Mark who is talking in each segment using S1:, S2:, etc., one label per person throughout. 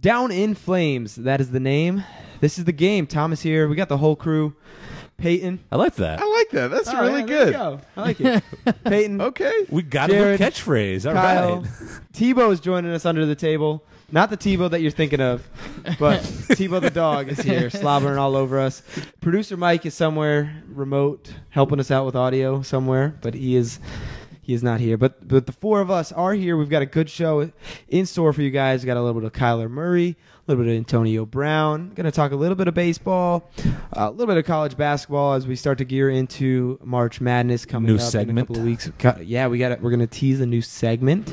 S1: Down in Flames, that is the name. This is the game. Thomas here. We got the whole crew. Peyton.
S2: I like that.
S3: I like that. That's
S1: Oh,
S3: really
S1: yeah, there you
S3: good. Oh,
S1: go. I like it. Peyton.
S3: Okay.
S2: We got a new
S1: Jared,
S2: catchphrase. All right.
S1: Kyle. Tebow is joining us under the table. Not the Tebow that you're thinking of, but Tebow the dog is here, slobbering all over us. Producer Mike is somewhere remote, helping us out with audio somewhere, but he is he is not here. But but the four of us are here. We've got a good show in store for you guys. We got a little bit of Kyler Murray, a little bit of Antonio Brown. Going to talk a little bit of baseball, a little bit of college basketball as we start to gear into March Madness coming
S2: New
S1: up in a
S2: segment.
S1: couple of weeks. Co- Yeah, we got we're going to tease a new segment.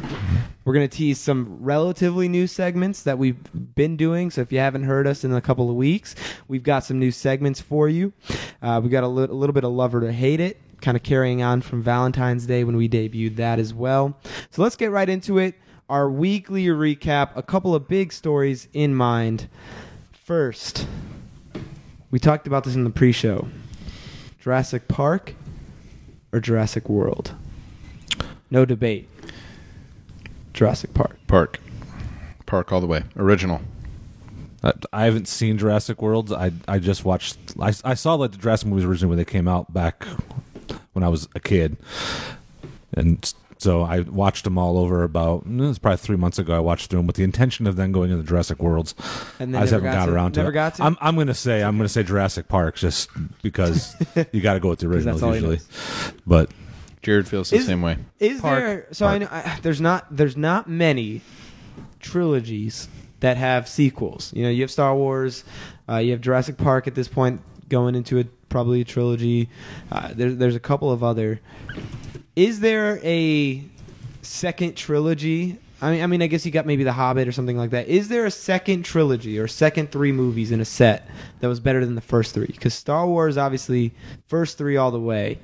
S1: We're going to tease some relatively new segments that we've been doing. So if you haven't heard us in a couple of weeks, we've got some new segments for you. Uh, we got a, li- a little bit of Lover to Hate It, kind of carrying on from Valentine's Day when we debuted that as well. So let's get right into it. Our weekly recap, a couple of big stories in mind. First, we talked about this in the pre show Jurassic Park or Jurassic World? No debate. Jurassic Park.
S3: Park. Park all the way. Original.
S2: I, I haven't seen Jurassic World. I I just watched. I, I saw like the Jurassic movies originally when they came out back when I was a kid, and s- so I watched them all over. About mm, it was probably three months ago. I watched through them with the intention of then going into the Jurassic Worlds.
S1: And
S2: I just haven't got, around to
S1: never
S2: it.
S1: got to.
S2: I'm I'm gonna say I'm gonna say Jurassic Park just because you got to go with the
S1: 'Cause
S2: originals
S1: that's all he
S2: usually.
S1: knows.
S2: But
S3: Jared feels the
S1: Is-
S3: same way.
S1: Is
S2: Park,
S1: there? So I
S2: park.
S1: know I, there's not there's not many trilogies that have sequels. You know, you have Star Wars, uh, you have Jurassic Park at this point going into a probably a trilogy. Uh, there, there's a couple of other. Is there a second trilogy? I mean, I mean, I guess you got maybe The Hobbit or something like that. Is there a second trilogy or second three movies in a set that was better than the first three? Because Star Wars, obviously, first three all the way.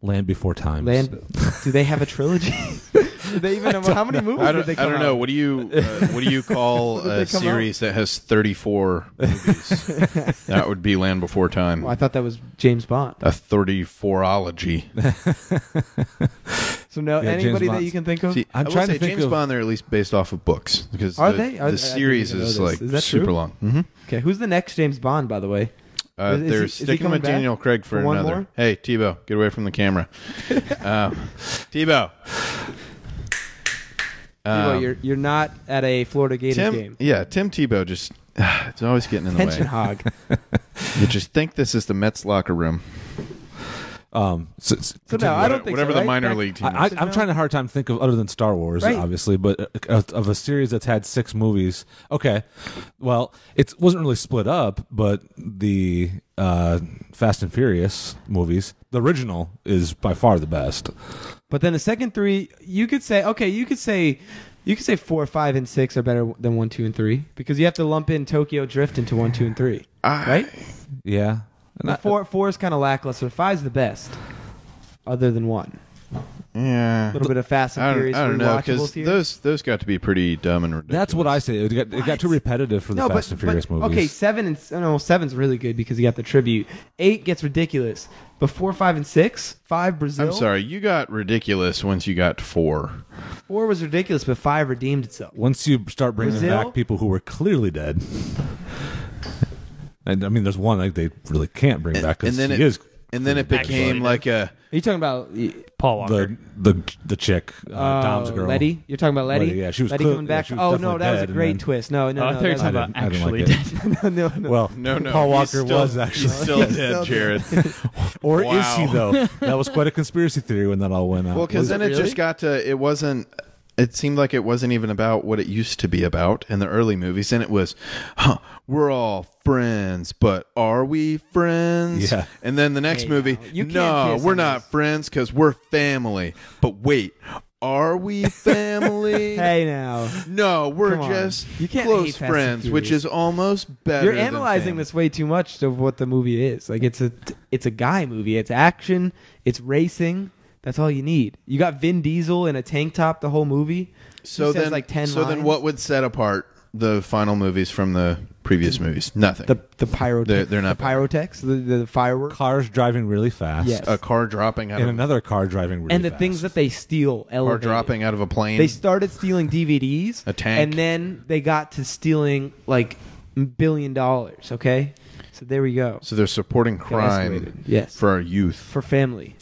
S2: Land Before Time.
S1: Land. Do they have a trilogy? do they even? how many movies
S3: I
S1: did
S3: don't,
S1: they
S3: I
S1: come
S3: don't
S1: out
S3: know.
S1: with?
S3: What do you uh, what do you call
S1: What did
S3: a
S1: they come
S3: series that has 34 movies? that would be Land Before Time.
S1: Well, Oh, I thought that was James Bond.
S3: a 34ology.
S1: So no,
S2: Yeah, James
S1: anybody that
S2: Bond's-
S1: you can think of.
S3: See,
S2: I'm
S3: I will
S2: trying to
S3: say
S2: think
S3: James
S2: of-
S3: Bond. They're at least based off of books because
S1: Are
S3: the,
S1: they? I- I
S3: the
S1: didn't
S3: series
S1: even know
S3: is
S1: this.
S3: like
S1: Is that
S3: super
S1: true?
S3: long. Mm-hmm.
S1: okay, who's the next James Bond? By the way,
S3: Uh,
S1: Is- is
S3: they're
S1: he- is he
S3: sticking
S1: coming
S3: with
S1: back
S3: Daniel Craig for,
S1: for one
S3: another.
S1: more?
S3: Hey, Tebow, get away from the camera. um, Tebow.
S1: Tebow,
S3: Um,
S1: you're you're not at a Florida Gators
S3: Tim,
S1: game.
S3: yeah, Tim Tebow just. It's always getting in the
S1: Tension
S3: way.
S1: hog.
S3: You just think this is the Mets locker room.
S2: Um. So, so-
S1: So no, I don't think
S3: Whatever
S1: so,
S3: the
S1: right?
S3: minor
S1: Back-
S3: league team.
S2: I, I,
S3: is.
S2: I'm trying a hard time to think of other than Star Wars,
S1: Right.
S2: obviously, but uh, of a series that's had six movies. Okay, well, it wasn't really split up, but the uh, Fast and Furious movies, the original is by far the best.
S1: But then the second three, you could say okay, you could say. You could say four, five, and six are better than one, two, and three because you have to lump in Tokyo Drift into one, two, and three,
S3: I-
S1: right?
S2: Yeah, and
S1: The
S2: I-
S1: four, four is kind of lackluster. Five's the best, other than one. A
S3: yeah.
S1: little bit of Fast and
S3: I don't,
S1: Furious
S3: I don't know
S1: rewatchables
S3: because
S1: here.
S3: those those got to be pretty dumb and ridiculous.
S2: that's what I say. It got, it got
S1: What?
S2: too repetitive for the Fast and Furious movies.
S1: Okay, seven and s- no, seven's really good because you got the tribute. Eight gets ridiculous, but four, five, and six, five Brazil.
S3: I'm sorry, you got ridiculous once you got to four.
S1: four was ridiculous, but five redeemed itself.
S2: Once you start bringing
S1: Brazil?
S2: back people who were clearly dead, and I mean, there's one like, they really can't bring back
S3: And
S2: because he
S3: then it
S2: is
S3: and then it became like a
S1: Are you talking about y-
S4: Paul Walker.
S2: the the the chick, uh,
S1: uh,
S2: Dom's girl,
S1: Letty? You're talking about Letty?
S2: Letty, yeah, she was
S1: Letty
S2: clear-
S1: coming
S2: yeah,
S1: back.
S2: she was
S1: oh no,
S2: definitely
S1: that was a
S2: dead, and
S1: great
S2: then-
S1: twist. No, no,
S4: oh, I
S1: no,
S4: thought you were
S1: that was-
S4: talking about
S2: I didn't- I
S4: actually
S2: didn't like
S4: dead.
S1: no, no, no.
S2: Well,
S3: no no.
S2: Paul
S3: he's
S2: Walker
S3: still-
S2: was actually
S3: he's still
S2: dead.
S3: dead, Jared.
S2: Or is
S3: Wow.
S2: he though? That was quite a conspiracy theory when that all went out.
S3: Well, because
S1: Was
S3: then
S1: it
S3: it,
S1: really?
S3: just got to it wasn't. It seemed like it wasn't even about what it used to be about in the early movies, and it was, huh, "We're all friends, but are we friends?"
S2: Yeah.
S3: And then the next
S1: Hey,
S3: movie,
S1: you can't
S3: no,
S1: piss
S3: we're
S1: on
S3: not
S1: this."
S3: friends because we're family. But wait, are we family?
S1: hey now,
S3: No, we're
S1: Come on.
S3: just
S1: You can't hate
S3: close
S1: Fast and
S3: friends, which
S1: Furious.
S3: is almost better.
S1: you're
S3: than
S1: analyzing
S3: family.
S1: this way too much of what the movie is. Like it's a it's a guy movie. It's action. It's racing. That's all you need. You got Vin Diesel in a tank top the whole movie. He
S3: So
S1: says,
S3: then,
S1: like ten.
S3: So then,
S1: lines.
S3: what would set apart the final movies from the previous movies. Nothing.
S1: The the pyro
S3: They're- they're not
S1: the pyrotechs the, the fireworks
S2: Cars driving really fast.
S1: Yes.
S3: a car dropping out
S2: And
S3: of
S2: another car driving really
S1: and the
S2: fast.
S1: things that they steal
S3: car
S1: elevated.
S3: dropping out of a plane.
S1: They started stealing DVDs,
S3: A tank.
S1: and then they got to stealing like billion dollars. Okay, so there we go.
S3: so they're supporting
S1: Got
S3: crime
S1: escalated. yes, for,
S3: for our youth.
S1: family,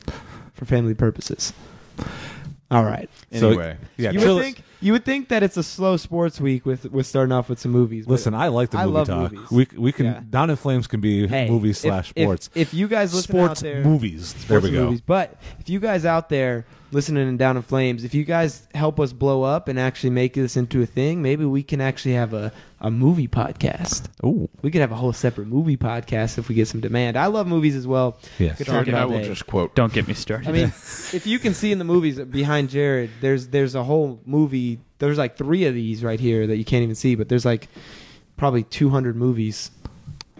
S1: for family purposes. All right.
S2: So-
S3: Anyway,
S2: yeah,
S1: you
S2: chill-
S1: would think you would think that it's a slow sports week with with starting off with some movies. but-
S2: Listen, I like the
S1: I
S2: movie
S1: love
S2: talk.
S1: movies.
S2: We we can
S1: Yeah.
S2: Down in Flames can be
S1: hey,
S2: movies
S1: if-
S2: slash
S1: if-
S2: sports.
S1: If, you guys listen
S2: sports
S1: out there,
S2: movies. there
S1: sports
S2: we
S1: and
S2: go.
S1: movies. But if you guys out there listening and down in flames, if you guys help us blow up and actually make this into a thing, maybe we can actually have a, a movie podcast.
S2: Ooh.
S1: We could have a whole separate movie podcast if we get some demand. I love movies as well.
S2: Yes.
S1: Could
S3: Sure,
S1: talk
S3: I
S1: all
S3: will
S1: day.
S3: just quote.
S4: Don't get me started.
S1: I mean, if you can see in the movies behind Jared, there's there's a whole movie. There's like three of these right here that you can't even see, but there's like probably 200 movies,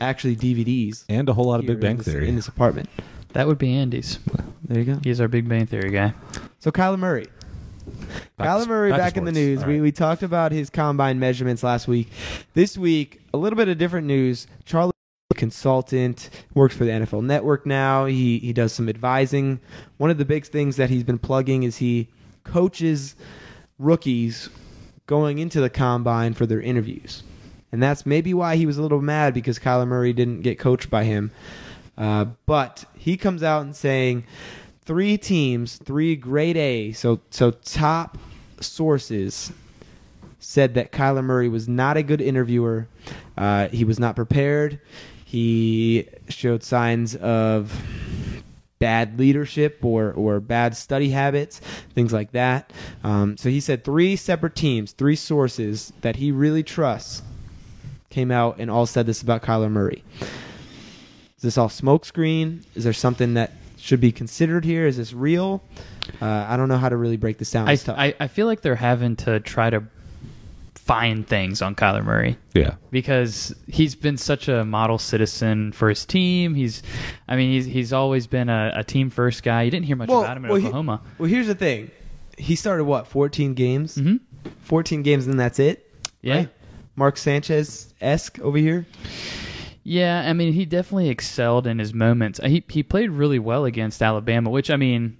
S1: actually DVDs.
S2: And a whole lot of
S1: here
S2: Big Bang
S1: in this,
S2: Theory.
S1: in this apartment.
S4: that would be Andy's.
S1: There you go.
S4: He's our Big Bang Theory guy.
S1: So Kyler Murray.
S2: Back
S1: Kyler
S2: to-
S1: Murray
S2: back
S1: back,
S2: to
S1: in the
S2: sports.
S1: news.
S2: All
S1: We,
S2: right.
S1: we talked about his combine measurements last week. This week, a little bit of different news. Charlie, a consultant, works for the NFL Network now. He he does some advising. One of the big things that he's been plugging is he coaches rookies going into the combine for their interviews. And that's maybe why he was a little mad because Kyler Murray didn't get coached by him. Uh, but he comes out and saying three teams, three grade A, so so top sources said that Kyler Murray was not a good interviewer. Uh, he was not prepared. He showed signs of bad leadership or, or bad study habits, things like that. Um, so he said three separate teams, three sources that he really trusts came out and all said this about Kyler Murray. Is this all smokescreen? Is there something that should be considered here? Is this real? Uh, I don't know how to really break this down.
S4: I,
S1: It's tough.
S4: I I feel like they're having to try to find things on Kyler Murray.
S2: Yeah.
S4: because he's been such a model citizen for his team. He's, I mean, he's he's always been a, a team first guy. You didn't hear much about him in
S1: he-
S4: Oklahoma.
S1: well, here's the thing. He started what, 14 games?
S4: Mhm.
S1: 14 games and that's it?
S4: Yeah.
S1: Right? Mark Sanchez esque over here?
S4: Yeah, I mean, he definitely excelled in his moments. He he played really well against Alabama, which I mean,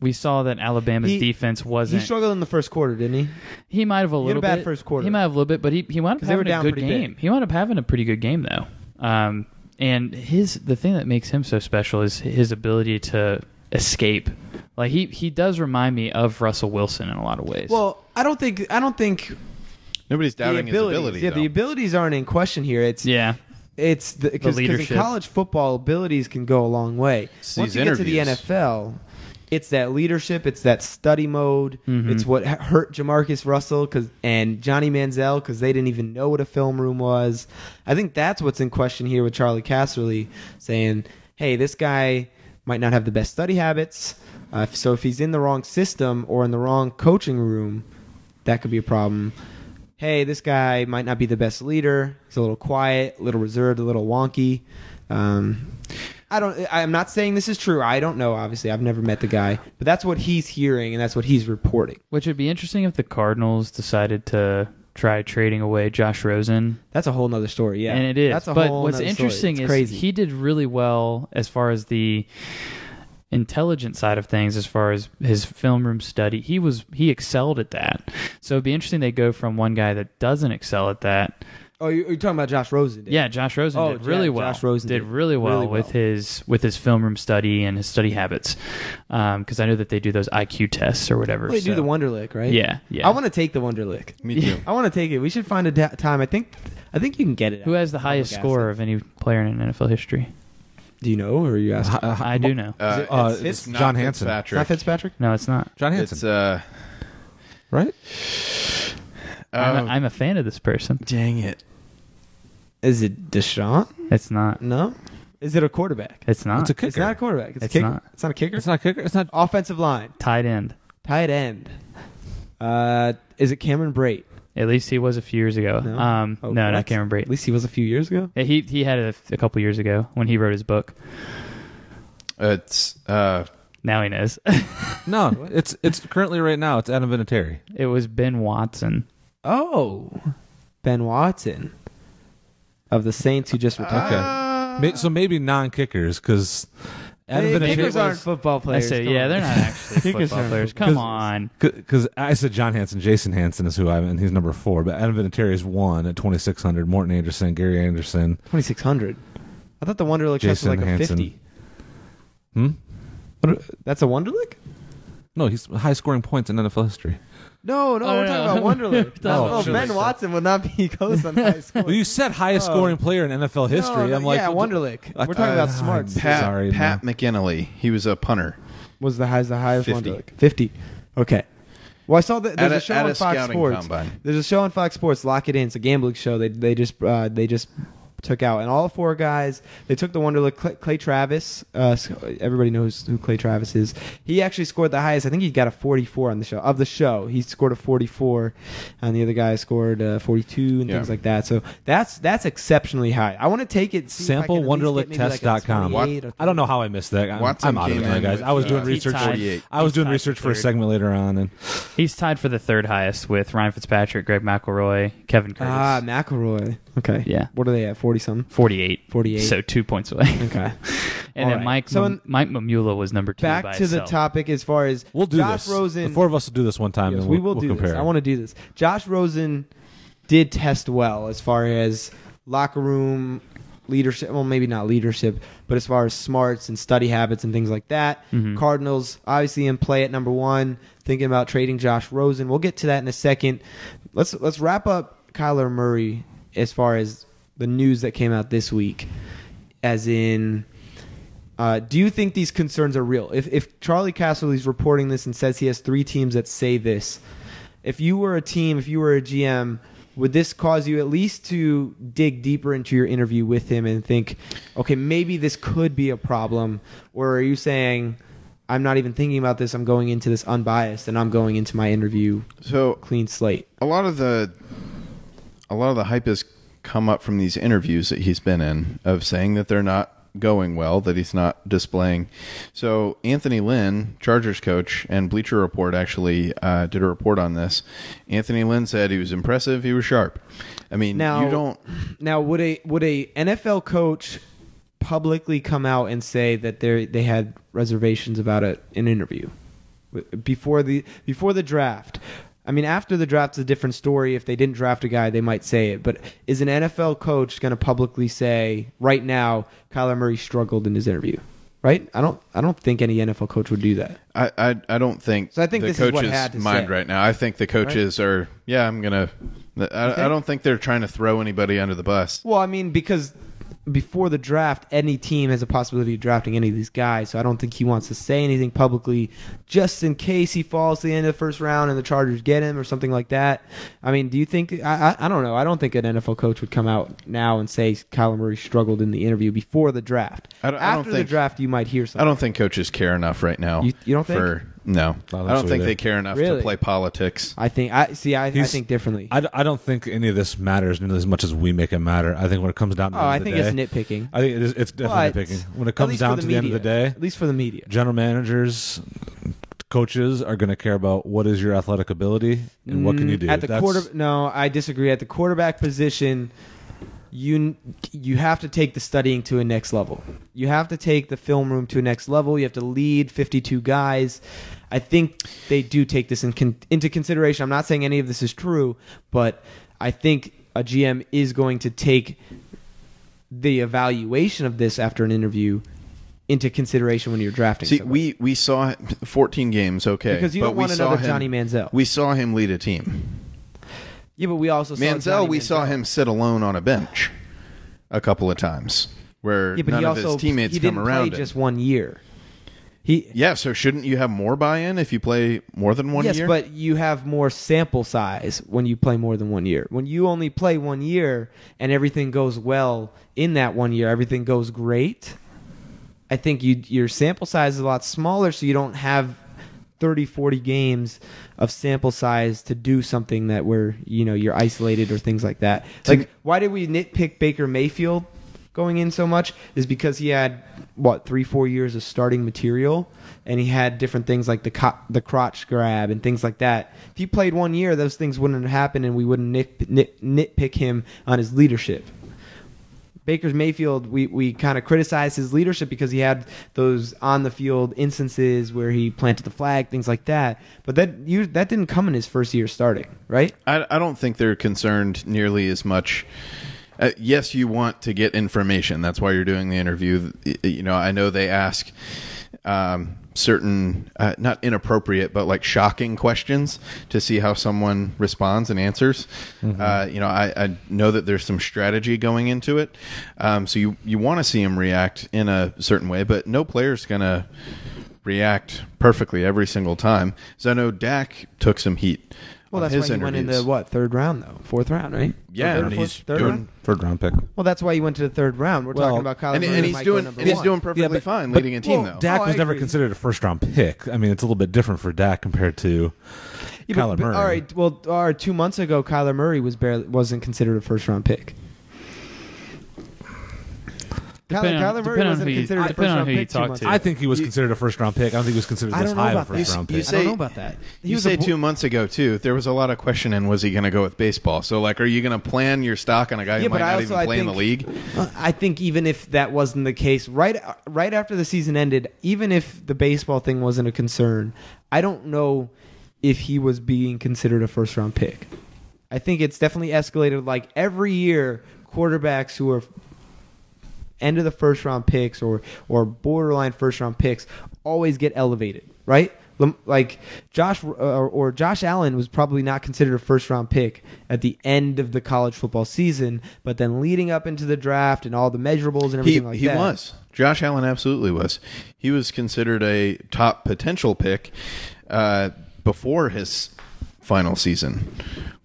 S4: we saw that Alabama's
S1: He-
S4: defense
S1: He
S4: wasn't. He,
S1: struggled in the first quarter, didn't he?
S4: might have a
S1: had a
S4: little
S1: bad
S4: bit-
S1: first quarter.
S4: He might have a little bit, but he he wound up
S1: 'Cause they were
S4: having a
S1: down
S4: good
S1: pretty
S4: game.
S1: big.
S4: He wound up having a pretty good game though. Um, and his the thing that makes him so special is his ability to escape. Like he he does remind me of Russell Wilson in a lot of ways.
S1: Well, I don't think I don't think
S3: Nobody's doubting
S1: the
S3: his
S1: abilities.
S3: ability.
S1: yeah,
S3: though.
S1: the abilities aren't in question here. It's
S4: yeah.
S1: it's the because in
S4: leadership.
S1: college football abilities can go a long way.
S3: It's
S1: Once
S3: these
S1: you get
S3: interviews.
S1: to the NFL, it's that leadership, it's that study mode, it's what h- hurt Jamarcus Russell 'cause- and Johnny Manziel because they didn't even know what a film room was. I think that's what's in question here with Charlie Casserly saying, "Hey, this guy might not have the best study habits, uh, if- so if he's in the wrong system or in the wrong coaching room, that could be a problem." hey, this guy might not be the best leader. He's a little quiet, a little reserved, a little wonky. Um, I don't. I'm not saying this is true. I don't know. Obviously, I've never met the guy, but that's what he's hearing and that's what he's reporting.
S4: Which would be interesting if the Cardinals decided to try trading away Josh Rosen.
S1: That's a whole nother story. Yeah,
S4: And it is.
S1: That's a
S4: but
S1: whole
S4: what's
S1: nother story.
S4: interesting
S1: It's
S4: is
S1: crazy.
S4: he did really well as far as the intelligent side of things as far as his film room study he was he excelled at that so it'd be interesting they go from one guy that doesn't excel at that
S1: oh, you're, you're talking about Josh Rosen? did.
S4: yeah josh rosen
S1: Oh,
S4: did really
S1: yeah,
S4: well
S1: Josh Rosen
S4: did,
S1: did
S4: really well
S1: really
S4: with
S1: well.
S4: his with his film room study and his study habits because i know that they do those iq tests or whatever
S1: Well, they do
S4: so-
S1: the Wonderlick, right?
S4: yeah yeah
S1: I want to take the Wonderlick.
S3: Me too.
S1: I want to take it. We should find a da- time. I think. I think you can get it.
S4: Who has the highest
S1: Acid.
S4: score of any player in NFL history?
S1: Do you know, or are you asking?
S2: Uh,
S4: I do know.
S3: Uh,
S1: Uh,
S3: it's,
S1: it's
S3: it's not
S2: John Hansen.
S1: It's not
S3: Fitzpatrick.
S1: Fitzpatrick.
S4: No, it's not.
S2: John Hanson,
S3: It's uh,
S2: right?
S4: I'm,
S3: oh,
S4: a, I'm a fan of this person.
S3: dang it.
S1: Is it Deshaun?
S4: It's not.
S1: No. Is it a quarterback?
S4: It's not.
S2: Mm. It's a kicker.
S1: It's not a quarterback. It's,
S4: It's
S1: a kicker.
S4: not.
S1: It's not a kicker.
S2: It's not kicker. It's not.
S1: Offensive line,
S4: tight end.
S1: tight end. Uh, is it Cameron Brate?
S4: At least he was a few years ago.
S1: No.
S4: Um,
S1: Oh,
S4: no,
S1: what?
S4: not Cameron Brate.
S1: At least he was a few years ago.
S4: Yeah, he he had it a, a couple years ago when he wrote his book.
S3: It's uh,
S4: Now he knows.
S2: No, it's it's currently right now. It's Adam Vinatieri.
S4: it was Ben Watson.
S1: Oh, Ben Watson. of the Saints who just retired.
S2: May- so maybe non-kickers because
S1: Ah. Hey, kickers
S2: Evan
S1: aren't football
S4: I
S1: players.
S4: say,
S1: come
S4: yeah,
S1: on.
S4: they're not actually
S1: Kickers
S4: football
S1: are-
S4: players. Come on.
S2: because I said John Hanson, Jason Hanson is who I'm, and he's number four. But Adam Vinatieri is one at 2600. Morton Anderson, Gary Anderson.
S1: 2600. I thought the Wonderlic test was
S2: Jason
S1: like a
S2: Hansen.
S1: 50.
S2: Hmm.
S1: What, that's a Wonderlic?
S2: No, he's high scoring points in NFL history.
S1: No, no,
S4: Oh,
S1: we're
S4: no.
S1: talking about Wonderlic.
S4: We're talking
S1: oh,
S2: about Wonderlic.
S1: Ben Watson would not be close on high score.
S2: Well, you said highest scoring player in NFL history.
S1: oh. No,
S2: I'm
S1: no,
S2: like,
S1: yeah, Wonderlic. We're talking about
S2: Uh,
S1: smarts.
S3: Pat,
S2: Sorry,
S3: Pat McInally. He was a punter.
S1: was the highest the highest
S3: 50.
S1: one? Fifty. Okay. Well, I saw that there's
S3: At
S1: a,
S3: a-
S1: show
S3: at
S1: on
S3: a
S1: Fox
S3: scouting
S1: Sports.
S3: combine.
S1: There's a show on Fox Sports. Lock it in. It's a gambling show. They they just uh, they just took out and all four guys. They took the Wonderlic Clay, Clay Travis. Uh, s- everybody knows who Clay Travis is. He actually scored the highest. I think he got a 44 on the show of the show. He scored a 44, and the other guy scored uh, 42 and
S3: Yeah.
S1: things like that. So that's that's exceptionally high. I want to take it. see if I can at least get maybe like a
S2: Samplewonderlictest.com.
S1: 28 or
S2: I don't know how I missed that. I'm,
S3: Watson
S2: I'm out of
S3: came
S2: it, now,
S3: in
S2: guys.
S3: with,
S2: I was
S3: uh,
S2: doing
S4: He
S2: research.
S4: tied-
S2: For, I was
S4: he
S2: doing
S4: tied
S2: research for a
S4: third.
S2: segment later on, and
S4: He's tied for the third highest with Ryan Fitzpatrick, Greg McElroy, Kevin Curtis.
S1: Ah, McElroy. Okay.
S4: Yeah.
S1: What are they at? Forty something.
S4: 48.
S1: 48.
S4: So two points away.
S1: Okay.
S4: And
S1: All
S4: then
S1: right.
S4: Mike
S1: So
S4: Mum-
S1: in-
S4: Mike Mamula was number two.
S1: Back
S4: by
S1: to the
S4: itself.
S1: topic as far as
S2: we'll do
S1: Josh
S2: this.
S1: Rosen.
S2: the four of us will do this one time,
S1: Yes,
S2: and
S1: we
S2: we'll,
S1: will do
S2: we'll compare.
S1: this. I want to do this. Josh Rosen did test well as far as locker room leadership. Well, maybe not leadership, but as far as smarts and study habits and things like that.
S4: Mm-hmm.
S1: Cardinals obviously in play at number one. Thinking about trading Josh Rosen. We'll get to that in a second. Let's let's wrap up Kyler Murray as far as the news that came out this week, as in. Uh, do you think these concerns are real? If, if Charlie Casserly's reporting this and says he has three teams that say this, if you were a team, if you were a GM, would this cause you at least to dig deeper into your interview with him and think, okay, maybe this could be a problem? Or are you saying, I'm not even thinking about this, I'm going into this unbiased and I'm going into my interview
S3: So
S1: clean slate?
S3: a lot of the a lot of the hype has come up from these interviews that he's been in of saying that they're not going well that he's not displaying so anthony lynn chargers coach and bleacher report actually uh, did a report on this anthony lynn said he was impressive he was sharp i mean
S1: Now
S3: you don't
S1: Now would a would a NFL coach publicly come out and say that they they had reservations about it an interview W- before the before the draft? I mean, after the draft's a different story. If they didn't draft a guy, they might say it. But is an NFL coach going to publicly say right now Kyler Murray struggled in his interview? Right? I don't. I don't think any NFL coach would do that.
S3: I, I I don't think.
S1: So I think
S3: the
S1: this is
S3: coaches
S1: what had to
S3: mind
S1: say.
S3: right now. I think the coaches are. Yeah, I'm gonna. I, I don't think they're trying to throw anybody under the bus.
S1: Well, I mean, because before the draft, any team has a possibility of drafting any of these guys. So I don't think he wants to say anything publicly, just in case he falls to the end of the first round and the Chargers get him or something like that. I mean, do you think? I I, I don't know. I don't think an NFL coach would come out now and say Kyler Murray struggled in the interview before the draft.
S3: I don't- I don't
S1: After
S3: think-
S1: the draft, you might hear
S3: I
S1: something.
S3: don't think coaches care enough right now.
S1: You- you don't think? Oh,
S3: For, no, I
S2: don't
S3: don't,
S2: think so
S3: think
S2: either.
S3: they care enough
S1: Really?
S3: to play politics.
S1: I think. I see. I, I
S2: He's-
S1: think differently.
S2: I, d- I don't think any of this matters nearly as much as we make it matter. I think when it comes down to
S1: oh,
S2: the end
S1: I
S2: of the
S1: think
S2: day,
S1: it's nitpicking.
S2: I think it is, it's
S1: But-
S2: definitely nitpicking. When it
S1: at
S2: comes
S1: least for
S2: down to the end of the
S1: media.
S2: day,
S1: at least for the media.
S2: general managers, coaches are going to care about what is your athletic ability and what can you
S1: Mm,
S2: do.
S1: at the
S2: That's-
S1: quarter? No, I disagree. At the quarterback position, you you have to take the studying to a next level. You have to take the film room to a next level. You have to lead fifty two guys. I think they do take this in con- into consideration. I'm not saying any of this is true, but I think a GM is going to take the evaluation of this after an interview into consideration when you're drafting.
S3: See,
S1: somebody.
S3: we we saw 14 games. Okay,
S1: Because you
S3: but
S1: don't
S3: we
S1: want
S3: saw
S1: another
S3: him-
S1: Johnny Manziel.
S3: We saw him lead a team.
S1: yeah, but we also saw
S3: Manziel,
S1: Johnny
S3: we saw
S1: Manziel.
S3: him sit alone on a bench a couple of times where
S1: Yeah, but
S3: none
S1: he
S3: of
S1: also
S3: his teammates
S1: he
S3: come
S1: didn't
S3: around.
S1: play
S3: him.
S1: just one year. He
S3: Yeah, so shouldn't you have more buy-in if you play more than one
S1: yes,
S3: year?
S1: but you have more sample size when you play more than one year. When you only play one year and everything goes well in that one year, everything goes great. I think you your sample size is a lot smaller, so you don't have 30, 40 games of sample size to do something that where you know you're isolated or things like that. Like, why did we nitpick Baker Mayfield going in so much? Is because he had what three, four years of starting material, and he had different things like the co- the crotch grab and things like that. If he played one year, those things wouldn't have happened, and we wouldn't nit- nit- nitpick him on his leadership. Baker's Mayfield, we, we kind of criticized his leadership because he had those on the field instances where he planted the flag, things like that. But that you that didn't come in his first year starting, right?
S3: I, I don't think they're concerned nearly as much. Uh, yes, you want to get information. That's why you're doing the interview. Y- You know, I know they ask um, certain, uh, not inappropriate, but like shocking questions to see how someone responds and answers. Uh, you know, I, I know that there's some strategy going into it. Um, so you, you want to see him react in a certain way, but no player's going to react perfectly every single time. So I know Dak took some heat.
S1: Well,
S3: on
S1: that's
S3: his
S1: why he went in
S3: interviews.
S1: the what third round though, fourth round, right? Or
S3: Yeah,
S1: third or
S3: and
S1: fourth-
S3: he's
S1: third
S3: doing-
S1: round?
S2: Third round pick.
S1: Well, that's why you went to the third round. We're
S2: Well,
S1: talking about Kyler
S3: and,
S1: Murray
S3: and he's
S1: might go
S3: doing
S1: number
S3: and he's
S1: one.
S3: doing perfectly
S2: but-
S3: fine,
S2: but-
S3: leading a team
S1: well, Dak-
S3: though.
S2: Dak
S1: Oh, I
S2: was never
S1: agree.
S2: considered a first round pick. I mean, it's a little bit different for Dak compared to
S1: Yeah, but-
S2: Kyler
S1: but-
S2: Murray.
S1: All right, well, all right, two months ago, Kyler Murray was barely wasn't considered a first round pick. Kyler,
S4: Depending on-
S1: Kyler Murray
S4: depending on
S1: wasn't
S4: who you-
S1: considered a
S4: depending
S1: first
S4: on
S1: round
S4: who you
S1: pick. two
S4: talk
S1: months
S4: to.
S1: ago.
S2: I think he was considered a first round pick. I don't think he was considered
S1: I
S2: this
S1: don't know
S2: high of a
S1: about
S2: first
S1: that.
S2: round
S3: You
S2: pick.
S3: s-
S1: I don't
S3: say-
S1: know about that. He
S3: you
S1: was
S3: say
S1: a bl-
S3: two months ago too. There was a lot of questioning: was he going to go with baseball? So, like, are you going to plan your stock on a guy
S1: Yeah,
S3: who might
S1: but I
S3: not
S1: also-
S3: even
S1: I
S3: play in the
S1: think-
S3: league?
S1: Uh, I think even if that wasn't the case, right right after the season ended, even if the baseball thing wasn't a concern, I don't know if he was being considered a first round pick. I think it's definitely escalated. Like every year, quarterbacks who are end of the first round picks or or borderline first round picks always get elevated, right? Lam- Like Josh uh, or Josh Allen was probably not considered a first round pick at the end of the college football season, but then leading up into the draft and all the measurables and everything
S3: He
S1: like
S3: he
S1: that.
S3: was. Josh Allen absolutely was. He was considered a top potential pick uh, before his final season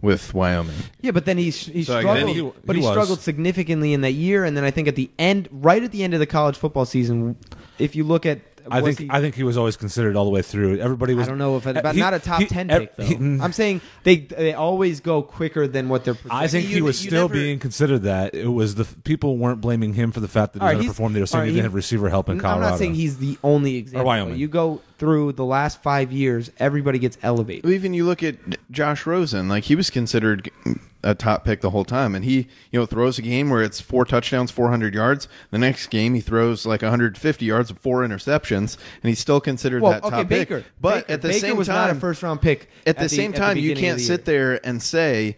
S3: with Wyoming.
S1: Yeah, but then he, sh- he
S3: So, like,
S1: struggled,
S3: then he-
S1: but he,
S2: he was.
S1: struggled significantly in that year, and then I think at the end, right at the end of the college football season, if you look at,
S2: I
S1: was
S2: think
S1: he-
S2: I think he was always considered all the way through. Everybody was.
S1: I don't know if it,
S2: Uh,
S1: but
S2: he-
S1: not a top
S2: he-
S1: ten
S2: ev-
S1: pick though.
S2: he- mm,
S1: I'm saying they they always go quicker than what they're.
S2: I think
S3: You-
S2: he was
S3: you
S2: still
S3: never-
S2: being considered that. It was the f- people weren't blaming him for the fact that
S1: All right,
S2: he
S1: he's-
S2: underperformed. They were saying
S1: all right,
S2: he
S1: he-
S2: didn't have receiver help in
S1: I'm
S2: Colorado.
S1: not saying he's the only example.
S2: Wyoming.
S1: You go through the last five years, everybody gets elevated.
S3: Even you look at Josh Rosen, like he was considered a top pick the whole time, and he you know throws a game where it's four touchdowns, four hundred yards. The next game he throws like one hundred fifty yards and four interceptions, and he's still considered
S1: Well,
S3: that
S1: okay,
S3: top
S1: Baker.
S3: pick. But
S1: Baker-
S3: at the
S1: Baker
S3: same
S1: was
S3: time,
S1: not a first round pick.
S3: at the, same
S1: at
S3: time, you
S1: beginning of
S3: can't
S1: the
S3: sit
S1: year.
S3: there and say,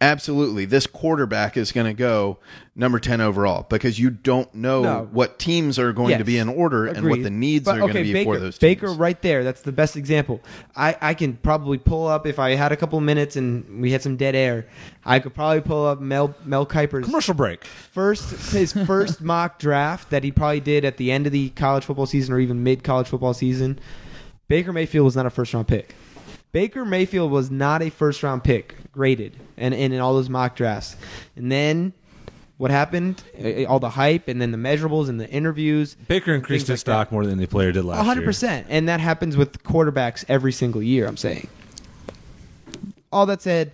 S3: absolutely, this quarterback is going to go number 10 overall because you don't know
S1: No.
S3: what teams are going
S1: Yes.
S3: to be in order and what
S1: Agreed.
S3: the needs
S1: But,
S3: are going to
S1: okay,
S3: be
S1: Baker,
S3: for those teams.
S1: Baker right there. That's the best example. I, I can probably pull up if I had a couple minutes and we had some dead air. I could probably pull up Mel Mel Kiper's
S2: commercial break.
S1: first his first mock draft that he probably did at the end of the college football season or even mid college football season, Baker Mayfield was not a first round pick. Baker Mayfield was not a first round pick graded and, and in all those mock drafts. And then what happened? Eh, eh, All the hype and then the measurables and the interviews.
S2: Baker increased
S1: Things like
S2: his stock more than any player did last year.
S1: 100%. And that happens with quarterbacks every single year, I'm saying. All that said,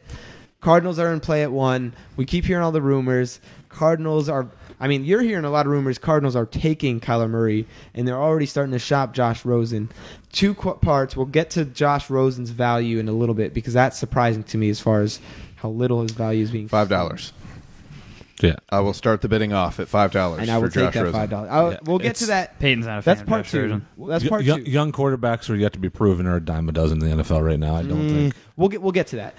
S1: Cardinals are in play at one. We keep hearing all the rumors. Cardinals are. I mean, you're hearing a lot of rumors. Cardinals are taking Kyler Murray, and they're already starting to shop Josh Rosen. Two qu- parts. We'll get to Josh Rosen's value in a little bit because that's surprising to me as far as how little his value is being.
S3: $5.
S2: Yeah.
S3: I will start the bidding off at $5
S1: and I
S3: for
S1: will take
S3: Josh
S1: that
S3: Rosen.
S1: five dollars. I'll
S2: Yeah,
S1: We'll get to
S2: it's-
S1: that.
S4: Peyton's not a fan
S1: That's
S4: of
S1: part
S4: Josh
S1: two.
S4: Rosen.
S1: That's part
S2: young,
S1: two.
S2: young quarterbacks are yet to be proven or a dime a dozen in the NFL right now. I
S1: Mm.
S2: don't think.
S1: We'll get we'll get to that.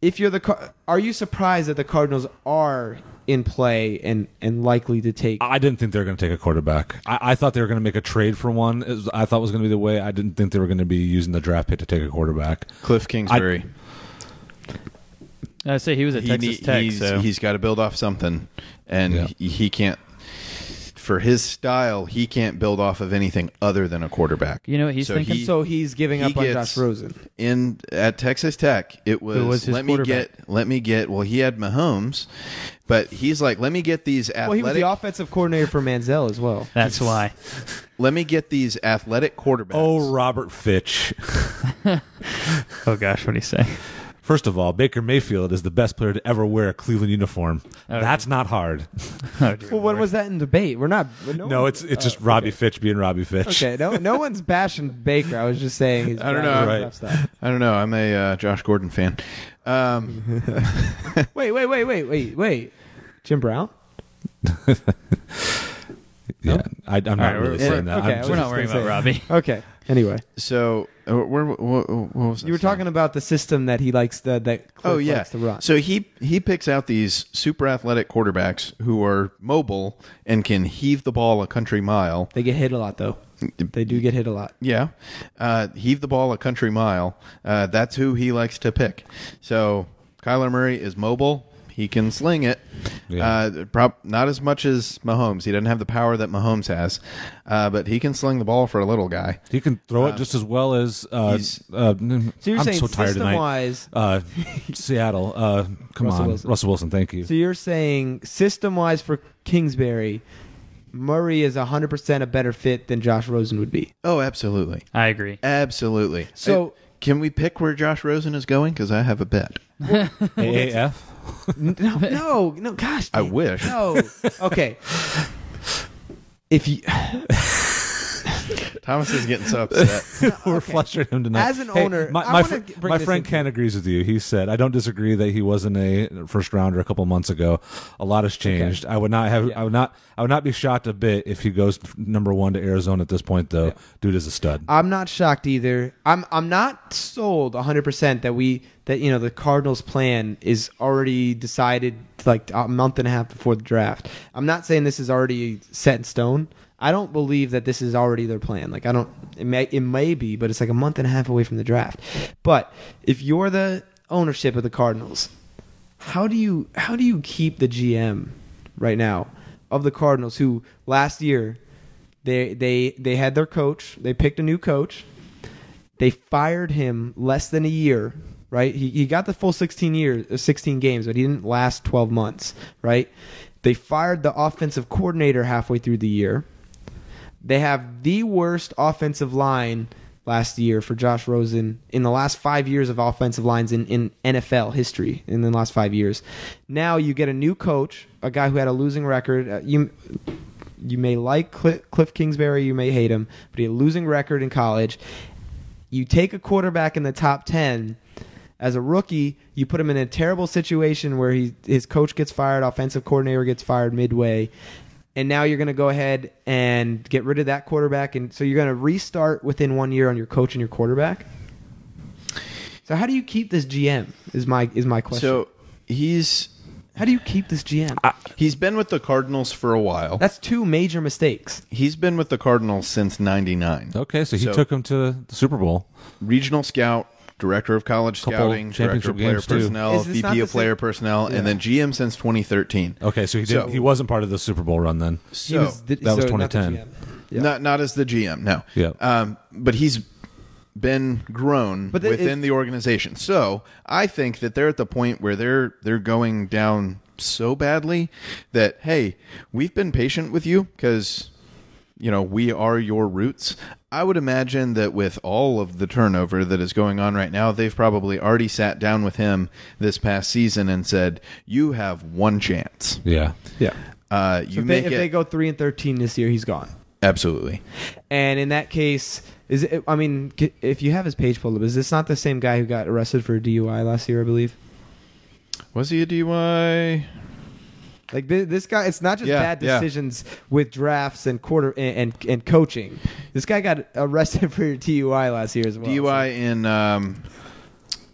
S1: If you're the Car- are you surprised that the Cardinals are in play and and likely to take?
S3: Uh,
S2: I didn't think they were going to take a quarterback. I, I thought they were going to make a trade for one. It was- I thought was going to be the way. I didn't think they were going to be using the draft pick to take a quarterback.
S3: Cliff Kingsbury.
S4: I say he was at
S3: He
S4: Texas
S3: need-
S4: Tech,
S3: he's,
S4: so
S3: he's got to build off something, and
S2: Yeah.
S3: he, he can't. For his style, he can't build off of anything other than a quarterback.
S4: You know what he's thinking?
S3: he-
S1: so he's giving
S3: he
S1: up on
S3: gets-
S1: Josh Rosen.
S3: in at Texas Tech, it was,
S4: was his
S3: let me
S4: quarterback.
S3: get let me get well he had Mahomes, but he's like let me get these athletic
S1: Well, he was the offensive coordinator for Manziel as well.
S4: that's why.
S3: let me get these athletic quarterbacks.
S2: Oh, Robert Fitch.
S4: Oh gosh, what do you say?
S2: First of all, Baker Mayfield is the best player to ever wear a Cleveland uniform.
S4: Okay.
S2: That's not hard.
S4: Oh, dear
S1: Well, what
S4: Lord.
S1: was that in debate? We're not.
S2: No, Uh, it's it's just Robbie Fitch being Robbie Fitch.
S1: okay. No, no one's bashing Baker. I was just saying. His
S3: I don't know.
S2: Right.
S1: Stuff.
S3: I don't know. I'm a uh, Josh Gordon fan. Um,
S1: Mm-hmm. Wait, wait, wait, wait, wait, wait. Jim Brown.
S2: yeah, I, I'm not
S4: right,
S2: really
S4: we're-
S2: saying that.
S1: okay,
S2: I'm
S1: was
S4: We're not
S1: just
S4: worrying
S1: gonna
S4: about
S1: say-
S4: Robbie.
S1: Okay. Anyway,
S3: So uh, where, what, what was I
S1: you were
S3: saying?
S1: talking about the system that he likes the that Cliff
S3: Oh yeah.
S1: likes to run.
S3: So he he picks out these super athletic quarterbacks who are mobile and can heave the ball a country mile.
S1: they get hit a lot though. They do get hit a lot.
S3: Yeah, uh, heave the ball a country mile. Uh, that's who he likes to pick. So Kyler Murray is mobile. He can sling it.
S2: Yeah.
S3: Uh, prob- not as much as Mahomes. He doesn't have the power that Mahomes has, uh, but he can sling the ball for a little guy.
S2: He can throw it just as well as. Uh,
S3: he's-
S2: uh, n-
S1: So you're
S2: I'm
S1: saying
S2: so tired tonight.
S1: system-wise-
S2: uh, Seattle. Uh, come
S1: Russell
S2: on,
S1: Wilson.
S2: Russell Wilson. Thank you.
S1: So you're saying system wise for Kingsbury, Murray is 100% a better fit than Josh Rosen would be.
S3: Oh, absolutely,
S4: I agree.
S3: absolutely.
S1: So-
S3: Uh, can we pick where Josh Rosen is going? Because I have a bet.
S2: AAF.
S1: No, no, no gosh.
S3: I
S1: dang-
S3: wish.
S1: No. Okay. If you
S3: Thomas is getting so upset.
S2: We're
S1: okay.
S2: flushing him tonight.
S1: As an
S2: Hey,
S1: owner,
S2: my,
S1: I
S2: my,
S1: wanna
S2: fr-
S1: bring
S2: my
S1: this
S2: friend
S1: into-
S2: Ken agrees with you. He said, "I don't disagree that he wasn't a first rounder a couple months ago. A lot has changed. I would not have. I would not. I would not be shocked a bit if he goes f- number one to Arizona at this point. Though, dude is a stud.
S1: I'm not shocked either. I'm I'm not sold 100% that we that you know the Cardinals plan is already decided like a month and a half before the draft. I'm not saying this is already set in stone. I don't believe that this is already their plan. Like I don't it may it may be, but it's like a month and a half away from the draft. But if you're the ownership of the Cardinals, how do you how do you keep the GM right now of the Cardinals who last year they they they had their coach, they picked a new coach, they fired him less than a year, right? He he got the full 16 years, uh, 16 games, but he didn't last 12 months, right? They fired the offensive coordinator halfway through the year. They have the worst offensive line last year for Josh Rosen in the last five years of offensive lines in, in NFL history in the last five years. Now you get a new coach, a guy who had a losing record. Uh, you you may like Cl- Cliff Kingsbury, you may hate him, but he had a losing record in college. You take a quarterback in the top ten. As a rookie, you put him in a terrible situation where he his coach gets fired, offensive coordinator gets fired midway, and now you're going to go ahead and get rid of that quarterback, and so you're going to restart within one year on your coach and your quarterback. So how do you keep this GM? Is my is my question.
S3: So he's
S1: how do you keep this GM?
S3: he's been with the Cardinals for a while.
S1: That's two major mistakes.
S3: He's been with the Cardinals since '99.
S2: Uh, Okay, so he
S3: So-
S2: took him to the Super Bowl.
S3: Regional scout, director of college
S2: Couple
S3: scouting, director
S2: championship
S3: of player
S2: games, too.
S3: personnel,
S1: Is this not
S3: VP
S1: the
S3: of player
S1: same-
S3: personnel,
S1: Yeah.
S3: and then GM since 2013.
S2: Okay, so he did.
S3: So-
S2: not he wasn't part of the Super Bowl run then.
S1: He
S3: So
S1: th-
S2: that was
S1: not the
S2: 2010.
S1: GM. Yeah.
S3: not not as the GM, no.
S2: Yeah.
S3: Um, but he's been grown
S1: But the-
S3: within
S1: it-
S3: the organization. So I think that they're at the point where they're they're going down so badly that hey, we've been patient with you because you know we are your roots. I would imagine that with all of the turnover that is going on right now, they've probably already sat down with him this past season and said, "You have one chance.
S2: Yeah,
S1: Yeah.
S3: Uh, you
S1: So if, they,
S3: make
S1: if
S3: it
S1: they go three and thirteen this year, he's gone.
S3: absolutely."
S1: And in that case, is it, I mean, c- if you have his page pulled up, is this not the same guy who got arrested for DUI last year? I believe.
S3: Was he a DUI?
S1: Like thi- this guy, it's not just
S3: Yeah,
S1: bad
S3: yeah.
S1: decisions with drafts and quarter and, and and coaching. This guy got arrested for DUI last year as well.
S3: DUI in um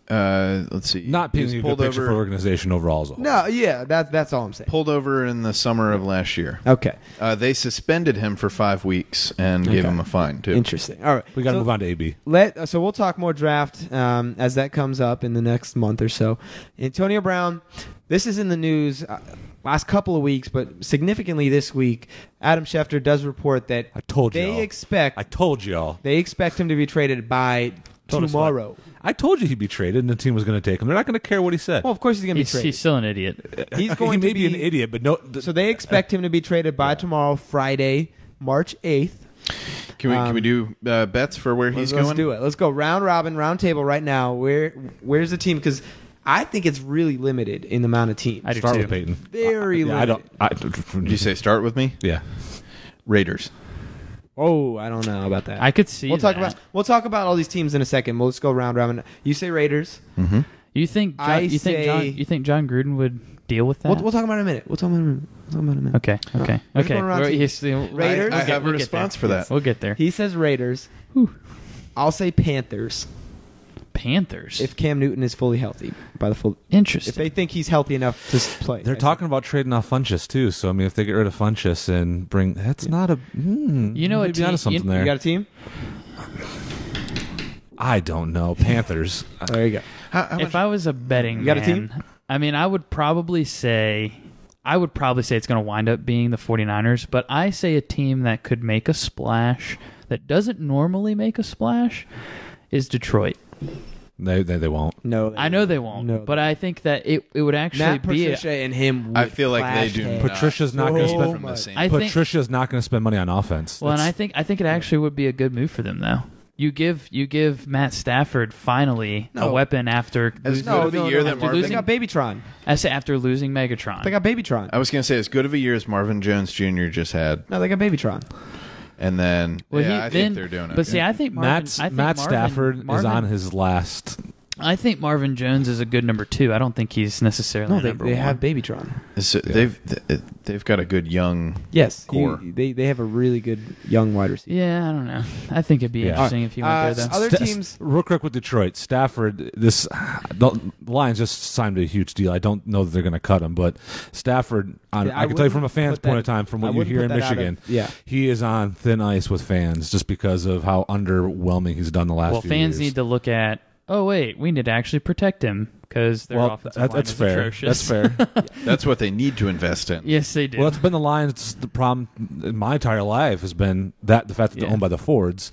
S3: uh let's see.
S2: not
S3: He
S2: being
S3: was
S2: a good
S3: pulled
S2: picture for the
S3: over
S2: organization overall as
S1: So.
S2: a whole.
S1: No, yeah, that's that's all I'm saying.
S3: pulled over in the summer of last year.
S1: Okay,
S3: Uh, they suspended him for 5 weeks and gave
S1: Okay.
S3: him a fine too.
S1: interesting. All right,
S2: we got to
S1: so
S2: move on to AB.
S1: Let uh, so we'll talk more draft um, as that comes up in the next month or so. Antonio Brown, this is in the news uh, last couple of weeks, but significantly this week. Adam Schefter does report that
S2: I told
S1: they
S2: y'all.
S1: expect
S2: I told y'all.
S1: they expect him to be traded by
S2: Told us that.
S1: tomorrow.
S2: I told you he'd be traded, and the team was going to take him. They're not going to care what he said.
S1: Well, of course he's going to be
S4: He's,
S1: traded.
S4: he's still an idiot.
S1: He's
S2: Okay,
S1: going
S2: he may
S1: to
S2: be, an idiot, but no. th-
S1: So they expect him to be traded by tomorrow, Friday, March eighth.
S3: Can we
S1: Um,
S3: can we do uh, bets for where
S1: Let's,
S3: he's going?
S1: let's do it. Let's go round robin, round table right now. Where where's the team? Because I think it's really limited in the amount of teams.
S4: I do
S2: start
S4: too.
S2: with Peyton.
S1: Very
S2: I, yeah, I don't. I,
S3: Did you say start with me?
S2: yeah.
S3: Raiders.
S1: oh, I don't know about that.
S4: I could see.
S1: we'll talk
S4: that.
S1: about we'll talk about all these teams in a second. We'll just go round robin. You say Raiders?
S4: You think? John,
S1: I
S4: you think
S1: say-
S4: John? You think John Gruden would deal with that?
S1: We'll, we'll talk about it in a minute. We'll talk about it in a minute. We'll talk about it in a minute.
S4: okay, okay,
S1: Which
S4: okay.
S1: one, Roxy?
S4: We're- he's still-
S1: Raiders?
S4: We'll
S1: I
S4: get-
S3: have a
S4: we'll get
S3: response
S4: there.
S3: for that.
S4: We'll get there.
S1: He says Raiders. I'll say Panthers
S4: Panthers.
S1: if Cam Newton is fully healthy by the full. If
S4: Interesting.
S1: they think he's healthy enough to s- play,
S2: They're talking about trading off Funchess too. So I mean, if they get rid of Funchess and bring, that's not a. Mm,
S4: You know
S2: you
S4: a
S2: may be onto
S4: team-
S2: something
S4: you-
S2: there.
S1: You got a team?
S2: I don't know. Panthers. uh,
S1: Oh, There you go.
S3: How, how much,
S4: if I was a betting
S1: You got a
S4: man,
S1: team?
S4: I mean, I would probably say I would probably say it's going to wind up being the 49ers, but I say a team that could make a splash that doesn't normally make a splash is Detroit.
S2: they, they they won't.
S1: No,
S4: I know they won't,
S1: No, they
S4: but I think that it, it would actually
S1: Matt
S4: be
S1: Patricia and him. Would
S3: I feel like they
S1: clash
S3: do.
S1: hands.
S3: Not
S2: Patricia's not gonna
S3: be
S2: spend-
S3: from the same.
S4: I think
S2: Patricia's not going to spend money on offense.
S4: Well, and I
S2: That's-
S4: think I think it actually would be a good move for them though. You give you give Matt Stafford finally a
S1: No.
S4: weapon after
S3: As
S4: losing,
S3: good of a
S1: no,
S3: year
S1: no,
S3: that
S1: after
S3: Marvin.
S1: They got Babytron.
S4: I say after losing Megatron.
S1: They got Babytron.
S3: I was going to say as good of a year as Marvin Jones Jr. just had,
S1: No, they got Babytron.
S3: and then
S4: Well,
S3: yeah,
S4: he-
S3: I
S4: then-
S3: think they're doing it.
S4: But see, I think Marvin,
S2: Matt's-
S4: I think
S2: Matt
S4: Marvin-
S2: Stafford is
S4: Marvin-
S2: on his last.
S4: I think Marvin Jones is a good number two. I don't think he's necessarily
S1: No, they,
S4: number
S1: they
S4: one.
S1: have Babytron.
S3: So uh, they've th- they've got a good young.
S1: Yes,
S3: Core.
S1: you- they they have a really good young wide receiver.
S4: yeah, I don't know. I think it'd be
S2: Yeah.
S4: interesting if he went
S1: Uh,
S4: there though.
S1: other
S2: Sta-
S1: teams-
S2: real quick with Detroit, Stafford. This the the Lions just signed a huge deal. I don't know that they're going to cut him, but Stafford. I,
S1: Yeah,
S2: I,
S1: I
S2: can tell you from a
S1: wouldn't
S2: fan's
S1: put that-
S2: point of time, from
S1: I
S2: what you
S1: wouldn't
S2: hear in
S1: put that out of-
S2: Michigan,
S1: yeah.
S2: he is on thin ice with fans just because of how underwhelming he's done the last.
S4: well,
S2: few
S4: fans
S2: years.
S4: need to look at. Oh wait, we need to actually protect him because their
S2: Well,
S4: offensive
S2: that-
S4: line
S2: that's
S4: is
S2: fair. That's
S4: atrocious.
S2: fair.
S3: That's what they need to invest in.
S4: yes, they do.
S2: Well, it's been the Lions. The problem in my entire life has been that the fact that
S4: Yeah.
S2: they're owned by the Fords.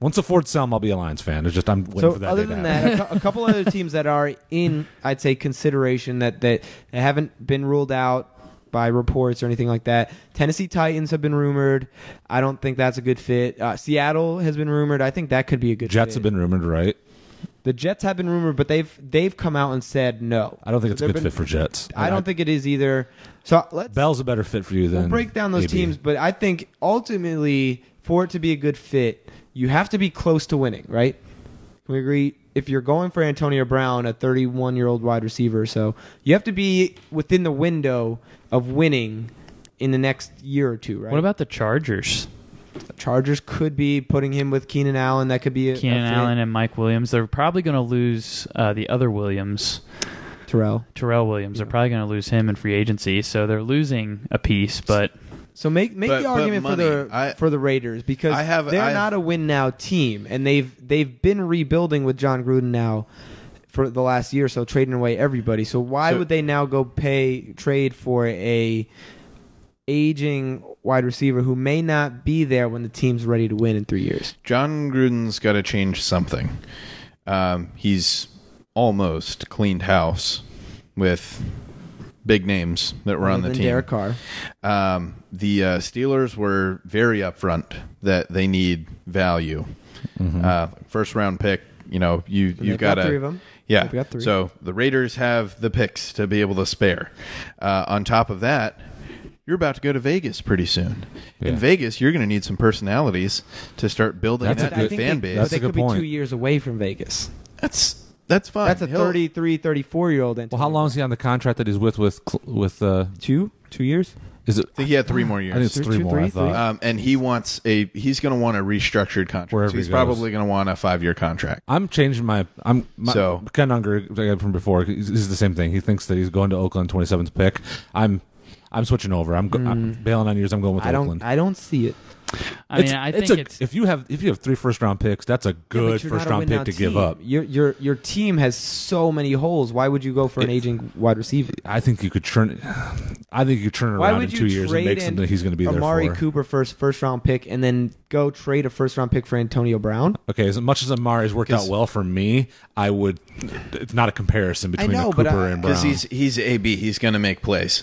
S2: Once the Fords sell them, I'll be a Lions fan. It's just I'm waiting
S1: So
S2: for that.
S1: other
S2: day to
S1: than
S2: happen.
S1: that, a, cou- a couple other teams that are in, I'd say, consideration that that haven't been ruled out by reports or anything like that. Tennessee Titans have been rumored. I don't think that's a good fit. Uh, Seattle has been rumored. I think that could be a good.
S2: Jets
S1: fit.
S2: have been rumored, right?
S1: The Jets have been rumored, but they've they've come out and said no.
S2: I don't think it's a
S1: They've
S2: good
S1: been-
S2: fit for Jets.
S1: I don't think it is either. So let's
S2: Bell's a better fit for you than
S1: we'll break down those
S2: AB.
S1: teams, but I think ultimately for it to be a good fit, you have to be close to winning, right? Can we agree? If you're going for Antonio Brown, a 31 year old wide receiver, or so you have to be within the window of winning in the next year or two, right?
S4: what about the Chargers?
S1: Chargers? Could be putting him with Keenan Allen. That could be a, a
S4: Keenan
S1: fit.
S4: Allen and Mike Williams. They're probably going to lose uh, the other Williams.
S1: Terrell.
S4: Terrell Williams. They're probably going to lose him in free agency, so they're losing a piece. But
S1: So make make
S3: But-
S1: the
S3: but
S1: argument for the
S3: money, I-
S1: for the Raiders because
S3: I have-
S1: they're
S3: I-
S1: not a win now team and they've they've been rebuilding with John Gruden now for the last year or so trading away everybody. So why
S3: So-
S1: would they now go pay trade for a aging wide receiver who may not be there when the team's ready to win in 3 years?
S3: John Gruden's got to change something. Um, he's almost cleaned house with big names that were on
S1: Other
S3: the
S1: than
S3: team.
S1: Derek Carr.
S3: Um, the uh, Steelers were very upfront that they need value.
S2: Mm-hmm.
S3: Uh, first round pick, you know, you
S1: Mm-hmm. they've
S3: you've got,
S1: got
S3: to,
S1: three of 'em.
S3: Yeah,
S1: They've got three.
S3: so the Raiders have the picks to be able to spare. Uh, on top of that, you're about to go to Vegas pretty soon. In
S2: Yeah.
S3: Vegas, you're going to need some personalities to start building
S2: That's a
S3: that
S1: I
S2: good-
S1: think
S3: fan
S1: they,
S3: base.
S1: but
S2: That's
S1: they
S2: a good
S1: could be
S2: point.
S1: 2 years away from Vegas.
S3: That's that's fine.
S1: That's a
S3: He'll-
S1: 33 34 year old
S2: Well, how long is he on the contract that he's with with Cl- with uh
S1: 2 2 years?
S2: is it
S3: I think he had three more
S2: I think it's
S3: years.
S1: Three,
S2: three,
S1: two,
S2: more,
S1: three,
S2: I thought.
S1: three.
S3: Um, and he wants a he's going to want a restructured contract.
S2: Wherever
S3: So he's
S2: he goes.
S3: probably going to want a five year contract.
S2: I'm changing my I'm my,
S3: So-
S2: Ken Unger like I had from before is is the same thing. He thinks that he's going to Oakland 27th pick. I'm I'm switching over. I'm, go, I'm bailing on yours. I'm going with
S1: Mm. I
S2: Oakland.
S1: don't I don't see it.
S4: I mean,
S2: It's-
S4: I
S2: it's
S4: think
S2: a-
S4: it's
S2: if you have if you have three first round picks, that's a
S1: Yeah, but
S2: good
S1: you're
S2: first
S1: not a
S2: round pick
S1: win-now
S2: to give
S1: team.
S2: up.
S1: Your your your team has so many holes. Why would you go for an
S2: It-
S1: aging wide receiver?
S2: I think you could turn. I think you could turn it
S1: Why
S2: around in
S1: would you
S2: two years and
S1: trade
S2: make
S1: in
S2: something he's going to be there
S1: Amari
S2: for.
S1: Cooper first first round pick, and then go trade a first round pick for Antonio Brown.
S2: Okay, as much as Amari's worked out
S3: Because-
S2: well for me, I would. It's not a comparison between
S1: know,
S2: a
S1: but
S2: Cooper
S1: I-
S2: and Brown.
S3: because he's he's AB. He's going to make plays.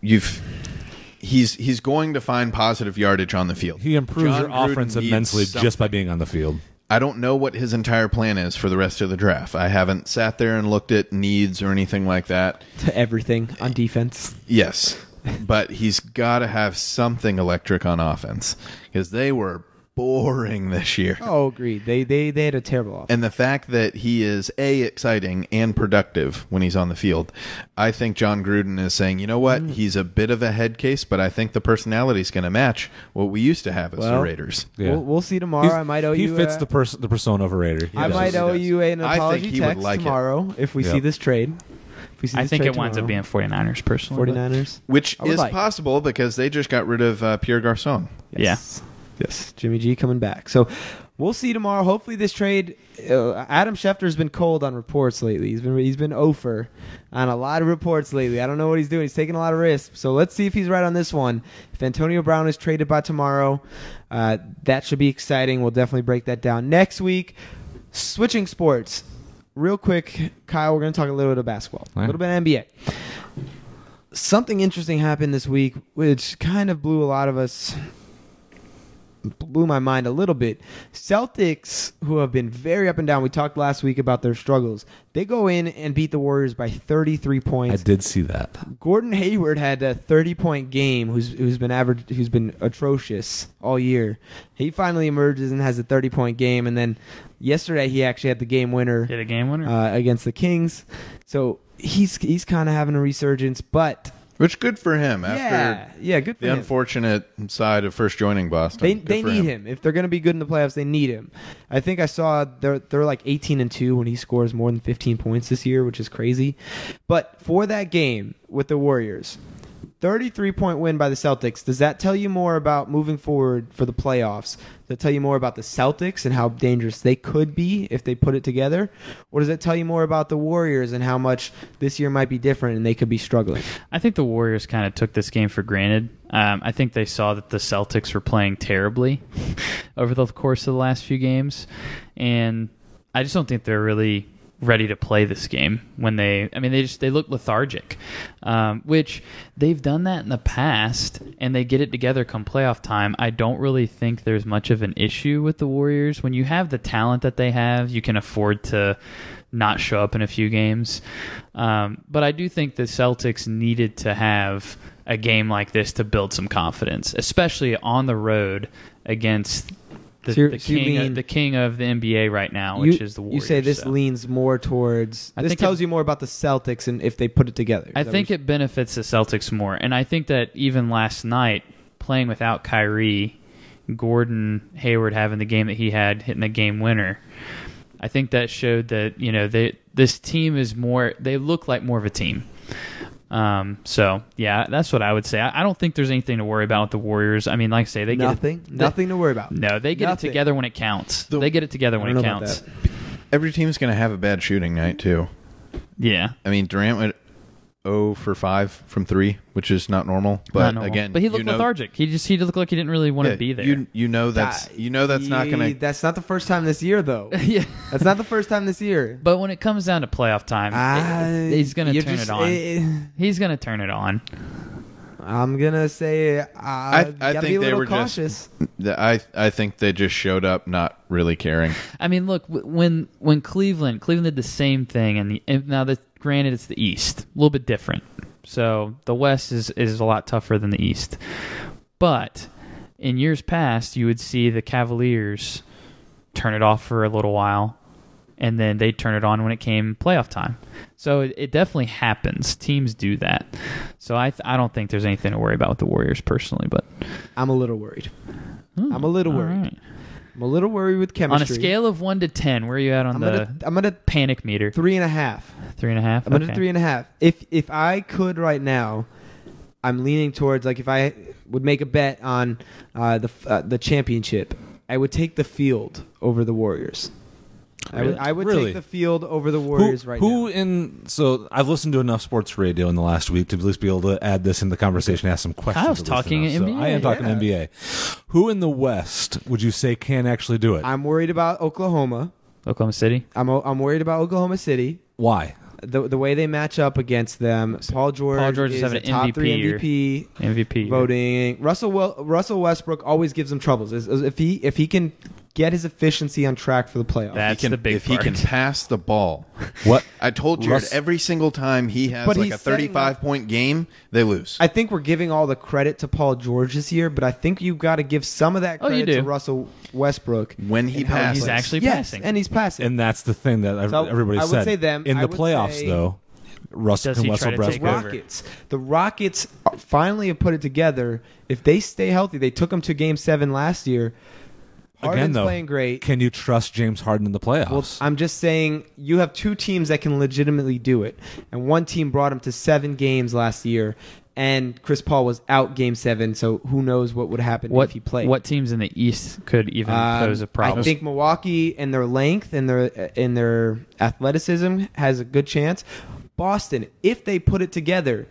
S3: You've he's he's going to find positive yardage on the field.
S2: he improves
S3: John
S2: your
S3: Gruden
S2: offense
S3: needs
S2: immensely just
S3: something.
S2: by being on the field.
S3: I don't know what his entire plan is for the rest of the draft. I haven't sat there and looked at needs or anything like that.
S1: To everything on defense.
S3: Yes, but he's got to have something electric on offense because they were boring this year.
S1: Oh, agreed. They they they had a terrible off.
S3: And the fact that he is a exciting and productive when he's on the field, I think John Gruden is saying, you know what,
S1: Mm.
S3: he's a bit of a head case, but I think the personality's going to match what we used to have as the
S1: Well,
S3: Raiders.
S2: Yeah.
S1: We'll, we'll see tomorrow.
S2: He's-
S1: I might owe
S2: he
S1: you.
S2: fits
S1: a-
S2: the pers- the persona of a raider. He
S1: I
S2: does.
S1: might
S3: he
S1: owe
S3: does.
S1: you an
S3: I think
S1: apology
S3: he would
S1: text
S3: like it.
S1: tomorrow if we
S2: Yeah.
S1: see this trade. If we see
S4: I
S1: this
S4: think
S1: trade
S4: it winds up
S1: tomorrow.
S4: being 49ers personally. but-
S1: 49ers.
S3: Which
S1: I would
S3: is
S1: like.
S3: possible because they just got rid of uh, Pierre Garcon.
S1: Yeah. Yes. Jimmy G coming back. So we'll see tomorrow. Hopefully this trade. Uh, Adam Schefter's been cold on reports lately. He's been he's been over on a lot of reports lately. I don't know what he's doing. He's taking a lot of risks. So let's see if he's right on this one. If Antonio Brown is traded by tomorrow, uh, that should be exciting. We'll definitely break that down next week. Switching sports. Real quick, Kyle, we're going to talk a little bit of basketball, a
S2: All right.
S1: little bit of NBA something interesting happened this week, which kind of blew a lot of us, blew my mind a little bit. Celtics, who have been very up and down, we talked last week about their struggles. They go in and beat the Warriors by 33
S2: I
S1: points.
S2: did see that.
S1: Gordon Hayward had a 30 point game who's who's been average who's been atrocious all year. He finally emerges and has a 30 point game and then yesterday he actually had the game winner
S4: Hit a game winner.
S1: uh, against the Kings. So he's he's kind of having a resurgence, but
S3: Which good for him after
S1: yeah, yeah, good for
S3: the
S1: him.
S3: unfortunate side of first joining Boston.
S1: They
S3: Good
S1: they
S3: for
S1: need him. if they're going to be good in the playoffs. They need him. I think I saw they're they're like eighteen and two when he scores more than fifteen points this year, which is crazy. But for that game with the Warriors, thirty three point win by the Celtics. Does that tell you more about moving forward for the playoffs? Does that tell you more about the Celtics and how dangerous they could be if they put it together, or does it tell you more about the Warriors and how much this year might be different and they could be struggling?
S4: I think the Warriors kind of took this game for granted. Um, I think they saw that the Celtics were playing terribly over the course of the last few games, and I just don't think they're really ready to play this game when they i mean they just they look lethargic um, which they've done that in the past and they get it together come playoff time i don't really think there's much of an issue with the warriors when you have the talent that they have you can afford to not show up in a few games. Um, but I do think the Celtics needed to have a game like this to build some confidence, especially on the road against the,
S1: So you're-
S4: the
S1: so you
S4: king,
S1: mean-
S4: of, the king of the NBA right now, which is the Warriors.
S1: say this
S4: so.
S1: leans more towards.
S4: I
S1: this
S4: think
S1: tells
S4: it-
S1: you more about the Celtics and if they put it together. Is
S4: I
S1: that
S4: think
S1: what
S4: it benefits the Celtics more, and I think that even last night, playing without Kyrie, Gordon Hayward having the game that he had, hitting the game winner, I think that showed that you know they this team is more. They look like more of a team. Um, so yeah, that's what I would say. I, I don't think there's anything to worry about with the Warriors. I mean, like I say, they
S1: you're- nothing,
S4: get it,
S1: nothing to worry about.
S4: No, they get
S1: Nothing.
S4: it together when it counts.
S3: The-
S4: they get it together when
S1: I
S4: it
S1: don't know about
S4: counts.
S1: that.
S3: him. Every team's going to have a bad shooting night, too.
S4: Yeah,
S3: I mean, Durant went 0 for 5 from 3, which is not normal. But
S4: Not normal.
S3: again,
S4: but he
S3: you
S4: looked
S3: know,
S4: lethargic. He just he looked like he didn't really want
S3: yeah,
S4: to be there.
S3: You, you know that's you know that's not
S1: Ye-
S3: going to
S1: That's not the first time this year, though.
S4: yeah.
S1: that's not the first time this year.
S4: But when it comes down to playoff time,
S1: I-
S4: it- he's gonna
S1: you're
S4: turn
S1: just-
S4: it on.
S1: eh,
S4: he's gonna turn it on.
S1: I'm gonna say. Uh, I,
S3: I
S1: gotta
S3: think
S1: be a
S3: they
S1: little
S3: were just-
S1: cautious.
S3: The- I I think they just showed up not really caring.
S4: I mean, look w- when when Cleveland Cleveland did the same thing, and, the, and now that granted it's the East, a little bit different. So the West is is a lot tougher than the East, but in years past, you would see the Cavaliers turn it off for a little while, and then they turn it on when it came playoff time. So it, it definitely happens. Teams do that. So I th- I don't think there's anything to worry about with the Warriors personally, but.
S1: I'm a little worried.
S4: Hmm,
S1: I'm a little
S4: all
S1: worried.
S4: right.
S1: I'm a little worried with
S4: On
S1: chemistry.
S4: a scale of one to ten, where are you at on
S1: I'm
S4: the
S1: gonna. I'm gonna
S4: panic meter?
S1: three and a half.
S4: Three and a half?
S1: I'm under
S4: Okay.
S1: three and a half. If if I could right now, I'm leaning towards like if I would make a bet on uh, the uh, the championship, I would take the field over the Warriors. I would, I would
S2: Really?
S1: take the field over the Warriors
S2: who,
S1: right
S2: who
S1: now.
S2: in so I've listened to enough sports radio in the last week to at least be able to add this in the conversation, ask some questions.
S4: Kyle's
S2: at least
S4: talking
S2: enough. So
S4: NBA,
S2: I am talking
S1: yeah.
S2: NBA. Who in the West would you say can actually do it?
S1: I'm worried about Oklahoma.
S4: Oklahoma City.
S1: I'm o- I'm worried about Oklahoma City.
S2: Why?
S1: The the way they match up against them, Paul George,
S4: Paul George is
S1: is,
S4: having
S1: a
S4: an
S1: top
S4: MVP
S1: three
S4: year.
S1: MVP.
S4: MVP.
S1: voting. Russell Wel- Russell Westbrook always gives them troubles. Is- is- If he if he can get his efficiency on track for the playoffs.
S4: That's
S3: He can-
S4: the big
S3: if
S4: part.
S3: he can pass the ball.
S2: What?
S3: I told Jared
S2: Russ-
S3: every single time he has
S1: But
S3: like
S1: he's
S3: a
S1: setting
S3: 35 point game, they lose.
S1: I think we're giving all the credit to Paul George this year, but I think you've got to give some of that
S4: Oh, you
S1: credit to
S4: do.
S1: Russell Westbrook.
S3: when he
S1: and how
S3: passes,
S4: he's actually
S1: Yes,
S4: passing.
S1: and he's passing.
S2: And that's the thing that ev-
S1: So,
S2: everybody
S1: I would
S2: said.
S1: say them.
S2: in
S1: I
S2: the
S1: would
S2: playoffs,
S1: say-
S2: though, Russell
S4: Does he
S2: can
S4: try
S2: Russell Westbrook.
S4: to take over?
S1: Rockets. The Rockets finally have put it together. If they stay healthy, they took them to Game Seven last year. Harden's
S2: Again, though,
S1: playing great.
S2: Can you trust James Harden in the
S1: Well,
S2: playoffs?
S1: I'm just saying you have two teams that can legitimately do it, and one team brought him to seven games last year, and Chris Paul was out Game Seven, so who knows what would happen if
S4: what
S1: he played.
S4: what teams in the East could even
S1: Um,
S4: pose a problem?
S1: I think Milwaukee and their length and their and their athleticism has a good chance. Boston, if they put it together,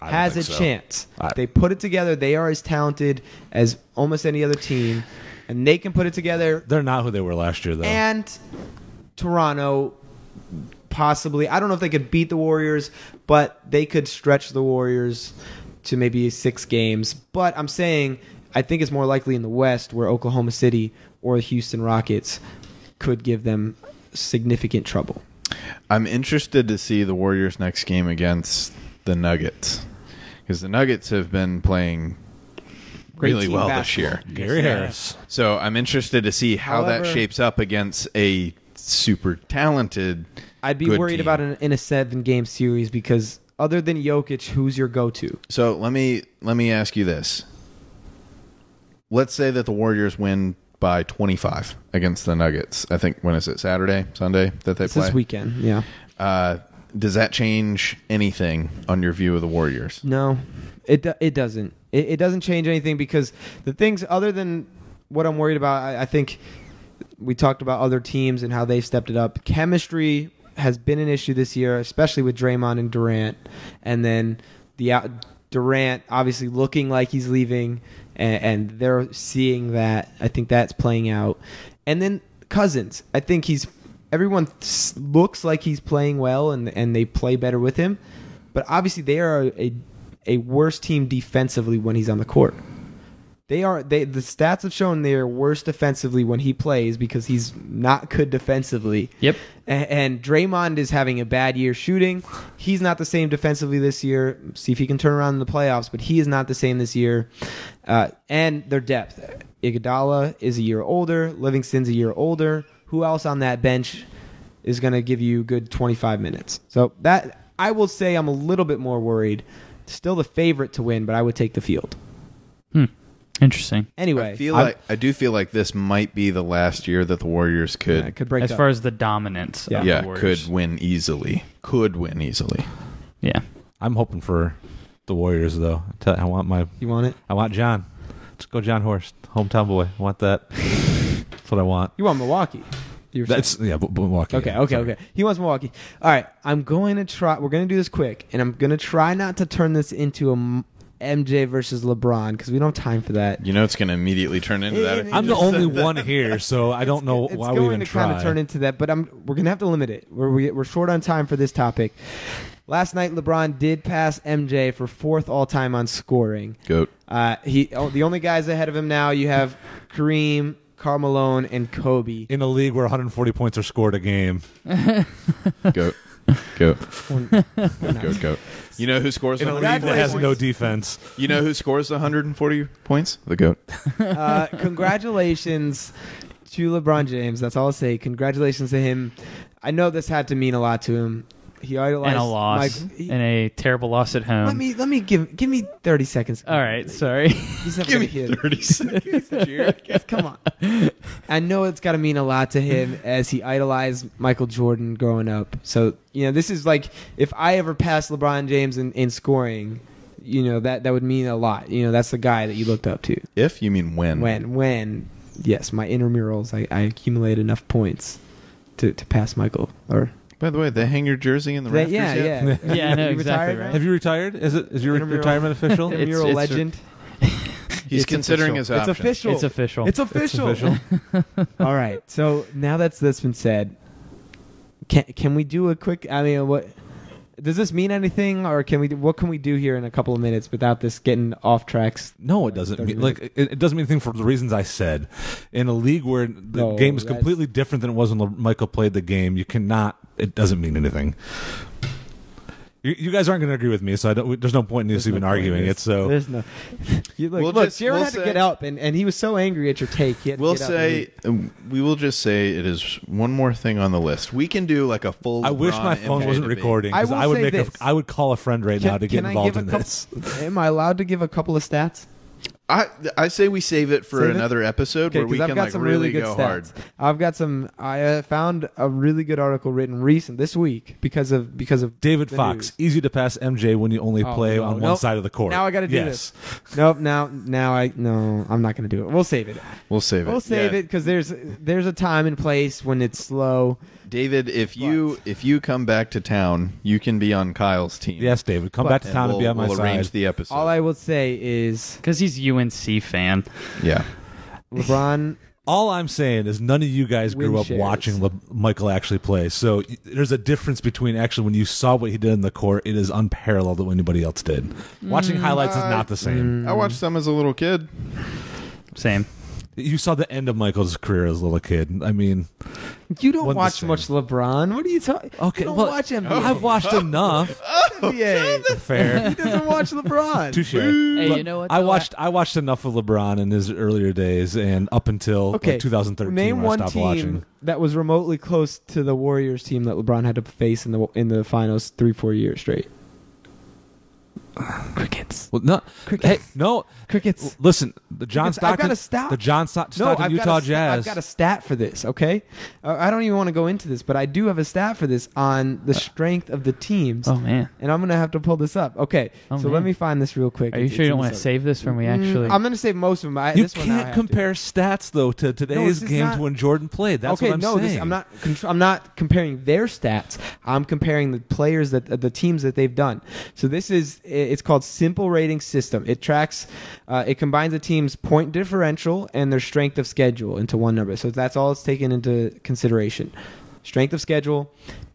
S2: I don't
S1: has a
S2: think so.
S1: chance.
S2: I-
S1: they put it together. They are as talented as almost any other team, and they can put it together.
S2: They're not who they were last year, though.
S1: And Toronto, possibly. I don't know if they could beat the Warriors, but they could stretch the Warriors to maybe six games. But I'm saying I think it's more likely in the West where Oklahoma City or the Houston Rockets could give them significant trouble.
S3: I'm interested to see the Warriors' next game against the Nuggets because the Nuggets have been playing
S1: Great
S3: really
S1: team
S3: well this
S1: basketball.
S3: year.
S2: Gary Harris.
S3: So I'm interested to see how that
S1: However-
S3: shapes up against a super talented.
S1: I'd be
S3: good
S1: worried
S3: team.
S1: about an, in a seven game series because other than Jokic, who's your go to?
S3: So let me let me ask you this. Let's say that the Warriors win by 25 against the Nuggets. I think when is it Saturday, Sunday that they
S1: It's
S3: play?
S1: this weekend. Yeah.
S3: Uh, does that change anything on your view of the Warriors?
S1: No, it do- it doesn't. It, it doesn't change anything because the things other than what I'm worried about, I, I think we talked about other teams and how they've stepped it up. Chemistry has been an issue this year, especially with Draymond and Durant, and then the out, Durant obviously looking like he's leaving, and, and they're seeing that. I think that's playing out, and then Cousins. I think he's everyone s- looks like he's playing well, and and they play better with him, but obviously they are a a worse team defensively when he's on the court. They are they the stats have shown they are worse defensively when he plays because he's not good defensively.
S4: Yep.
S1: A- And Draymond is having a bad year shooting. He's not the same defensively this year. See if he can turn around in the playoffs, but he is not the same this year. Uh, and their depth. Iguodala is a year older. Livingston's a year older. Who else on that bench is going to give you a good 25 minutes? So that I will say I'm a little bit more worried. Still the favorite to win, but I would take the field.
S4: Hmm. Interesting.
S1: Anyway,
S3: I feel
S1: I'm-
S3: like I do feel like this might be the last year that the Warriors
S1: Yeah, it
S3: could
S1: could break
S4: as
S1: up.
S4: far as the dominance.
S1: Yeah.
S4: of
S3: yeah,
S4: the Warriors.
S3: could win easily. Could win easily.
S4: Yeah.
S2: I'm hoping for the Warriors, though. I, tell, I want my,
S1: you want it?
S2: I want John. Let's go, John Horst, hometown boy. I want that. That's what I want.
S1: You want Milwaukee? You're
S2: That's yeah, but Milwaukee.
S1: okay.
S2: yeah,
S1: okay.
S2: sorry.
S1: Okay. He wants Milwaukee. All right. I'm going to try. We're going to do this quick, and I'm going to try not to turn this into a M- MJ versus LeBron because we don't have time for that.
S3: You know, it's going to immediately turn into that. if you
S2: I'm the
S3: just
S2: only
S3: said that.
S2: one here, so I don't know
S1: it's
S2: why
S1: going
S2: we even
S1: to
S2: try.
S1: kind of turn into that, but I'm we're gonna have to limit it. We're we, we're short on time for this topic. Last night, LeBron did pass MJ for fourth all time on scoring.
S3: Goat.
S1: Uh, he oh, the only guys ahead of him now. You have Kareem, Karl Malone, and Kobe.
S2: in a league where 140 points are scored a game.
S3: Goat. Goat.
S1: We're- we're not-
S3: Goat. Goat. You know who scores?
S2: In a league
S3: 140
S2: that has
S3: points?
S2: no defense.
S3: You know who scores 140 points? The goat.
S1: uh, congratulations to LeBron James. That's all I'll say. Congratulations to him. I know this had to mean a lot to him. He idolized
S4: And a loss.
S1: Mike- he-
S4: and a terrible loss at home.
S1: let me let me give give me thirty seconds.
S4: All right. Sorry.
S1: He's never
S3: Give me
S1: gonna hit it.
S3: 30 seconds. Jared.
S1: Come on. I know it's got to mean a lot to him as he idolized Michael Jordan growing up. So, you know, this is like if I ever passed LeBron James in, in scoring, you know, that, that would mean a lot. You know, that's the guy that you looked up to.
S3: If you mean when.
S1: When, when, yes, my intramurals, I, I accumulate enough points to, to pass Michael. Or,
S3: By the way, they hang your jersey in the
S1: They-
S3: rafters
S1: yeah,
S3: yet?
S1: yeah.
S4: Yeah, I know,
S1: You
S4: exactly,
S1: retired
S4: right?
S1: now?
S2: Have you retired? Is it is your
S1: Intramural.
S2: retirement official?
S4: It's-
S1: Intramural
S4: it's-
S1: legend.
S3: He's
S4: It's
S3: considering his
S1: It's
S3: options.
S1: official.
S4: It's official.
S1: It's official. All right. So now that's that's been said, can can we do a quick? I mean, what Does this mean anything, or can we? What can we do here in a couple of minutes without this getting off tracks?
S2: No, it doesn't mean like it, it doesn't mean anything for the reasons I said. In a league where the
S1: No,
S2: game is
S1: that's-
S2: completely different than it was when Le- Michael played the game, you cannot. It doesn't mean anything. You, you guys aren't going to agree with me, so I don't, there's no point in us even
S1: no point in
S2: arguing it.
S1: this.
S2: So
S1: There's no. You, look,
S3: We'll
S1: look,
S3: just-
S1: Jared
S3: we'll
S1: had to
S3: say-
S1: get up, and, and he was so angry at your take. He had to
S3: We'll
S1: get up and
S3: say um,
S1: leave.
S3: we will just say it is one more thing on the list. We can do like a full.
S2: I wish
S3: LeBron
S2: my phone
S3: MJ
S2: wasn't
S3: debate.
S2: recording
S1: I
S2: 'cause
S1: will
S2: I, would
S1: say
S2: make a,
S1: this.
S2: I would call a friend right now to get
S1: I
S2: involved
S1: give
S2: in
S1: a couple-
S2: this.
S1: Am I allowed to give a couple of stats?
S3: I I say we save it for
S1: Save it?
S3: another episode
S1: Okay,
S3: where we
S1: because
S3: can
S1: I've got
S3: like
S1: some
S3: really,
S1: really, good
S3: go
S1: stats.
S3: hard.
S1: I've got some. I uh, found a really good article written recent this week because of because of
S2: David
S1: the
S2: Fox,
S1: news.
S2: easy to pass MJ when you only
S1: Oh,
S2: play
S1: no,
S2: on one
S1: nope.
S2: side of the court.
S1: Now I gotta do
S2: yes.
S1: Nope. Now now I no. I'm not gonna do it. We'll save it.
S3: We'll save it.
S1: We'll save
S3: Yeah.
S1: it because there's there's a time and place when it's slow.
S3: David. If you if you come back to town, you can be on Kyle's team.
S2: Yes, David, come back to
S3: And
S2: town and be
S3: we'll-
S2: on my
S3: we'll
S2: side.
S3: arrange the episode.
S1: All I will say is
S4: Because he's UNC fan.
S3: yeah.
S1: LeBron.
S2: All I'm saying is none of you guys
S1: Win
S2: grew up
S1: shares.
S2: watching Le- Michael actually play. So y- there's a difference between actually when you saw what he did in the court, it is unparalleled to what anybody else did. Watching highlights is
S3: I-
S2: not the same.
S3: I watched some as a little kid.
S4: Same.
S2: You saw the end of Michael's career as a little kid. I mean,
S1: you don't
S2: Wasn't the
S1: watch
S2: same.
S1: much LeBron. What are you talking?
S2: okay,
S1: you don't
S2: well,
S1: watch NBA.
S2: I've watched enough.
S1: NBA.
S2: Fair.
S1: he doesn't watch LeBron.
S2: Touche.
S4: Hey,
S2: But
S4: you know what?
S2: I
S4: though?
S2: watched I watched enough of LeBron in his earlier days and up until like,
S1: Okay,
S2: 2013
S1: Name
S2: when I
S1: one
S2: stopped
S1: team
S2: watching.
S1: that was remotely close to the Warriors team that LeBron had to face in the in the finals three four years straight. Crickets.
S2: Well, no, hey,
S1: Crickets.
S2: no.
S1: Crickets.
S2: Listen, the John
S1: Because I've
S2: Stockton,
S1: gotta stop.
S2: the John Sto- Stockton
S1: I've
S2: Utah
S1: got a, sta-
S2: Jazz.
S1: I've got a stat for this. Okay, Uh, I don't even want to go into this, but I do have a stat for this on
S2: Uh,
S1: the strength of the teams,
S4: Oh, man.
S1: and I'm gonna have to pull this up. Okay,
S4: Oh,
S1: so
S4: man.
S1: let me find this real quick.
S4: Are you
S1: It's-
S4: sure
S1: it's
S4: you don't
S1: in
S4: want to
S1: this-
S4: save this when we actually.
S1: Mm, I'm gonna save most of them. I,
S2: You
S1: this one I
S2: can't
S1: have to.
S2: compare stats though to today's
S1: is
S2: game
S1: not-
S2: to when Jordan played. That's
S1: okay,
S2: what I'm
S1: no,
S2: saying.
S1: This, I'm not. contr- I'm not comparing their stats. I'm comparing the players that uh, the teams that they've done. So this is i- it's called simple rating system. It tracks, uh, it combines a team's point differential and their strength of schedule into one number. So that's all it's taken into consideration: strength of schedule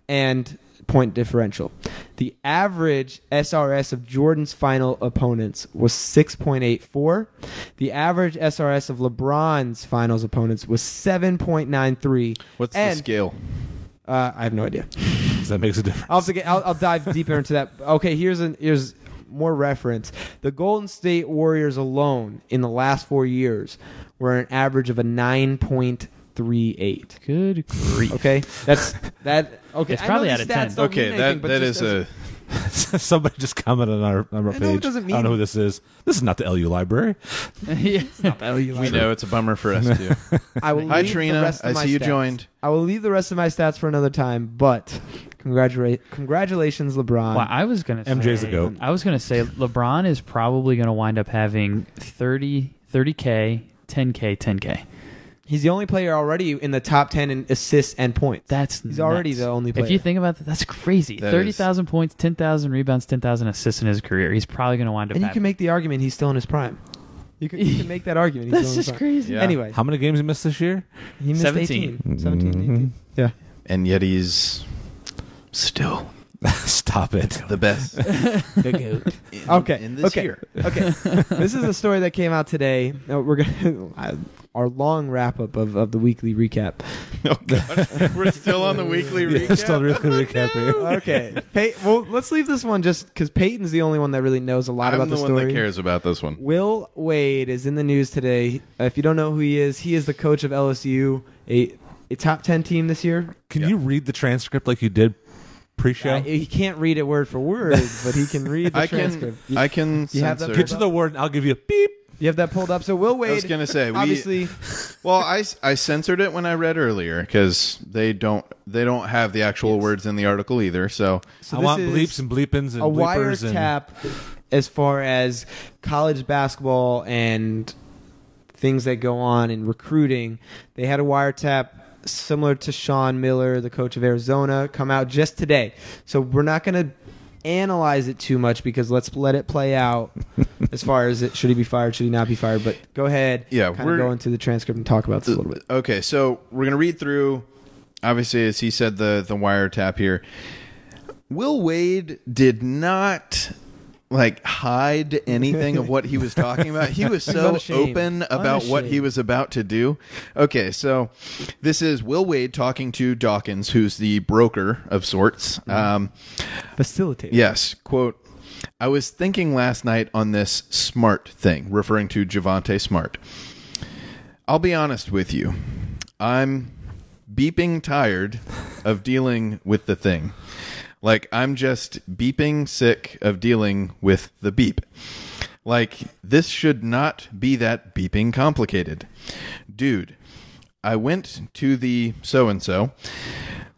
S1: and point differential. The average SRS of Jordan's final opponents was 6.84. The average SRS of LeBron's finals opponents was 7.93.
S3: What's
S1: and,
S3: the scale?
S1: Uh, I have no idea.
S2: That makes a difference.
S1: I'll, have to get, I'll, I'll dive deeper into that. Okay, here's an here's more reference. The Golden State Warriors alone in the last four years were an average of a 9.38.
S4: Good grief.
S1: Okay, that's that. Okay,
S4: It's
S1: I know
S4: probably
S1: these
S4: out of
S1: stats
S4: 10.
S1: don't
S3: Okay,
S1: mean anything,
S3: that
S1: but
S3: that
S1: just
S3: is
S1: as-
S3: a
S2: Somebody just commented on our, on our
S1: I
S2: page.
S1: know it doesn't
S2: I don't know
S1: mean-
S2: who this is. This is not the LU library.
S4: yeah.
S3: we know it's a bummer for us too.
S1: I will
S3: Hi
S1: leave the
S3: Trina,
S1: rest of
S3: I
S1: my
S3: see you
S1: stats.
S3: joined.
S1: I will leave the rest of my stats for another time, but congratulate, congratulations, LeBron.
S4: Well, I was gonna.
S2: MJ's
S4: say,
S2: the goat.
S4: I was gonna say LeBron is probably gonna wind up having 30, 30k, 10k, 10k.
S1: He's the only player already in the top ten in assists and points.
S4: That's
S1: He's already
S4: nuts.
S1: the only player.
S4: If you think about that, that's crazy.
S3: That
S4: Thirty
S3: is-
S4: thousand points, ten thousand rebounds, ten thousand assists in his career. He's probably gonna wind up.
S1: and you
S4: having-
S1: can make the argument he's still in his prime. You can, you can make that argument. He's
S4: that's
S1: still in
S4: just
S1: his prime.
S4: crazy.
S3: Yeah.
S1: Anyway,
S2: How many games he missed this year?
S1: he missed
S4: 17.
S1: 18, 17, 18. Yeah.
S3: and yet he's still
S2: Stop it.
S3: the best. In-
S1: Okay.
S3: in this
S1: okay.
S3: year.
S4: Mm-hmm.
S1: Okay. this is a story that came out today. Now, We're gonna our long wrap up of, of the weekly recap.
S3: Oh, God. We're still on the weekly recap.
S2: Yeah, still really recapping.
S1: Okay. Pey- well, let's leave this one just because Peyton's the only one that really knows a lot
S3: I'm
S1: about
S3: the,
S1: the
S3: one
S1: story.
S3: that cares about this one.
S1: Will Wade is in the news today. Uh, if you don't know who he is, he is the coach of LSU, a, a top ten team this year.
S2: Can
S3: Yeah.
S2: you read the transcript like you did pre-show?
S1: Uh, he can't read it word for word, but he can read the
S3: I can,
S1: transcript. You-
S3: I can
S1: You have that
S3: censor.
S2: Get to the word, and I'll give you a beep.
S1: you have that pulled up. So Will Wade,
S3: I was gonna say we
S1: obviously,
S3: Well, I, s- I censored it when I read earlier because they don't they don't have the actual words in the article either. So
S1: so
S2: I
S1: this
S2: want
S1: is
S2: bleeps and bleepins and
S1: a
S2: bleepers and
S1: wiretap as far as college basketball and things that go on in recruiting. They had a wiretap similar to Sean Miller, the coach of Arizona, come out just today. So we're not going to analyze it too much because let's let it play out as far as it should he be fired should he not be fired but go ahead
S3: Yeah,
S1: kind of
S3: we're-
S1: go into the transcript and talk about this a little bit
S3: okay, so we're gonna read through. Obviously, as he said, the the wiretap here. Will Wade did not like hide anything of what he was talking about. He was so
S1: Unashamed.
S3: open about what he
S1: Unashamed.
S3: was about to do. Okay, so this is Will Wade talking to Dawkins, who's the broker of sorts.
S1: Mm-hmm.
S3: Um,
S1: Facilitate.
S3: Yes. Quote I was thinking last night on this smart thing, referring to Javante Smart. I'll be honest with you. I'm beeping tired of dealing with the thing. Like, I'm just beeping sick of dealing with the beep. Like, this should not be that beeping complicated. Dude, I went to the so and so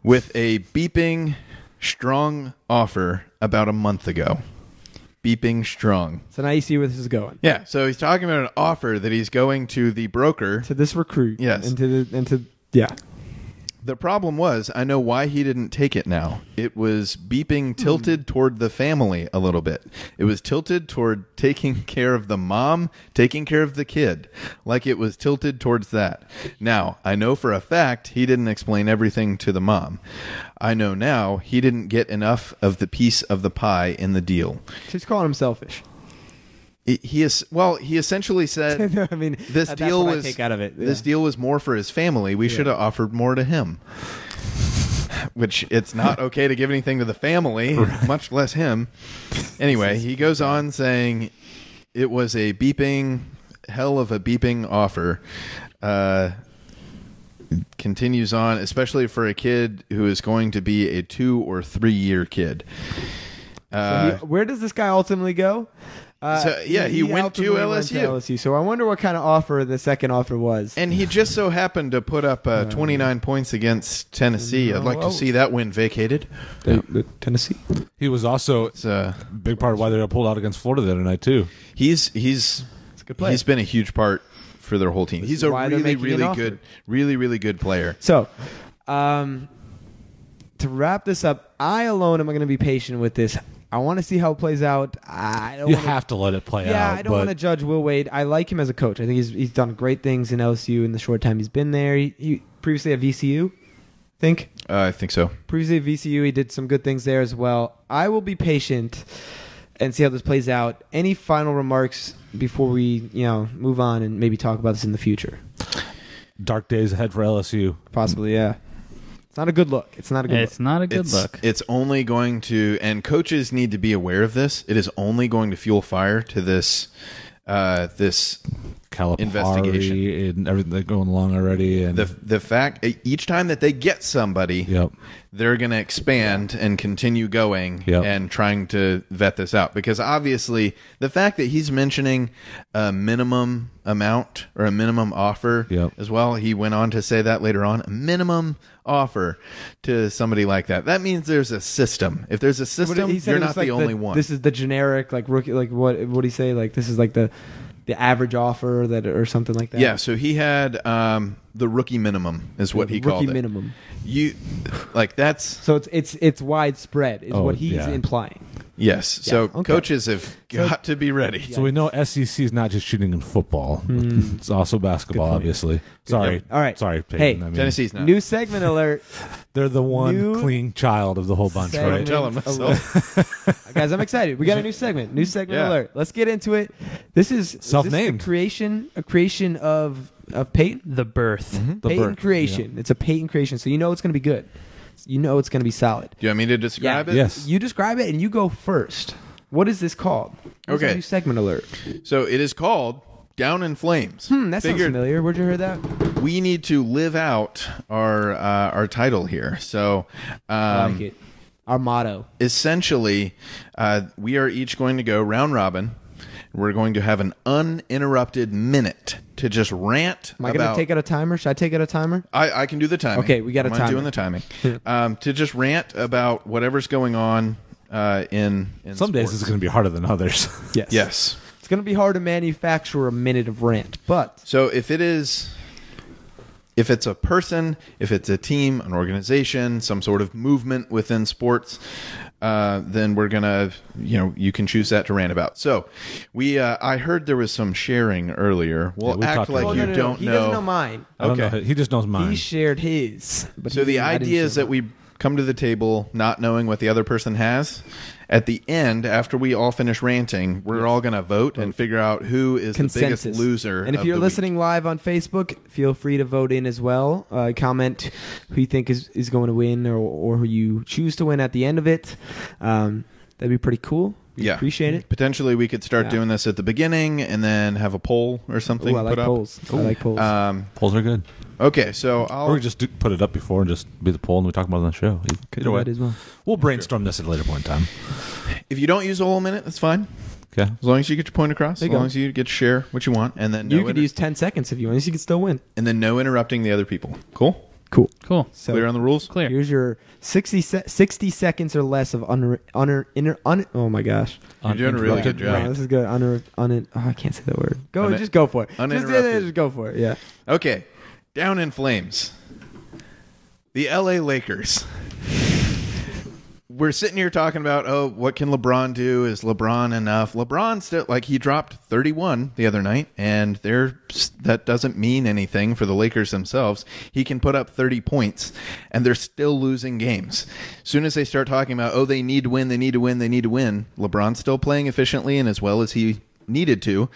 S3: with a beeping strong offer about a month ago. Beeping strong.
S1: So now you see where this is going.
S3: Yeah, so he's talking about an offer that he's going to the broker.
S1: To this recruit.
S3: Yes.
S1: And to the and to yeah.
S3: The problem was, I know why he didn't take it now. It was beeping tilted toward the family a little bit. It was tilted toward taking care of the mom, taking care of the kid. Like it was tilted towards that. Now, I know for a fact he didn't explain everything to the mom. I know now he didn't get enough of the piece of the pie in the deal.
S1: So he's calling him selfish.
S3: It- he is well, he essentially said
S1: No, I mean
S3: Uh, this
S1: that's
S3: deal
S1: what I
S3: was
S1: take out of it.
S3: This
S1: Yeah.
S3: deal was more for his family. We should have offered more to him. Which it's not okay to give anything to the family, much less him. Anyway, he goes on saying it was a beeping hell of a beeping offer. Uh, continues on, especially for a kid who is going to be a two or three year kid. Uh,
S1: So he- where does this guy ultimately go? Uh,
S3: So, yeah, he went to
S1: ultimately
S3: LSU.
S1: LSU. So I wonder what kind of offer the second offer was.
S3: And he just so happened to put up uh, 29 points against Tennessee. I'd like
S1: oh.
S3: to see that win vacated.
S1: Tennessee.
S2: He was also
S3: It's, uh,
S2: a big part of why they pulled out against Florida the other night too.
S3: he's he's
S1: a good player.
S3: he's been a huge part for their whole team. He's
S1: is
S3: a
S1: why they're
S3: really
S1: making an
S3: really
S1: offer.
S3: good really really good player.
S1: So, um, to wrap this up, I alone am going to be patient with this. I want to see how it plays out. I don't
S2: You
S1: wanna-
S2: have to let it play
S1: yeah,
S2: out.
S1: I don't want to judge Will Wade. I like him as a coach. I think he's he's done great things in LSU in the short time he's been there. He, he previously at VCU, I think
S3: Uh, I think so.
S1: previously at VCU, he did some good things there as well. I will be patient and see how this plays out. Any final remarks before we you know move on and maybe talk about this in the future?
S2: Dark days ahead for LSU.
S1: Possibly, yeah. It's not a good look. It's not a good look.
S4: It's not a good
S3: it's,
S4: look.
S3: It's only going to, and coaches need to be aware of this. It is only going to fuel fire to this, uh, this
S2: Calipari
S3: Investigation.
S2: and everything that's going along already. And
S3: the the fact e-, each time that they get somebody,
S2: Yep.
S3: they're going to expand and continue going
S2: Yep.
S3: and trying to vet this out because obviously the fact that he's mentioning a minimum amount or a minimum offer
S2: Yep.
S3: as well, he went on to say that later on, a minimum offer to somebody like that. That means there's a system. If there's a
S1: What
S3: system,
S1: he said
S3: you're
S1: it was
S3: not
S1: like
S3: the only one.
S1: This is the generic, like rookie, like what? What do you say? Like this is like the the average offer that or something like that.
S3: yeah, so he had um, the rookie minimum is what he
S1: rookie
S3: called it.
S1: minimum.
S3: You like that's
S1: So it's it's it's widespread is
S2: Oh,
S1: what he's
S2: yeah.
S1: implying.
S3: Yes. so
S1: okay.
S3: coaches have got to be ready.
S2: So we know SEC is not just shooting in football;
S1: Hmm.
S2: it's also basketball. Obviously, sorry.
S1: All right.
S2: sorry. Peyton.
S1: Hey,
S2: I mean,
S3: Tennessee's not.
S1: New segment alert,
S2: They're the one
S1: New-
S2: clean child of the whole bunch,
S1: Segment
S2: right?
S3: telling myself.
S1: alert. guys. I'm excited. We got a new segment. New segment
S3: Yeah.
S1: alert. Let's get into it. This is is
S2: Self-named.
S1: this a creation, a creation of of Peyton.
S4: the birth.
S2: The
S1: Peyton
S2: birth,
S1: creation. It's a Peyton creation. So you know it's going to be good. You know it's going to be solid.
S3: Do you want me to describe
S1: Yeah.
S3: it?
S2: Yes.
S1: You describe it and you go first. What is this called? What is our
S3: Okay.
S1: New segment alert.
S3: So it is called Down in Flames.
S1: Hmm, that sounds
S3: Figured
S1: familiar. Where'd you hear that?
S3: we need to live out our uh, our title here. So
S1: I
S3: um,
S1: like it. Our motto.
S3: essentially, uh, we are each going to go round robin. We're going to have an uninterrupted minute to just rant
S1: Am I
S3: about.
S1: gonna take out a timer? Should I take out a timer?
S3: I, I can do the timing.
S1: Okay, we got a
S3: I'm not
S1: timer. Hmm.
S3: doing the timing. um, to just rant about whatever's going on uh, in, in
S2: Some days it's
S3: sports.
S2: going to be harder than others.
S1: Yes.
S3: yes.
S1: It's gonna be hard to manufacture a minute of rant, but
S3: So if it is, if it's a person, if it's a team, an organization, some sort of movement within sports, uh, then we're gonna, you know, you can choose that to rant about. So we, uh, I heard there was some sharing earlier. We'll
S2: Yeah, we
S3: act
S2: talked
S3: like
S2: about
S1: Oh,
S3: you
S1: no, no, no.
S3: don't
S1: he
S3: know.
S1: doesn't know mine.
S2: I don't
S3: Okay.
S2: know. He just knows mine.
S1: He shared his. But
S3: So
S1: he-
S3: the
S1: I didn't
S3: idea is
S1: share
S3: that we come to the table not knowing what the other person has. At the end, after we all finish ranting, we're all going to vote and figure out who is
S1: consensus
S3: the biggest loser.
S1: And if
S3: of
S1: you're
S3: the week.
S1: listening live on Facebook, feel free to vote in as well. Uh, comment who you think is, is going to win or or who you choose to win at the end of it. Um, that'd be pretty cool. We
S3: Yeah.
S1: appreciate it.
S3: potentially we could start
S1: Yeah.
S3: doing this at the beginning and then have a poll or something
S1: Ooh, I like
S3: put up.
S1: polls. I like polls.
S3: Um,
S2: Polls are good.
S3: okay, so
S1: Oh.
S3: I'll
S2: Or we just do, put it up before and just be the poll and we talk about it on the show.
S1: Could
S2: Either
S1: do
S2: way.
S1: that as well.
S2: We'll brainstorm this at a later point in time.
S3: if you don't use a whole minute, that's fine.
S2: Okay.
S3: As long as you get your point across,
S1: There
S3: as
S1: you
S3: long
S1: go.
S3: as you get to share what you want, and then no
S1: you could
S3: inter-
S1: use 10 seconds if you want. You could still win.
S3: and then no interrupting the other people. Cool.
S1: Cool.
S4: Cool.
S1: So
S3: Clear on the rules.
S4: Clear.
S1: here's your 60, se- 60 seconds or less of unre- unre- inner un- oh my gosh.
S3: You're doing a really
S2: Uninterrupted
S3: good job.
S1: No,
S2: rant.
S1: this is good. Unre- un- oh, I can't say that word. Go,
S3: Une-
S1: just go for it. Just-
S3: uninterrupted.
S1: just go for it. Yeah.
S3: Okay, down in flames. The L.A. Lakers. We're sitting here talking about, oh, what can LeBron do? Is LeBron enough? LeBron still like he dropped 31 the other night, and they're that doesn't mean anything for the Lakers themselves. He can put up 30 points, and they're still losing games. soon as they start talking about, oh, they need to win, they need to win, they need to win. LeBron's still playing efficiently and as well as he needed to,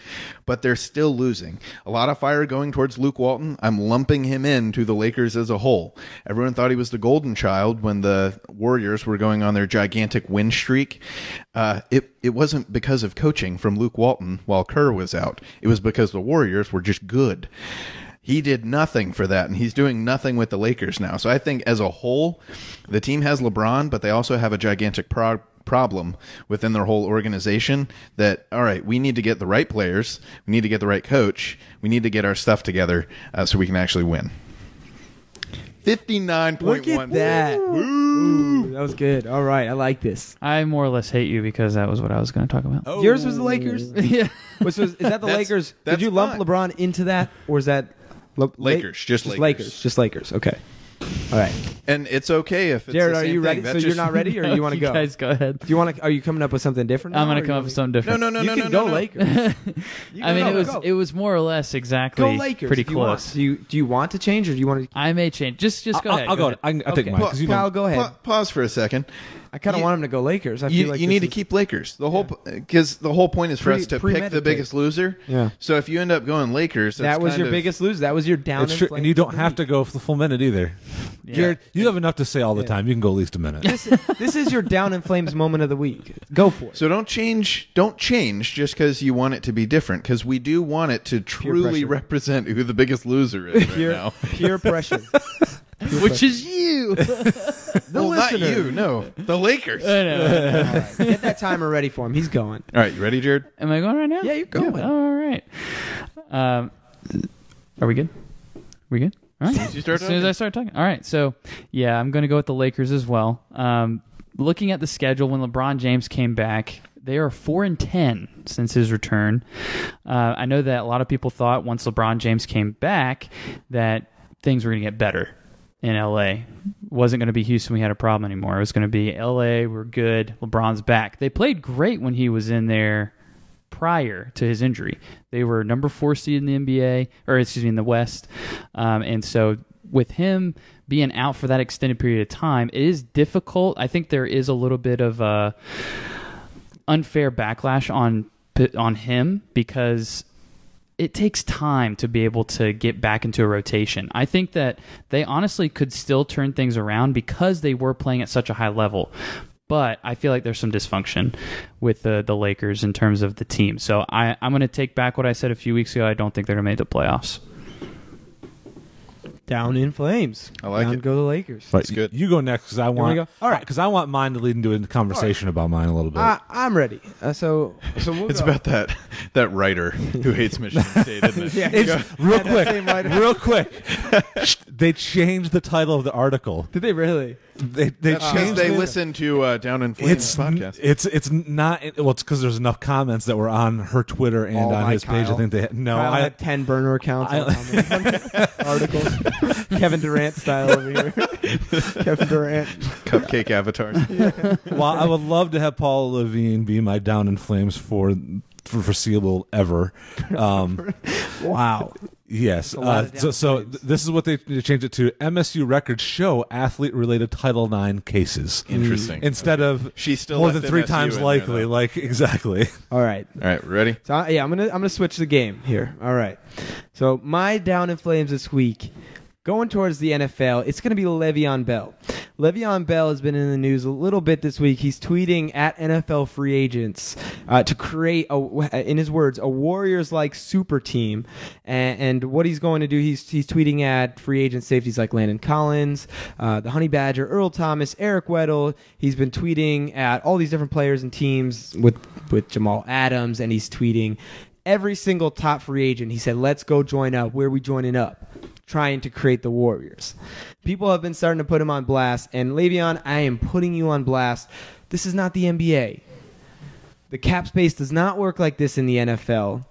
S3: but they're still losing. A lot of fire going towards Luke Walton. I'm lumping him in to the Lakers as a whole. Everyone thought he was the golden child when the Warriors were going on their gigantic win streak. Uh, it it wasn't because of coaching from Luke Walton while Kerr was out. It was because the Warriors were just good. He did nothing for that, and he's doing nothing with the Lakers now. So I think as a whole, the team has LeBron, but they also have a gigantic pro- problem within their whole organization that, all right, we need to get the right players, we need to get the right coach, we need to get our stuff together uh, so we can actually win. 59.1.
S1: Look at that. Ooh, that was good. All right, I like this.
S4: I more or less hate you because that was what I was going to talk
S3: Oh.
S4: about.
S1: Yours was the Lakers.
S4: yeah.
S1: Which was, is that the
S3: That's-
S1: Lakers?
S3: that's
S1: Did you lump
S3: fine.
S1: LeBron into that, or is that Le-
S3: Lakers, just Lakers.
S1: just Lakers. Okay. All right,
S3: And it's okay if it's
S1: Jared,
S3: the
S1: are
S3: same
S1: you
S3: thing.
S1: ready?
S3: That
S1: so you're
S3: just-
S1: not ready, or you want to go?
S4: guys go ahead.
S1: Do you want to? Are you coming up with something different?
S4: I'm
S1: now,
S4: going
S1: or
S4: to
S1: you
S4: come up
S1: wanna-
S4: with something
S3: No,
S4: different.
S3: no, no,
S1: you
S3: no,
S1: can
S3: no,
S1: go
S3: no.
S1: Lakers. You
S4: I
S1: can
S4: mean,
S1: go,
S4: it was
S1: go.
S4: it was more or less exactly
S1: go Lakers.
S4: pretty
S1: if you want.
S4: close.
S1: Do you do you want to change, or do you want to?
S4: I may change. Just just go
S2: I'll,
S4: ahead.
S2: I'll go.
S4: ahead.
S2: I, I'll take
S4: Okay.
S2: mine
S3: Well,
S2: because you know.
S1: Kyle, go ahead.
S3: Pa- pause for a second.
S1: I kind of
S3: you-
S1: want him to go Lakers. I feel
S3: you,
S1: like
S3: you
S1: this
S3: need to
S1: is-
S3: keep Lakers. The whole because the whole point is for
S1: Pre-
S3: us to pick the
S1: premeditate.
S3: biggest loser.
S1: Yeah.
S3: So if you end up going Lakers, that's
S1: That was
S3: kind
S1: your
S3: of-
S1: biggest loser. That was your down.
S2: It's true,
S1: in
S2: and you don't
S1: flames
S2: have to
S1: week.
S2: go for the full minute either.
S4: Yeah.
S2: Jared, you have enough to say all the
S1: Yeah.
S2: time. You can go at least a minute.
S1: This, this is your down in flames moment of the week. Go for it.
S3: So don't change. Don't change just because you want it to be different. Because we do want it to truly
S1: pressure.
S3: represent who the biggest loser is right
S1: Pure,
S3: now.
S1: pure pressure.
S4: which is you.
S1: The
S3: well,
S1: listener.
S3: not you. No, the Lakers.
S4: I know.
S1: Get that timer ready for him. He's going.
S3: All right, you ready, Jared?
S4: Am I going right now?
S1: Yeah, you're going.
S4: All right. Um, are we good? We good? All right.
S3: As you start
S4: as soon as I start talking. All right. So, yeah, I'm going to go with the Lakers as well. Um, looking at the schedule, when LeBron James came back, they are four and ten since his return. Uh, I know that a lot of people thought once LeBron James came back that things were going to get better in LA. Wasn't going to be Houston. We had a problem anymore. It was going to be LA. We're good. LeBron's back. They played great when he was in there prior to his injury. They were number four seed in the NBA, or excuse me, in the West. Um, and so with him being out for that extended period of time, it is difficult. I think there is a little bit of a unfair backlash on on him because it takes time to be able to get back into a rotation. I think that they honestly could still turn things around because they were playing at such a high level. But I feel like there's some dysfunction with the, the Lakers in terms of the team. So I, I'm going to take back what I said a few weeks ago. I don't think they're going to make the playoffs.
S1: Down in flames.
S3: I like
S1: Down
S3: it.
S1: Go the Lakers.
S2: But
S3: That's good.
S2: You go next because I
S1: wanna
S2: want.
S1: go? All right.
S2: because I want mine to lead into a conversation about mine a little bit.
S1: I, I'm ready. Uh, so, so we'll
S3: It's
S1: go.
S3: about that that writer who hates Michigan State, isn't it?
S1: Yeah.
S2: It's- real
S1: that
S2: quick,
S1: same writer.
S2: real quick. they changed the title of the article.
S1: Did they really?
S2: They they
S3: That's 'cause
S2: changed.
S3: they
S2: the-
S3: listen to uh, Down in Flames
S2: it's
S3: podcast.
S2: it's it's not well. It's because there's enough comments that were on her Twitter and
S1: Oh,
S2: on
S1: my
S2: his page.
S1: Kyle.
S2: I think they no.
S1: Kyle
S2: I,
S1: had ten burner accounts. on Tumblr. articles. Kevin Durant style over here. Kevin Durant.
S3: Cupcake avatar.
S2: well, I would love to have Paul Levine be my down in flames for for foreseeable ever. Um,
S1: Wow.
S2: yes.
S1: a lot
S2: Uh,
S1: of
S2: so so th- this is what they they changed it to. MSU records show athlete related Title IX cases
S3: Interesting.
S2: instead of
S3: She still
S2: more
S3: left
S2: than three
S3: MSU
S2: times
S3: in there,
S2: likely.
S3: though.
S2: like exactly.
S1: All right.
S3: All right, ready?
S1: So I- yeah, I'm gonna I'm gonna switch the game here. All right. So my down in flames this week, going towards the NFL, it's gonna be Le'Veon Bell. Le'Veon Bell has been in the news a little bit this week. He's tweeting at NFL free agents uh, to create, a, uh, in his words, a Warriors-like super team. And, and what he's going to do, he's he's tweeting at free agent safeties like Landon Collins, uh, the Honey Badger, Earl Thomas, Eric Weddle. He's been tweeting at all these different players and teams with with Jamal Adams, and he's tweeting every single top free agent. He said, "Let's go join up. Where are we joining up?" Trying to create the Warriors. People have been starting to put him on blast, and Le'Veon, I am putting you on blast. This is not the NBA. The cap space does not work like this in the NFL.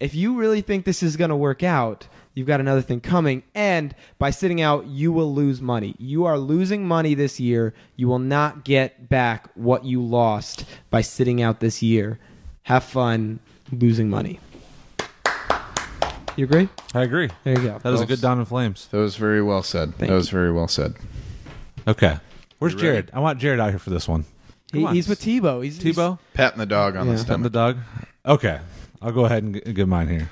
S1: If you really think this is going to work out, you've got another thing coming. And by sitting out, you will lose money. You are losing money this year. You will not get back what you lost by sitting out this year. Have fun losing money. You agree?
S2: I agree.
S1: There you go.
S2: That was a good Don in Flames.
S3: That was very well said.
S1: Thank
S3: that was very well said.
S2: Okay. Where's
S3: You ready?
S2: Jared? I want Jared out here for this one.
S1: He, he's with Tebow. He's, he's-
S2: Tebow?
S3: Patting the dog on
S1: Yeah.
S3: the
S2: Dump the
S3: stomach.
S2: dog. Okay, I'll go ahead and g- give mine here.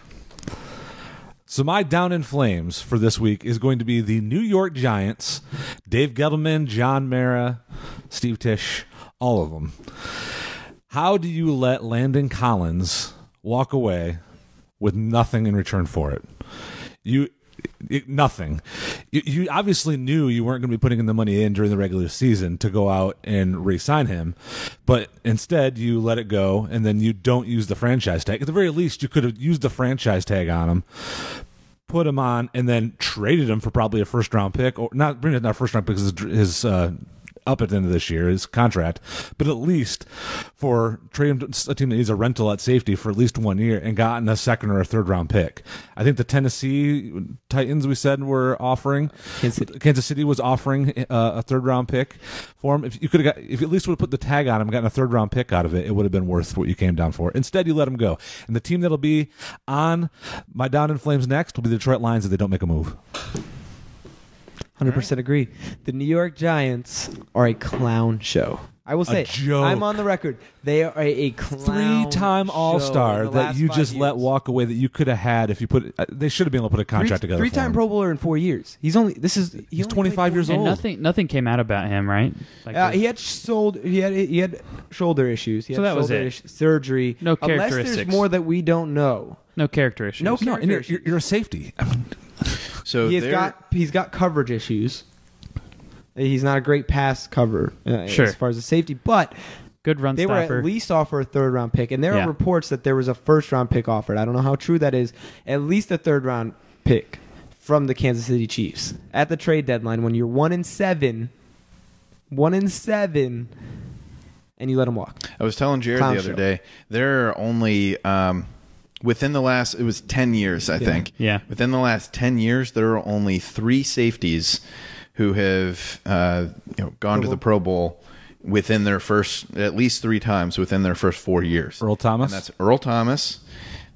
S2: So my down in flames for this week is going to be the New York Giants, Dave Gettleman, John Mara, Steve Tisch, all of them. How do you let Landon Collins walk away with nothing in return for it? You it- nothing. You, you obviously knew you weren't going to be putting in the money in during the regular season to go out and re-sign him, but instead you let it go and then you don't use the franchise tag. At the very least, you could have used the franchise tag on him. Put him on and then traded him for probably a first round pick, or not, really not first round pick because his, his uh, up at the end of this year, his contract, but at least for trade him to a team that needs a rental at safety for at least one year and gotten a second or a third round pick. I think the Tennessee Titans we said were offering
S1: Kansas City.
S2: Kansas City was offering uh, a third round pick for him. If you could have got, if you at least would have put the tag on him, gotten a third round pick out of it, it would have been worth what you came down for. Instead, you let him go, and the team that'll be on my down in flames next will be the Detroit Lions if they don't make a move.
S1: 100% agree. The New York Giants are a clown show. I will say,
S2: joke.
S1: I'm on the record. They are a, a
S2: three
S1: clown
S2: time
S1: show
S2: All
S1: in
S2: Star
S1: the
S2: that
S1: last
S2: you
S1: five
S2: just let
S1: years.
S2: walk away that you could have had if you put. uh, They should have been able to put a contract
S1: three,
S2: together.
S1: Three time
S2: for him.
S1: Pro Bowler in four years. He's only this is he
S2: He's
S1: only played
S2: 25
S1: four
S2: years
S4: And
S2: old.
S4: nothing, nothing came out about him, right? Like
S1: Oh. Uh,
S4: there's-
S1: he had shoulder. He had he had shoulder issues. He
S4: So
S1: had
S4: that was
S1: shoulder
S4: it.
S1: ish- surgery.
S4: No
S1: Unless there's
S4: characteristics.
S1: more that we don't know.
S4: no character issues.
S1: No
S2: No, and you're,
S1: character
S2: you're, you're a safety.
S3: So
S1: he's
S3: there-
S1: got he's got coverage issues. He's not a great pass cover uh,
S4: Sure.
S1: as far as the safety, but
S4: good run
S1: they
S4: stopper.
S1: were at least offer a third round pick, and there
S4: Yeah.
S1: are reports that there was a first round pick offered. I don't know how true that is. At least a third round pick from the Kansas City Chiefs at the trade deadline when you're one in seven, one in seven, and you let him walk.
S3: I was telling Jared
S1: Clown
S3: the other
S1: show.
S3: day, there are only um, within the last it was ten years, I think.
S4: Yeah.
S3: Within the last ten years, there are only three safeties who have uh, you know gone to the Pro Bowl within their first at least three times within their first four years.
S2: Earl Thomas.
S3: And that's Earl Thomas,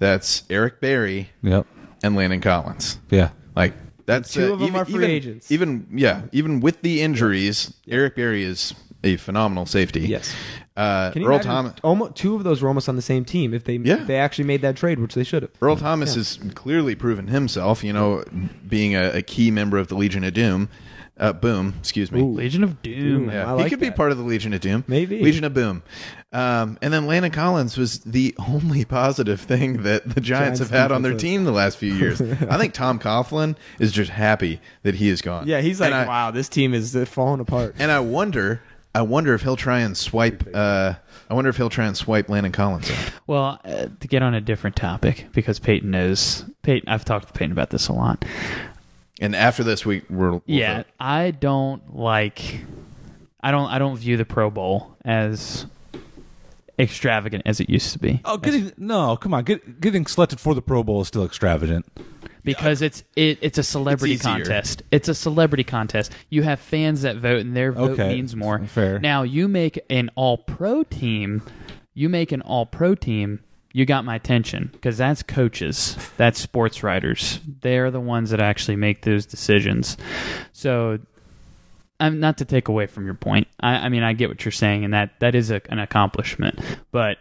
S3: that's Eric Berry,
S2: yep.
S3: and Landon Collins.
S2: Yeah.
S3: Like that's
S1: Two
S3: uh,
S1: of them
S3: even-
S1: are free
S3: even-
S1: agents.
S3: Even yeah, even with the injuries, Eric Berry is a phenomenal safety.
S1: Yes.
S3: Uh,
S1: Can you
S3: Earl
S1: imagine?
S3: Thomas.
S1: Almost, two of those were almost on the same team. If they
S3: Yeah.
S1: they actually made that trade, which they should have.
S3: Earl Thomas has clearly proven himself, you know, being a, a key member of the Legion of Doom. Uh, boom, excuse me.
S4: Legion of Doom.
S1: Doom.
S3: Yeah,
S1: I
S3: he
S1: like
S3: could be
S1: that.
S3: part of the Legion of Doom.
S1: Maybe.
S3: Legion of Boom. Um, and then Landon Collins was the only positive thing that the
S1: Giants
S3: Giants, have had on their
S1: defensive.
S3: team the last few years. I think Tom Coughlin is just happy that he is gone.
S1: Yeah, he's like,
S3: and I,
S1: wow, this team is uh, falling apart.
S3: And I wonder, I wonder if he'll try and swipe. Uh, I wonder if he'll try and swipe Landon Collins. Out.
S4: Well, uh, to get on a different topic, because Peyton knows Peyton. I've talked to Peyton about this a lot.
S3: And after this week, we're we'll
S4: yeah,
S3: vote.
S4: I don't like. I don't. I don't view the Pro Bowl as extravagant as it used to be
S2: Oh, getting no, come on, get, getting selected for the Pro Bowl is still extravagant.
S4: because it's it, it's a celebrity
S3: It's easier.
S4: contest. It's a celebrity contest. You have fans that vote, and their vote
S2: Okay,
S4: means more.
S2: fair.
S4: Now you make an All Pro team. You make an All Pro team. you got my attention because that's coaches, that's sports writers. They're the ones that actually make those decisions. So, I'm not to take away from your point. I, I mean, I get what you're saying, and that that is a, an accomplishment. But,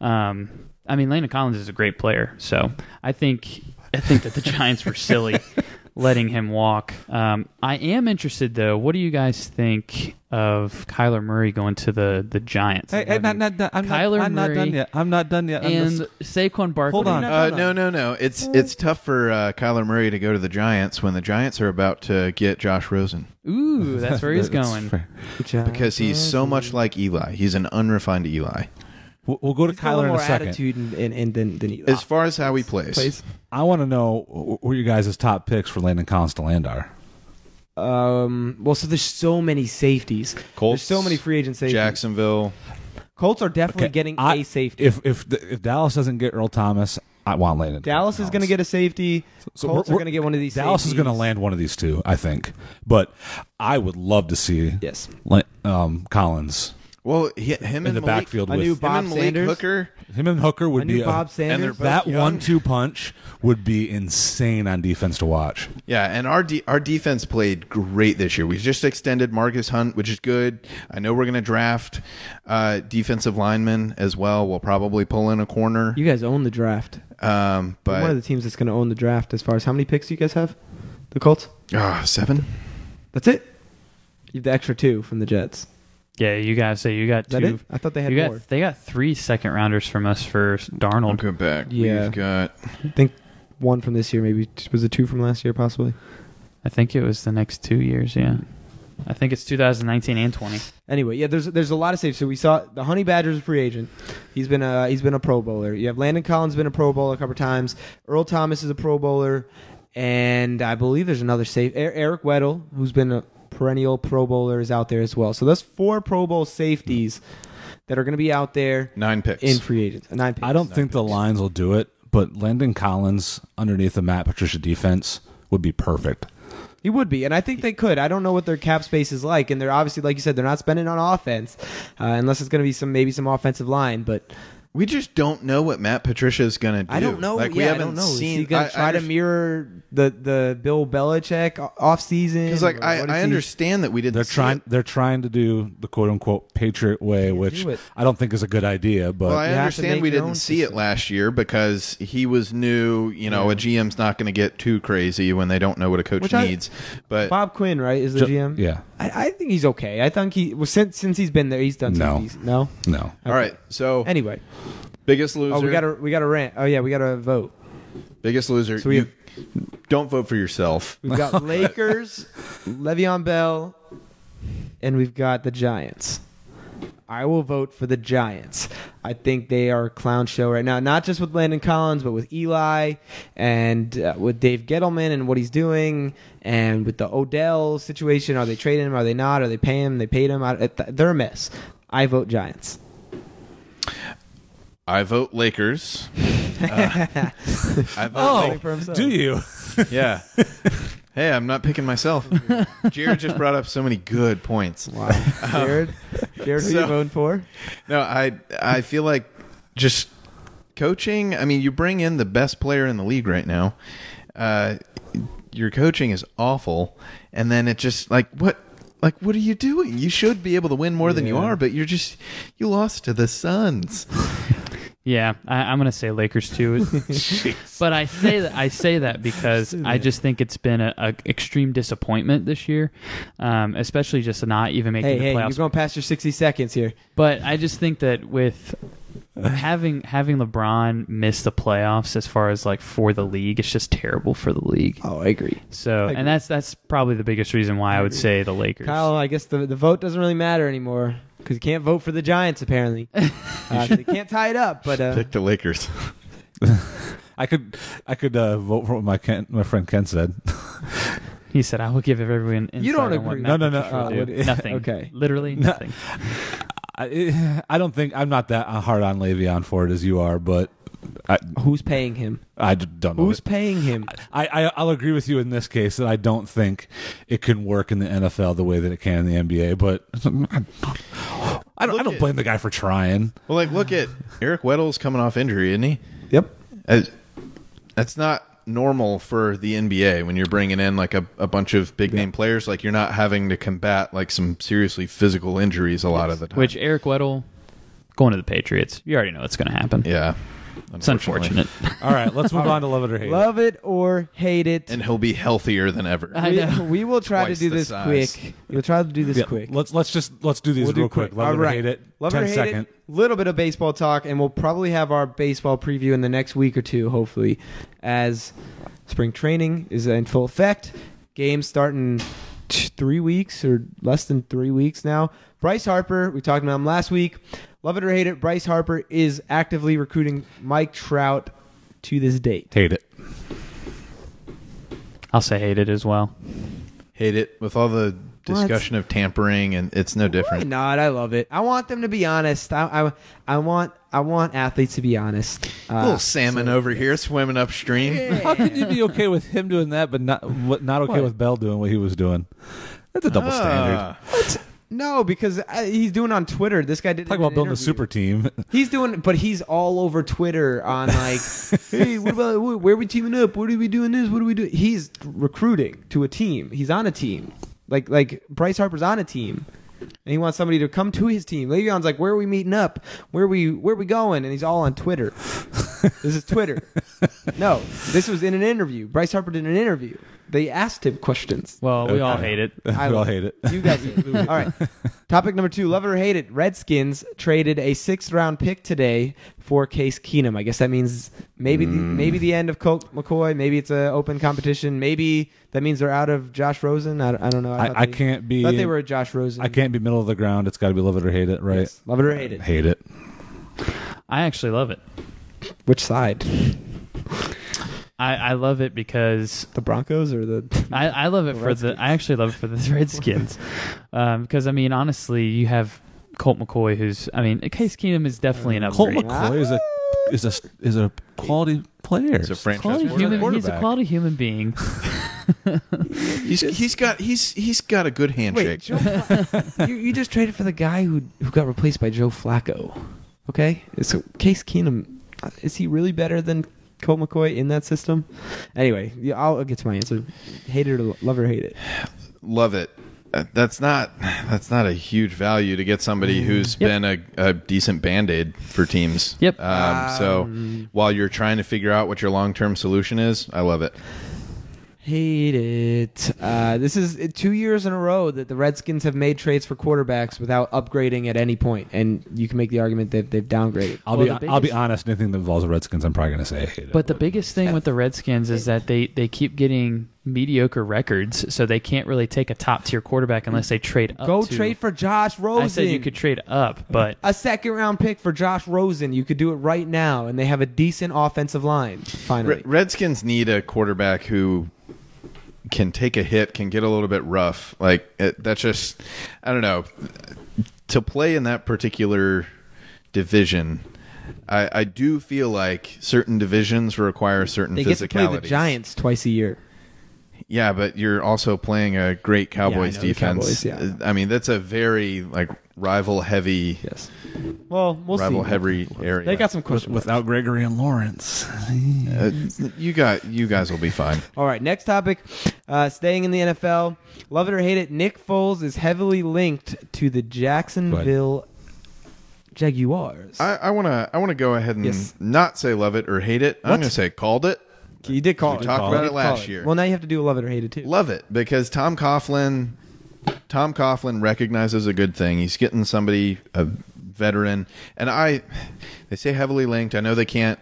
S4: um, I mean, Lena Collins is a great player, so I think I think that the Giants were silly letting him walk. Um, I am interested though. What do you guys think of Kyler Murray going to the the Giants?
S2: Hey,
S4: and
S2: hey, not,
S4: having
S2: not, not, I'm,
S4: Kyler
S2: not, I'm not
S4: Murray
S2: done yet. I'm not done yet. I'm
S4: and
S2: just-
S4: Saquon Barkley.
S2: Hold on.
S3: Uh, no, no, no. It's it's tough for uh, Kyler Murray to go to the Giants when the Giants are about to get Josh Rosen
S4: Ooh, that's where he's
S2: That's
S4: going.
S2: fair.
S3: because he's so much like Eli. He's an unrefined Eli
S2: We'll, we'll go to
S1: He's got a little
S2: Kyler in a
S1: more
S2: second.
S1: attitude and, and, and than, than
S3: as far as how he plays.
S1: place.
S2: I want to know wh- who your guys' top picks for Landon Collins to land are.
S1: Um, well, so there's so many safeties.
S3: Colts,
S1: there's so many free agent safeties.
S3: Jacksonville.
S1: Colts are definitely
S2: Okay,
S1: getting
S2: I-
S1: a safety.
S2: If if the- if Dallas doesn't get Earl Thomas, I want Landon.
S1: Dallas is going to get a safety.
S2: So
S1: Colts
S2: we're-
S1: are going to get one of these.
S2: Dallas is going to
S1: safeties.
S2: land one of these two, I think. But I would love to see
S1: Yes.
S2: Lan- um, Collins
S3: Well, he, him
S2: in
S3: and
S2: the
S3: Malik,
S2: backfield
S1: I
S2: with
S1: knew
S3: Him
S1: Bob
S3: and Malik
S1: Sanders.
S3: Hooker.
S2: him and Hooker
S1: I
S2: would be
S1: knew
S2: a-
S1: Bob Sanders.
S3: they're both
S2: that
S3: young.
S2: one-two punch would be insane on defense to watch.
S3: Yeah, and our de- our defense played great this year. We just extended Marcus Hunt, which is good. I know we're going to draft uh, defensive linemen as well. We'll probably pull in a corner.
S1: uh, You guys own the draft. You're
S3: Um,
S1: one of
S3: but
S1: the teams that's going to own the draft as far as how many picks do you guys have? The Colts.
S3: Ah, seven.
S1: That's it. You have the extra two from the Jets.
S4: Yeah, you guys say you got
S1: Is that
S4: two.
S1: it? I thought they had
S4: You got
S1: more.
S4: they got three second rounders from us for Darnold.
S3: Welcome back.
S1: Yeah.
S3: We've got
S1: I think one from this year, maybe was it two from last year, possibly.
S4: I think it was the next two years. Yeah, I think it's 2019 and 20.
S1: Anyway, yeah, there's there's a lot of safes. So we saw the Honey Badger's a free agent. He's been a he's been a Pro Bowler. You have Landon Collins been a Pro Bowler a couple times. Earl Thomas is a Pro Bowler, and I believe there's another safe. Er- Eric Weddle, who's been a perennial Pro Bowler, is out there as well. So that's four Pro Bowl safeties that are going to be out there
S3: nine picks.
S1: in free agents. Nine picks.
S2: I don't think the Lions will do it, but Landon Collins underneath the Matt Patricia defense would be perfect.
S1: He would be, and I think they could. I don't know what their cap space is like, and they're obviously, like you said, they're not spending on offense, uh, unless it's going to be some maybe some offensive line. But
S3: We just don't know what Matt Patricia is going to do.
S1: I don't know.
S3: Like
S1: yeah,
S3: we haven't
S1: I don't know.
S3: seen.
S1: is he going
S3: I-
S1: to try
S3: I
S1: to
S3: underst-
S1: mirror the the Bill Belichick o- off season?
S3: Because like
S1: or
S3: I,
S1: what is
S3: I
S1: he-
S3: understand that we didn't.
S2: They're
S3: see
S2: trying.
S3: it.
S2: They're trying to do the quote unquote Patriot way, which
S1: do it.
S2: I don't think is a good idea. But
S3: Well, I
S1: You have to
S3: understand
S1: make
S3: we
S1: your
S3: didn't
S1: own
S3: see it
S1: system.
S3: last year because he was new. You know, a GM's not going to get too crazy when they don't know what a coach
S1: Which I-
S3: needs. but
S1: Bob Quinn, right, is the
S2: Ju-
S1: GM.
S2: yeah.
S1: I, I think he's okay. I think he well, since since he's been there, he's done some
S2: No.
S1: decent- No,
S2: no,
S3: all right, so
S1: Anyway,
S3: biggest loser.
S1: oh we got to we got to rant. Oh yeah, we got to vote.
S3: biggest loser.
S1: So we
S3: you don't vote for yourself.
S1: We've got Lakers, Le'Veon Bell, and we've got the Giants. I will vote for the Giants. I think they are a clown show right now, not just with Landon Collins, but with Eli and uh, with Dave Gettleman and what he's doing, and with the Odell situation. Are they trading him? Are they not? Are they paying him? They paid him. I, it- they're a mess. I vote Giants.
S3: I vote Lakers. Uh, I vote
S1: Voting for himself.
S2: do you?
S3: Lak- yeah. Hey, I'm not picking myself. Jared just brought up so many good points.
S1: Wow, Jared, Jared, who
S3: so-
S1: you voting for?
S3: No, I I feel like just coaching. I mean, you bring in the best player in the league right now. Uh, your coaching is awful, and then it just like what like what are you doing? You should be able to win more than you
S1: Yeah.
S3: are, but you're just you lost to the Suns.
S4: Yeah, I, I'm gonna say Lakers too, but I say that I say that because I just think it's been a, a extreme disappointment this year, um, especially just not even making
S1: Hey,
S4: the
S1: hey, you're
S4: playoffs.
S1: going past your 60 seconds here.
S4: But I just think that with having having LeBron miss the playoffs as far as like for the league, it's just terrible for the league.
S1: Oh, I agree.
S4: So,
S1: agree.
S4: and that's that's probably the biggest reason why I would say the Lakers.
S1: Kyle, I guess the, the vote doesn't really matter anymore because you can't vote for the Giants apparently. Uh, so they can't tie it up, but uh,
S3: Pick the Lakers.
S2: I could, I could uh, vote for what my Ken, my friend Ken said.
S4: He said, "I will give everyone insight
S1: You don't
S4: on what
S1: agree.
S4: Matt
S2: No, no, no,
S4: Patricia
S2: uh,
S4: will do."
S2: what-
S4: nothing.
S1: okay.
S4: literally nothing.
S2: I, I don't think I'm not that hard on Le'Veon for it as you are, but I,
S1: who's paying him?
S2: I don't know.
S1: Who's paying him?
S2: I, I I'll agree with you in this case that I don't think it can work in the NFL the way that it can in the NBA. But I don't. I
S3: Look
S2: don't
S3: at-
S2: blame the guy for trying.
S3: Well, like look at Eric Weddle's coming off injury, isn't he?
S1: Yep.
S3: As- That's not normal for the NBA when you're bringing in like a, a bunch of big name players. Like you're not having to combat like some seriously physical injuries a lot of the time.
S4: Which Eric Weddle going to the Patriots. You already know what's going to happen.
S3: yeah,
S4: it's unfortunate.
S2: All right, let's move on to love it or hate. It.
S1: Love it or hate it.
S3: and he'll be healthier than ever.
S4: I
S1: we,
S4: know.
S1: we will try
S3: Twice
S1: to do
S3: the
S1: this
S3: size.
S1: quick. We'll try to do this
S2: Yeah,
S1: quick.
S2: Let's let's just let's do these
S1: We'll do
S2: real quick. Love
S1: All
S2: it
S1: right.
S2: or hate it.
S1: Love
S2: Ten
S1: it or hate
S2: second.
S1: it. Little bit of baseball talk, and we'll probably have our baseball preview in the next week or two, hopefully, as spring training is in full effect. Games starting t- three weeks or less than three weeks now. Bryce Harper, we talked about him last week. Love it or hate it, Bryce Harper is actively recruiting Mike Trout to this date.
S2: Hate it.
S4: I'll say hate it as well.
S3: Hate it with all the discussion of tampering, and it's no
S1: Why
S3: different.
S1: not? I love it. I want them to be honest. I, I, I want I want athletes to be honest. Uh,
S3: Little salmon over here swimming upstream.
S2: How can you be okay with him doing that, but not what, not okay
S1: What?
S2: with Bell doing what he was doing? That's a double standard.
S3: Ah.
S1: No, because I, he's doing on Twitter. This guy did
S2: Talk
S1: an
S2: about building
S1: interview.
S2: a super team.
S1: He's doing, but he's all over Twitter on like, hey, what about wh- where are we teaming up? What are we doing this? What are we doing? He's recruiting to a team. He's on a team. Like like Bryce Harper's on a team, and he wants somebody to come to his team. Le'Veon's like, where are we meeting up? Where are we where are we going? And he's all on Twitter. this is Twitter. No, this was in an interview. Bryce Harper did an interview. They asked him questions.
S4: Well, we all
S2: Okay.
S4: hate it.
S1: I
S2: we all
S1: love
S2: hate it.
S1: You guys, all right. Topic number two: Love it or hate it. Redskins traded a sixth-round pick today for Case Keenum. I guess that means maybe the,
S4: Mm.
S1: maybe the end of Colt McCoy. Maybe it's an open competition. Maybe that means they're out of Josh Rosen. I, I don't know.
S2: I,
S1: thought
S2: I
S1: they-
S2: can't be.
S1: Thought they were a Josh Rosen.
S2: I can't be middle of the ground. It's got to be love it or hate it, right?
S1: Yes. Love it or hate it.
S2: Hate it.
S4: I actually love it.
S1: Which side?
S4: I, I love it because
S1: The Broncos or the?
S4: I, I love it for the. I actually love it for the Redskins, because I mean, honestly, you have Colt McCoy, who's I mean, Case Keenum is definitely an
S2: Colt
S4: upgrade.
S2: McCoy is a is a is a quality player.
S3: He's a franchise
S4: Quality
S3: He's a
S4: human, he's a
S2: quarterback.
S4: quality human being.
S3: He's he's got he's he's got a good
S1: Wait,
S3: handshake.
S1: Joe, Fla- you, you just traded for the guy who who got replaced by Joe Flacco. Okay, so Case Keenum, uh, is he really better than Colt McCoy in that system? Anyway, yeah, I'll get to my answer. Hate it or lo- love it or hate it.
S3: Love it. Uh, That's not that's not a huge value to get
S1: Mm.
S3: somebody who's
S4: Yep.
S3: been a, a decent band aid for teams.
S4: Yep.
S3: Um, so while you're trying to figure out what your long term solution is, I love it.
S1: Hate it. Uh, this is uh, two years in a row that the Redskins have made trades for quarterbacks without upgrading at any point, and you can make the argument that they've downgraded.
S2: I'll
S4: Well,
S2: be
S4: the
S2: I'll be
S4: biggest-
S2: honest. Anything that involves the Redskins, I'm probably going to say I hate it.
S4: But the biggest thing with the Redskins is that they, they keep getting mediocre records, so they can't really take a top tier quarterback unless they trade up.
S1: Go
S4: to-
S1: trade for Josh Rosen.
S4: I said you could trade up, but
S1: a second round pick for Josh Rosen. You could do it right now, and they have a decent offensive line. Finally,
S3: Re- Redskins need a quarterback who can take a hit, can get a little bit rough. Like it, that's just I don't know to play in that particular division. I, I do feel like certain divisions require certain
S1: they get
S3: physicality.
S1: to play the Giants twice a year.
S3: Yeah, but you're also playing a great Cowboys
S1: know the Cowboys,
S3: defense.
S1: yeah.
S3: I mean, that's a very like rival heavy,
S1: Yes. Well, we'll
S3: rival
S1: see.
S3: heavy area.
S1: They got some questions.
S2: without Gregory and Lawrence,
S3: Uh, you got you guys will be fine.
S1: All right, next topic. Uh, staying in the NFL, love it or hate it, Nick Foles is heavily linked to the Jacksonville Jaguars.
S3: I, I wanna I wanna go ahead and
S1: Yes.
S3: not say love it or hate it. I'm
S1: What?
S3: gonna say called it,
S1: you did call
S3: We
S1: it.
S3: talked
S1: You
S3: about
S1: did
S3: it
S1: call
S3: last year.
S1: Well, now you have to do a love it or hate it too.
S3: love it because Tom Coughlin, Tom Coughlin recognizes a good thing. He's getting somebody a veteran, and I they say heavily linked. I know they can't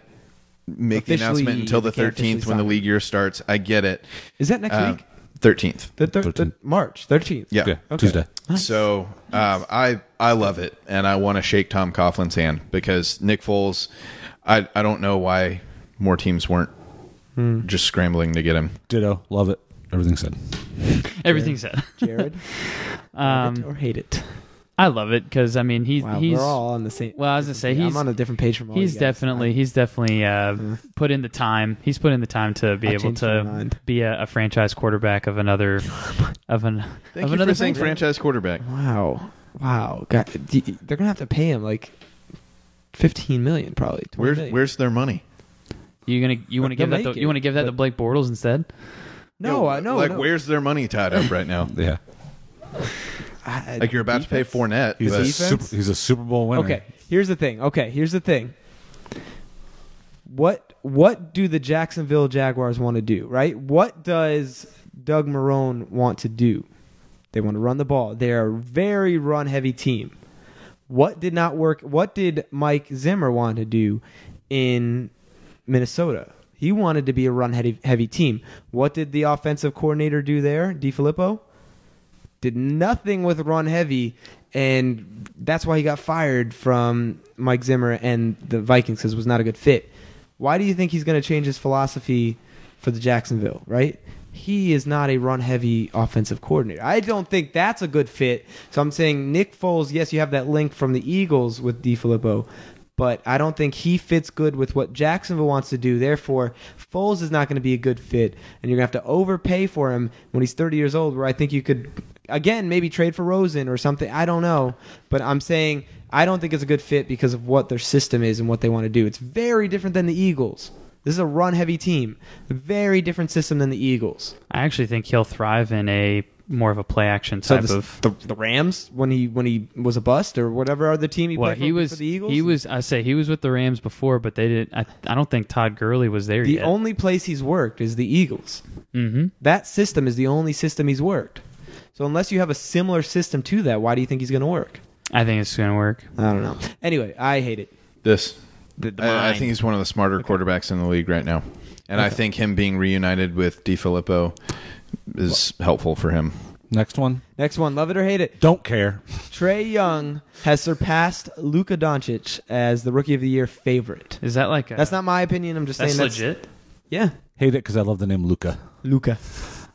S3: make the
S1: Officially,
S3: announcement until the
S1: they can't officially
S3: 13th when the
S1: sign.
S3: league year starts. I get it.
S1: Is that next
S4: Um,
S1: week?
S3: Uh, Thirteenth.
S1: The thir- the-
S2: 13th.
S1: March thirteenth.
S3: Yeah.
S2: yeah,
S1: Okay.
S2: Tuesday.
S3: So um, I I love it, and I want to shake Tom Coughlin's hand because Nick Foles. I I don't know why more teams weren't
S1: Hmm.
S3: just scrambling to get him.
S2: Ditto. Love it. Everything said.
S4: everything's said.
S1: Jared, love it
S4: Um,
S1: or hate it.
S4: I love it because I mean he's
S1: Wow,
S4: he's
S1: we're all on the same.
S4: well. I was gonna say
S1: Yeah,
S4: he's
S1: I'm on a different page from all
S4: he's
S1: you guys.
S4: definitely he's definitely uh, put in the time. He's put in the time to be
S1: I'll
S4: able
S1: change my
S4: to
S1: mind.
S4: be a, a franchise quarterback of another of an
S3: Thank
S4: of
S3: you
S4: another
S3: for saying
S4: franchise.
S3: franchise quarterback.
S1: Wow. wow, God, d- they're gonna have to pay him like fifteen million, probably. 20
S3: Where's
S1: million.
S3: where's their money?
S4: You gonna you want to
S1: They'll
S4: give that
S1: make
S4: to,
S1: it,
S4: you want to give that to
S1: but-
S4: Blake Bortles instead?
S1: no, I no,
S3: Like,
S1: no.
S3: where's their money tied up right now?
S2: Yeah,
S1: I- I-
S3: like, you're about
S1: defense?
S3: to pay Fournette.
S2: he's a
S3: but-
S1: Defense?
S2: super, he's a Super Bowl winner.
S1: Okay, here's the thing. Okay, here's the thing. What what do the Jacksonville Jaguars want to do? Right? What does Doug Marone want to do? They want to run the ball. They're a very run heavy team. What did not work? What did Mike Zimmer want to do in Minnesota? He wanted to be a run heavy, heavy team. What did the offensive coordinator do there, DiFilippo? did nothing with run heavy, and that's why he got fired from Mike Zimmer and the Vikings because it was not a good fit. Why do you think he's going to change his philosophy for the Jacksonville? Right? He is not a run heavy offensive coordinator. I don't think that's a good fit. So I'm saying Nick Foles. Yes, you have that link from the Eagles with D'Filippo. But I don't think he fits good with what Jacksonville wants to do. Therefore, Foles is not going to be a good fit, and you're going to have to overpay for him when he's 30 years old. Where I think you could, again, maybe trade for Rosen or something. I don't know, but I'm saying I don't think it's a good fit because of what their system is and what they want to do. It's very different than the Eagles. This is a run-heavy team, very different system than the Eagles.
S4: I actually think he'll thrive in a more of a play action
S1: So
S4: type
S1: the,
S4: of.
S1: the, the Rams, when he when he was a bust or whatever other team he
S4: Well,
S1: played for,
S4: he was
S1: for the Eagles,
S4: he was I say he was with the Rams before, but they didn't. I, I don't think Todd Gurley was there
S1: the
S4: yet.
S1: only place he's worked is the Eagles.
S4: mm-hmm.
S1: that system is the only system he's worked. So unless you have a similar system to that, why do you think he's going to work?
S4: I think it's gonna work.
S1: I don't know. Anyway, I hate it.
S3: this.
S4: The, the
S3: I, I
S4: mind.
S3: think he's one of the smarter quarterbacks in the league right now. And I think him being reunited with DiFilippo is helpful for him.
S2: Next one.
S1: Next one, love it or hate it.
S2: Don't care.
S1: Trey Young has surpassed Luka Doncic as the rookie of the year favorite.
S4: Is that like a,
S1: That's not my opinion. I'm just
S4: that's
S1: saying that's
S4: legit?
S1: Yeah,
S2: Hate it because I love the name Luca.
S1: Luka.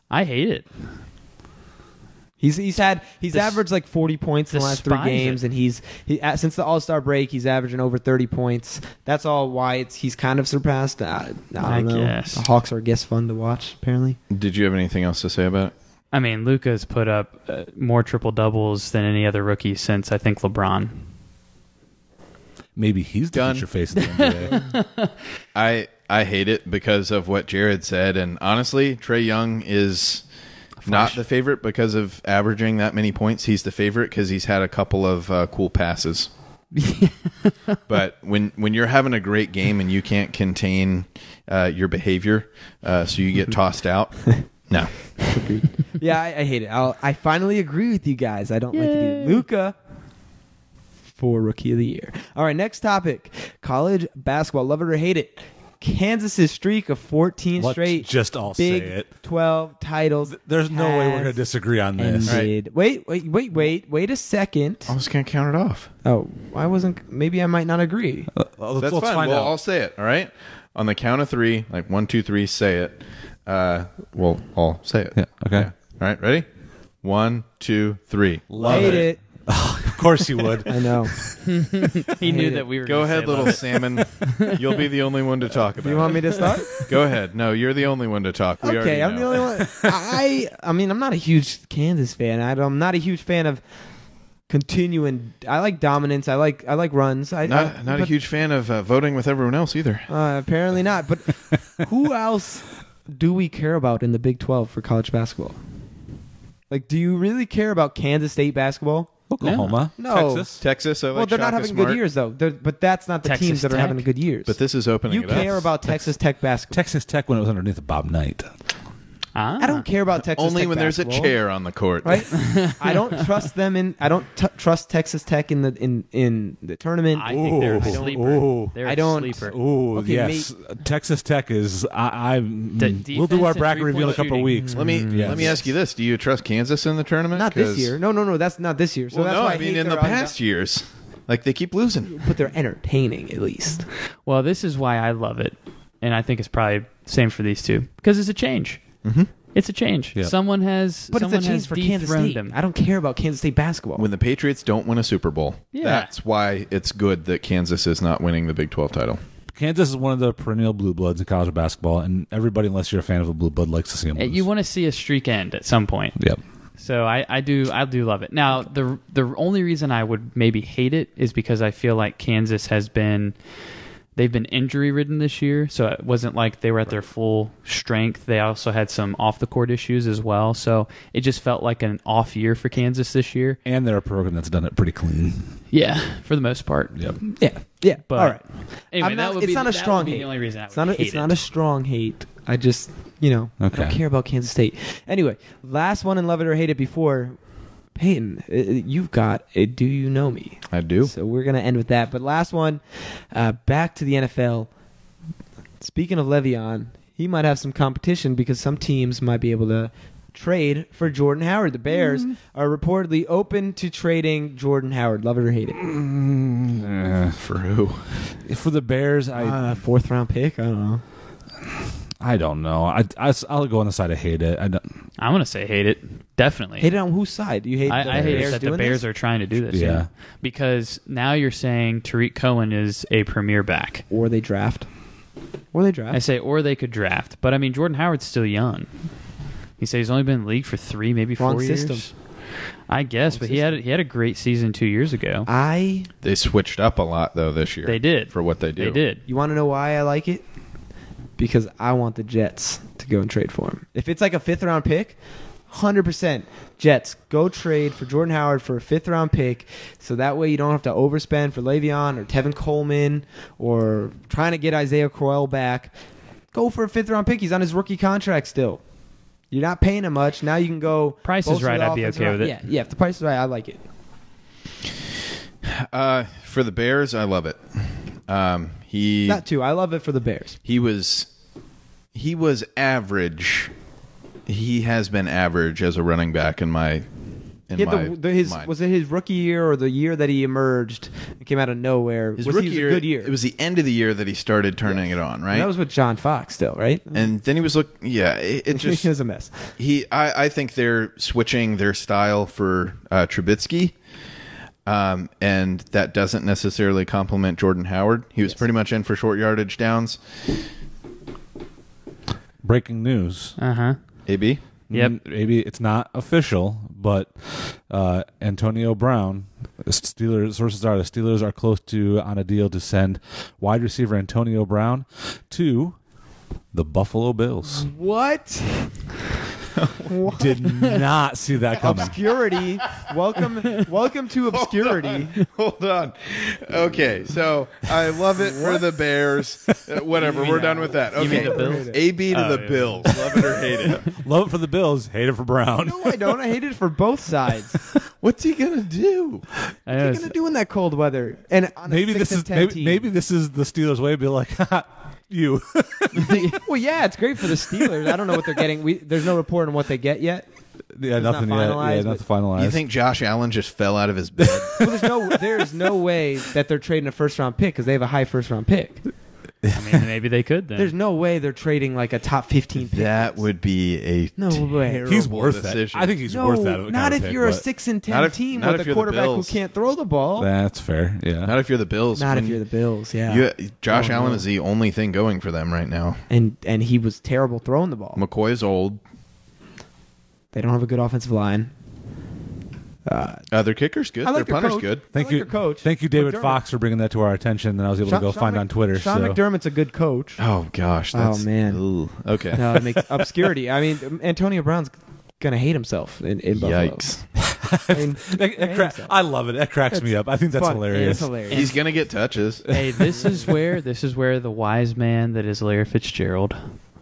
S4: I hate it.
S1: He's he's had he's
S4: Des-
S1: averaged like 40 points in the last three
S4: despise
S1: games,
S4: it.
S1: and he's he at, since the All Star break he's averaging over 30 points. That's all why it's he's kind of surpassed. I, I don't
S4: I
S1: know.
S4: guess.
S1: The Hawks are I guess fun to watch apparently.
S3: Did you have anything else to say about it?
S4: I mean, Luca's put up uh, more triple doubles than any other rookie since I think LeBron.
S2: Maybe he's the
S3: Done.
S2: future face of the NBA.
S3: I I hate it because of what Jared said, and honestly, Trey Young is not the favorite because of averaging that many points. He's the favorite because he's had a couple of uh, cool passes. but when when you're having a great game and you can't contain uh, your behavior, uh, so you get tossed out. No,
S1: yeah, I, I hate it. I'll, I finally agree with you guys. I don't like it. Luca for rookie of the year. All right, next topic: college basketball. Love it or hate it. Kansas's streak of 14
S2: Let's
S1: straight
S2: just all
S1: Big
S2: say it.
S1: 12 titles.
S2: There's no way we're going to
S1: has
S2: disagree on this.
S1: Ended. Wait, wait, wait, wait, wait a second.
S3: I was gonna count it off.
S1: Oh, I wasn't. Maybe I might not agree.
S2: Well, let's
S3: That's
S2: let's
S3: fine.
S2: find
S3: well,
S2: out.
S3: I'll say it. All right, on the count of three, like one, two, three, say it. Uh, well, I'll say it.
S2: Yeah, okay.
S3: All right. Ready? One, two, three.
S2: Love
S1: hate
S2: it.
S1: it.
S2: Of course you would.
S1: I know.
S4: He
S1: hate
S4: knew
S1: it.
S4: that we were.
S3: Go
S4: gonna
S3: ahead,
S4: say
S3: little
S4: LeBron.
S3: salmon. You'll be the only one to talk about.
S1: Do you want
S3: it.
S1: me to start?
S3: Go ahead. No, you're the only one to talk. We
S1: okay,
S3: already
S1: I'm
S3: know.
S1: the only one. I I mean, I'm not a huge Kansas fan. I, am not a huge fan of continuing. I like dominance. I like I like runs. I, I-
S3: Not, not a
S1: but,
S3: huge fan of uh, voting with everyone else either.
S1: Uh, apparently not. But who else do we care about in the Big 12 for college basketball? Like, do you really care about Kansas State basketball?
S2: Oklahoma,
S1: No.
S2: Texas.
S3: Texas, I like
S1: well, they're not
S3: Shaka
S1: having
S3: Smart,
S1: good years though. They're, but that's not the
S4: Texas
S1: teams that are
S4: Tech?
S1: having good years.
S3: but this is opening.
S1: you
S3: it
S1: care
S3: up.
S1: about Texas Tech basketball.
S2: Texas Tech when it was underneath of Bob Knight.
S4: Ah.
S1: I don't care about Texas
S3: only
S1: Tech
S3: when there's a
S1: basketball.
S3: chair on the court.
S1: right? I don't trust them in. I don't t- trust Texas Tech in the in in the tournament.
S4: I think they're
S2: Ooh.
S4: a
S2: I don't-
S4: sleeper.
S2: ooh.
S4: They're
S1: I don't-
S4: a sleeper.
S2: Oh
S1: Okay,
S2: yes, Texas Tech is. I, I we'll
S4: defense
S2: do our
S4: and
S2: bracket review in a
S4: three-point
S2: couple of
S4: shooting.
S2: weeks.
S3: Let me
S2: Mm, yes.
S3: let me ask you this: Do you trust Kansas in the tournament?
S1: not this
S3: 'Cause-
S1: year. No, no, no. That's not this year. So
S3: well,
S1: that's
S3: no,
S1: why I,
S3: I mean
S1: hate
S3: in the
S1: their
S3: past years, like they keep losing.
S1: But they're entertaining at least.
S4: Well, this is why I love it, and I think it's probably same for these two because it's a change.
S3: Mm-hmm.
S4: It's a change.
S2: Yeah.
S4: Someone has,
S1: But
S4: someone
S1: it's a change
S4: has
S1: for
S4: dethroned
S1: Kansas State.
S4: them.
S1: I don't care about Kansas State basketball.
S3: When the Patriots don't win a Super Bowl,
S4: Yeah.
S3: that's why it's good that Kansas is not winning the Big 12 title.
S2: Kansas is one of the perennial blue bloods in college
S4: Eh,
S2: basketball, and everybody, unless you're a fan of a blue blood, likes to see them.
S4: Uh, You want to see a streak end at some point.
S2: Yep.
S4: So I, I do I do love it. Now the the only reason I would maybe hate it is because I feel like Kansas has been they've been injury ridden this year, so it wasn't like they were at their full strength. They also had some off the court issues as well, so it just felt like an off year for Kansas this year.
S2: And they're a program that's done it pretty clean.
S4: Yeah, for the most part.
S2: Yep.
S1: Yeah, yeah.
S4: But
S1: All right.
S4: Anyway,
S1: I'm
S4: that
S1: not-
S4: would
S1: it's
S4: be,
S1: not a
S4: that
S1: strong
S4: would be
S1: hate.
S4: the only reason I
S1: It's
S4: would
S1: not a,
S4: hate
S1: it's
S4: it.
S1: not a strong hate. I just you know I
S2: Okay.
S1: don't care about Kansas State. Anyway, last one and love it or hate it before. Peyton, uh, you've got a Do You Know Me?
S3: I do.
S1: So we're gonna end with that. But last one, uh, back to the NFL. Speaking of Le'Veon, he might have some competition because some teams might be able to trade for Jordan Howard. The Bears are reportedly open to trading Jordan Howard. Love it or hate it.
S3: For who?
S2: Mm, For the Bears, I
S1: Uh, fourth round pick. I don't know.
S2: I don't know. I, I will go on the side of hate it. I don't,
S4: I'm gonna say hate it. Definitely.
S1: Hate it on whose side? You hate? the
S4: I, I hate
S1: Bears
S4: it that the
S1: doing
S4: Bears
S1: this?
S4: are trying to do this.
S2: Yeah.
S4: Because now you're saying Tariq Cohen is a premier back.
S1: or they draft, or they draft.
S4: I say, or they could draft. But I mean, Jordan Howard's still young. He said he's only been in the league for three, maybe
S1: Wrong
S4: four
S1: system.
S4: years. I guess,
S1: Wrong
S4: but he had he had a great season two years ago.
S1: I
S3: They switched up a lot though this year.
S4: They did.
S3: for what they do.
S4: They did.
S1: You want to know why I like it? Because I want the Jets to go and trade for him. If it's like a fifth round pick, 100% Jets go trade for Jordan Howard for a fifth round pick. So that way you don't have to overspend for Le'Veon or Tevin Coleman or trying to get Isaiah Crowell back. Go for a fifth round pick. He's on his rookie contract still. You're not paying him much. Now you can go.
S4: Price is
S1: bolster
S4: right,
S1: the
S4: I'd be
S1: offensive
S4: okay
S1: line.
S4: with it.
S1: Yeah, yeah. If the price is right, I like it.
S3: Uh, for the Bears, I love it. Um, he
S1: Not too. I love it for the Bears.
S3: he was he was average. He has been average as a running back in my in
S1: He had
S3: my
S1: the, the, his
S3: mind.
S1: was it his rookie year or the year that he emerged and came out of nowhere?
S3: his
S1: was
S3: rookie
S1: he,
S3: year,
S1: a good year.
S3: It was the end of the year that he started turning it on, right?
S1: And that was with John Fox still, right?
S3: and then he was look, yeah, it, it just
S1: he was a mess.
S3: He, I, I think they're switching their style for uh, Trubisky, um, and that doesn't necessarily compliment Jordan Howard. He was pretty much in for short yardage downs.
S2: breaking news.
S4: Uh huh.
S3: AB,
S4: Yep.
S2: Mm, Maybe it's not official, but uh, Antonio Brown, Steelers sources are the Steelers are close to on a deal to send wide receiver Antonio Brown to the Buffalo Bills.
S1: What? what?
S2: Did not see that coming.
S1: Obscurity. welcome, welcome to obscurity.
S3: hold on. Okay, so I love it for the Bears. Uh, Whatever, we're done with that.
S4: You mean
S3: Okay,
S4: the Bills?
S3: AB to
S4: Oh,
S3: the
S4: yeah.
S3: Bills. Love it or hate it.
S2: Love it for the Bills, hate it for Brown.
S1: No, I don't. I hate it for both sides.
S3: What's he gonna do?
S4: I
S1: What are
S4: know
S1: you gonna do in that cold weather? And on a
S2: Maybe
S1: six
S2: this
S1: and
S2: is
S1: 10
S2: maybe,
S1: team?
S2: maybe this is the Steelers' way to be like you.
S1: well, yeah, it's great for the Steelers. I don't know what they're getting. We, there's no report on what they get yet.
S2: yeah,
S1: not
S2: nothing yet. Yeah,
S1: finalized,
S2: nothing finalized.
S3: You think Josh Allen just fell out of his bed?
S1: Well, there's no, there's no way that they're trading a first round pick because they have a high first round pick.
S4: I mean, maybe they could then.
S1: There's no way they're trading like a top 15 pick.
S3: that would be a
S1: No way.
S2: he's
S3: terrible
S2: worth
S3: decision.
S2: that? I think he's
S1: no,
S2: worth that. kind
S1: not
S2: of
S1: if
S2: pick,
S1: you're a
S2: but-
S1: 6 and 10
S3: Not if-
S1: team
S3: not
S1: with a
S3: if you're the
S1: quarterback who
S3: Bills.
S1: can't throw the ball.
S2: That's fair. Yeah.
S3: Not if you're the Bills.
S1: not if
S3: When-
S1: you're the Bills, yeah.
S3: You, Josh
S1: Oh,
S3: Allen
S1: no.
S3: is the only thing going for them right now.
S1: and and he was terrible throwing the ball.
S3: McCoy's old.
S1: They don't have a good offensive line. Uh,
S3: Uh, their kicker's good.
S1: I like
S3: their
S1: their
S3: punter's
S1: coach.
S3: good.
S2: Thank
S1: I like
S2: you,
S1: your coach.
S2: Thank you, David
S1: McDermott.
S2: Fox, for bringing that to our attention. That I was able
S1: Sean-
S2: to go
S1: Sean
S2: find
S1: Mc-
S2: on Twitter.
S1: Sean
S2: so.
S1: McDermott's a good coach.
S3: Oh gosh.
S1: Oh,
S3: That's,
S1: man.
S3: Ooh. okay.
S1: No, it makes obscurity. I mean, Antonio Brown's gonna hate himself in, in Buffalo.
S3: Yikes.
S1: I mean,
S2: That- that cra- I love it. That cracks me up. I think that's
S1: fun.
S2: hilarious.
S1: It's hilarious.
S3: He's gonna get touches.
S4: hey, this is where this is where the wise man that is Larry Fitzgerald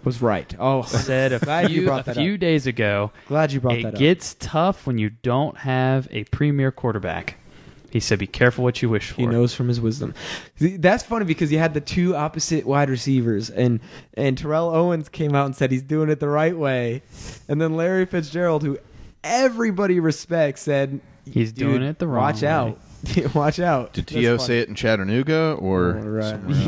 S1: was right. Oh,
S4: said a
S1: Glad you
S4: few,
S1: brought
S4: a
S1: that
S4: few
S1: up.
S4: days ago.
S1: glad you brought
S4: it
S1: that up.
S4: gets tough when you don't have a premier quarterback. He said, "Be careful what you wish for."
S1: He knows from his wisdom. See, That's funny because you had the two opposite wide receivers, and and Terrell Owens came out and said he's doing it the right way, and then Larry Fitzgerald, who everybody respects, said
S4: He's
S1: "Dude,
S4: doing it the wrong
S1: Watch
S4: way."
S1: out, watch out.
S3: Did
S1: That's
S3: T.O.
S1: funny.
S3: say it in Chattanooga or?
S1: All right.
S3: somewhere else?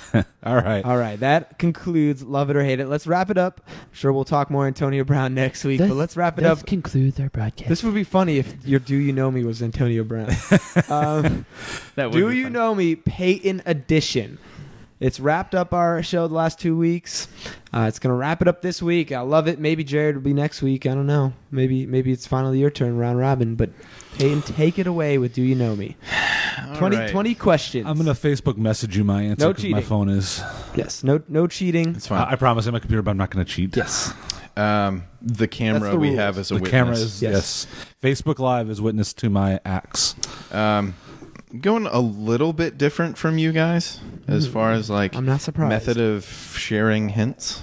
S1: No,
S4: Yeah.
S1: no.
S2: All right.
S1: All right, that concludes love it or hate it. Let's wrap it up. I'm sure we'll talk more Antonio Brown next week, but let's wrap it up.
S4: concludes our broadcast.
S1: This would be funny if your "Do You Know Me" was Antonio Brown. um,
S4: that would
S1: Do
S4: be
S1: you
S4: fun.
S1: know me, Peyton edition? It's wrapped up our show the last two weeks. Uh, it's gonna wrap it up this week. I love it. Maybe Jared will be next week. I don't know. Maybe maybe it's finally your turn, round robin. But Peyton, take it away with "Do You Know Me?"
S3: All
S1: 20,
S3: right.
S1: 20 questions.
S2: I'm gonna Facebook message you my answer
S1: No
S2: because my
S1: cheating.
S2: phone is.
S1: yes. No no cheating.
S3: It's
S2: I,
S3: fine.
S2: I promise, I'm my computer, but I'm not gonna cheat.
S1: Yes.
S3: Um, the camera
S1: That's the
S3: we
S1: rules.
S3: have as a
S2: the
S3: witness.
S2: camera is
S1: Yes.
S2: yes. Facebook Live is witness to my acts.
S3: Um, going a little bit different from you guys as far as like
S1: Mm. I'm not surprised.
S3: method of sharing hints.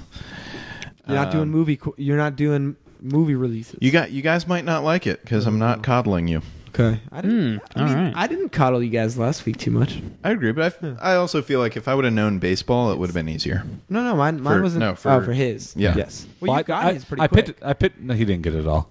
S1: You're not doing
S3: Um,
S1: movie. qu- You're not doing movie releases.
S3: You got you guys might not like it because I'm
S1: Oh.
S3: not coddling you.
S1: okay. I didn't.
S4: Hmm,
S1: I, mean,
S4: alright.
S1: I didn't coddle you guys last week too much.
S3: I agree, but I, I also feel like if I would have known baseball, it would have been easier.
S1: No, no, mine, mine
S3: For-
S1: wasn't.
S3: no,
S1: oh,
S3: for-
S1: for his.
S3: yeah.
S1: Yes. Well,
S2: Well,
S1: you got
S2: I,
S1: his pretty
S2: I,
S1: quick.
S2: picked. I picked. No, he didn't get it at all.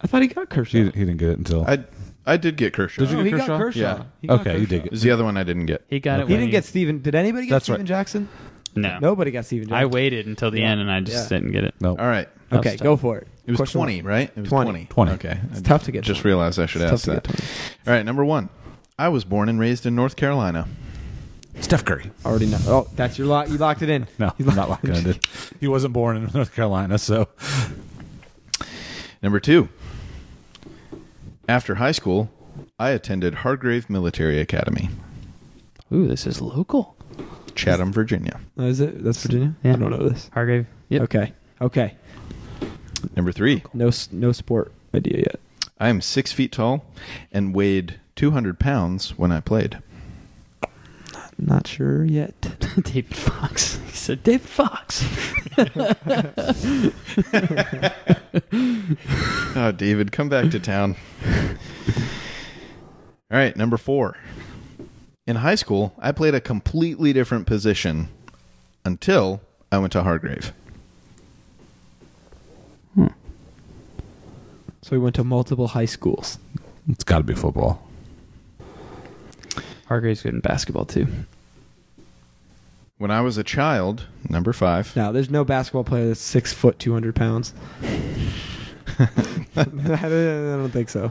S1: I thought he got Kershaw.
S2: He, he didn't get it until.
S3: I I did get Kershaw.
S2: Did you
S1: No,
S2: get
S1: he
S2: Kershaw?
S1: got Kershaw.
S3: Yeah.
S1: He got
S2: okay, you did
S3: It
S2: get.
S3: was the other one I didn't get.
S4: He got it.
S1: He
S4: when
S1: didn't get Steven. Did anybody get
S2: That's
S1: Steven
S2: right.
S1: Jackson?
S4: no.
S1: Nobody got Steven
S4: I
S1: Jackson.
S4: waited until the
S1: Yeah.
S4: end and I just
S1: Yeah.
S4: didn't get it.
S2: No.
S3: All right.
S4: That
S1: okay,
S4: was
S1: go for it.
S3: It was
S1: Question
S3: 20, right? It was
S1: 20.
S3: 20.
S2: 20.
S3: Okay.
S1: One.
S3: I
S1: It's tough to get.
S3: just
S1: 20.
S3: realized I should
S1: It's
S3: ask
S1: tough
S3: that.
S1: to get 20.
S3: All right, number 1. I was born and raised in North Carolina.
S2: Steph Curry.
S1: Already know. Oh, that's your lock. You locked it in.
S2: No,
S1: You
S2: he's not locking it. in. He wasn't born in North Carolina, so
S3: Number 2. After high school, I attended Hargrave Military Academy,
S4: Ooh, this is local.
S3: Chatham, Virginia.
S1: Oh, Is it? That's Virginia.
S4: Yeah.
S1: I don't know this.
S4: Hargrave. Yep.
S1: Okay. Okay.
S3: Number 3.
S1: No, s- no sport idea yet.
S3: I am 6 feet tall and weighed 200 pounds when I played.
S1: Not sure yet.
S4: David Fox. He said David Fox.
S3: Oh, David, come back to town. All right, number four. In high school, I played a completely different position until I went to Hargrave.
S1: So we went to multiple high schools.
S2: it's got to be football.
S4: Hargrave's good in basketball too.
S3: When I was a child, number five.
S1: Now, there's no basketball player that's six foot, two hundred pounds. I don't- I don't think so.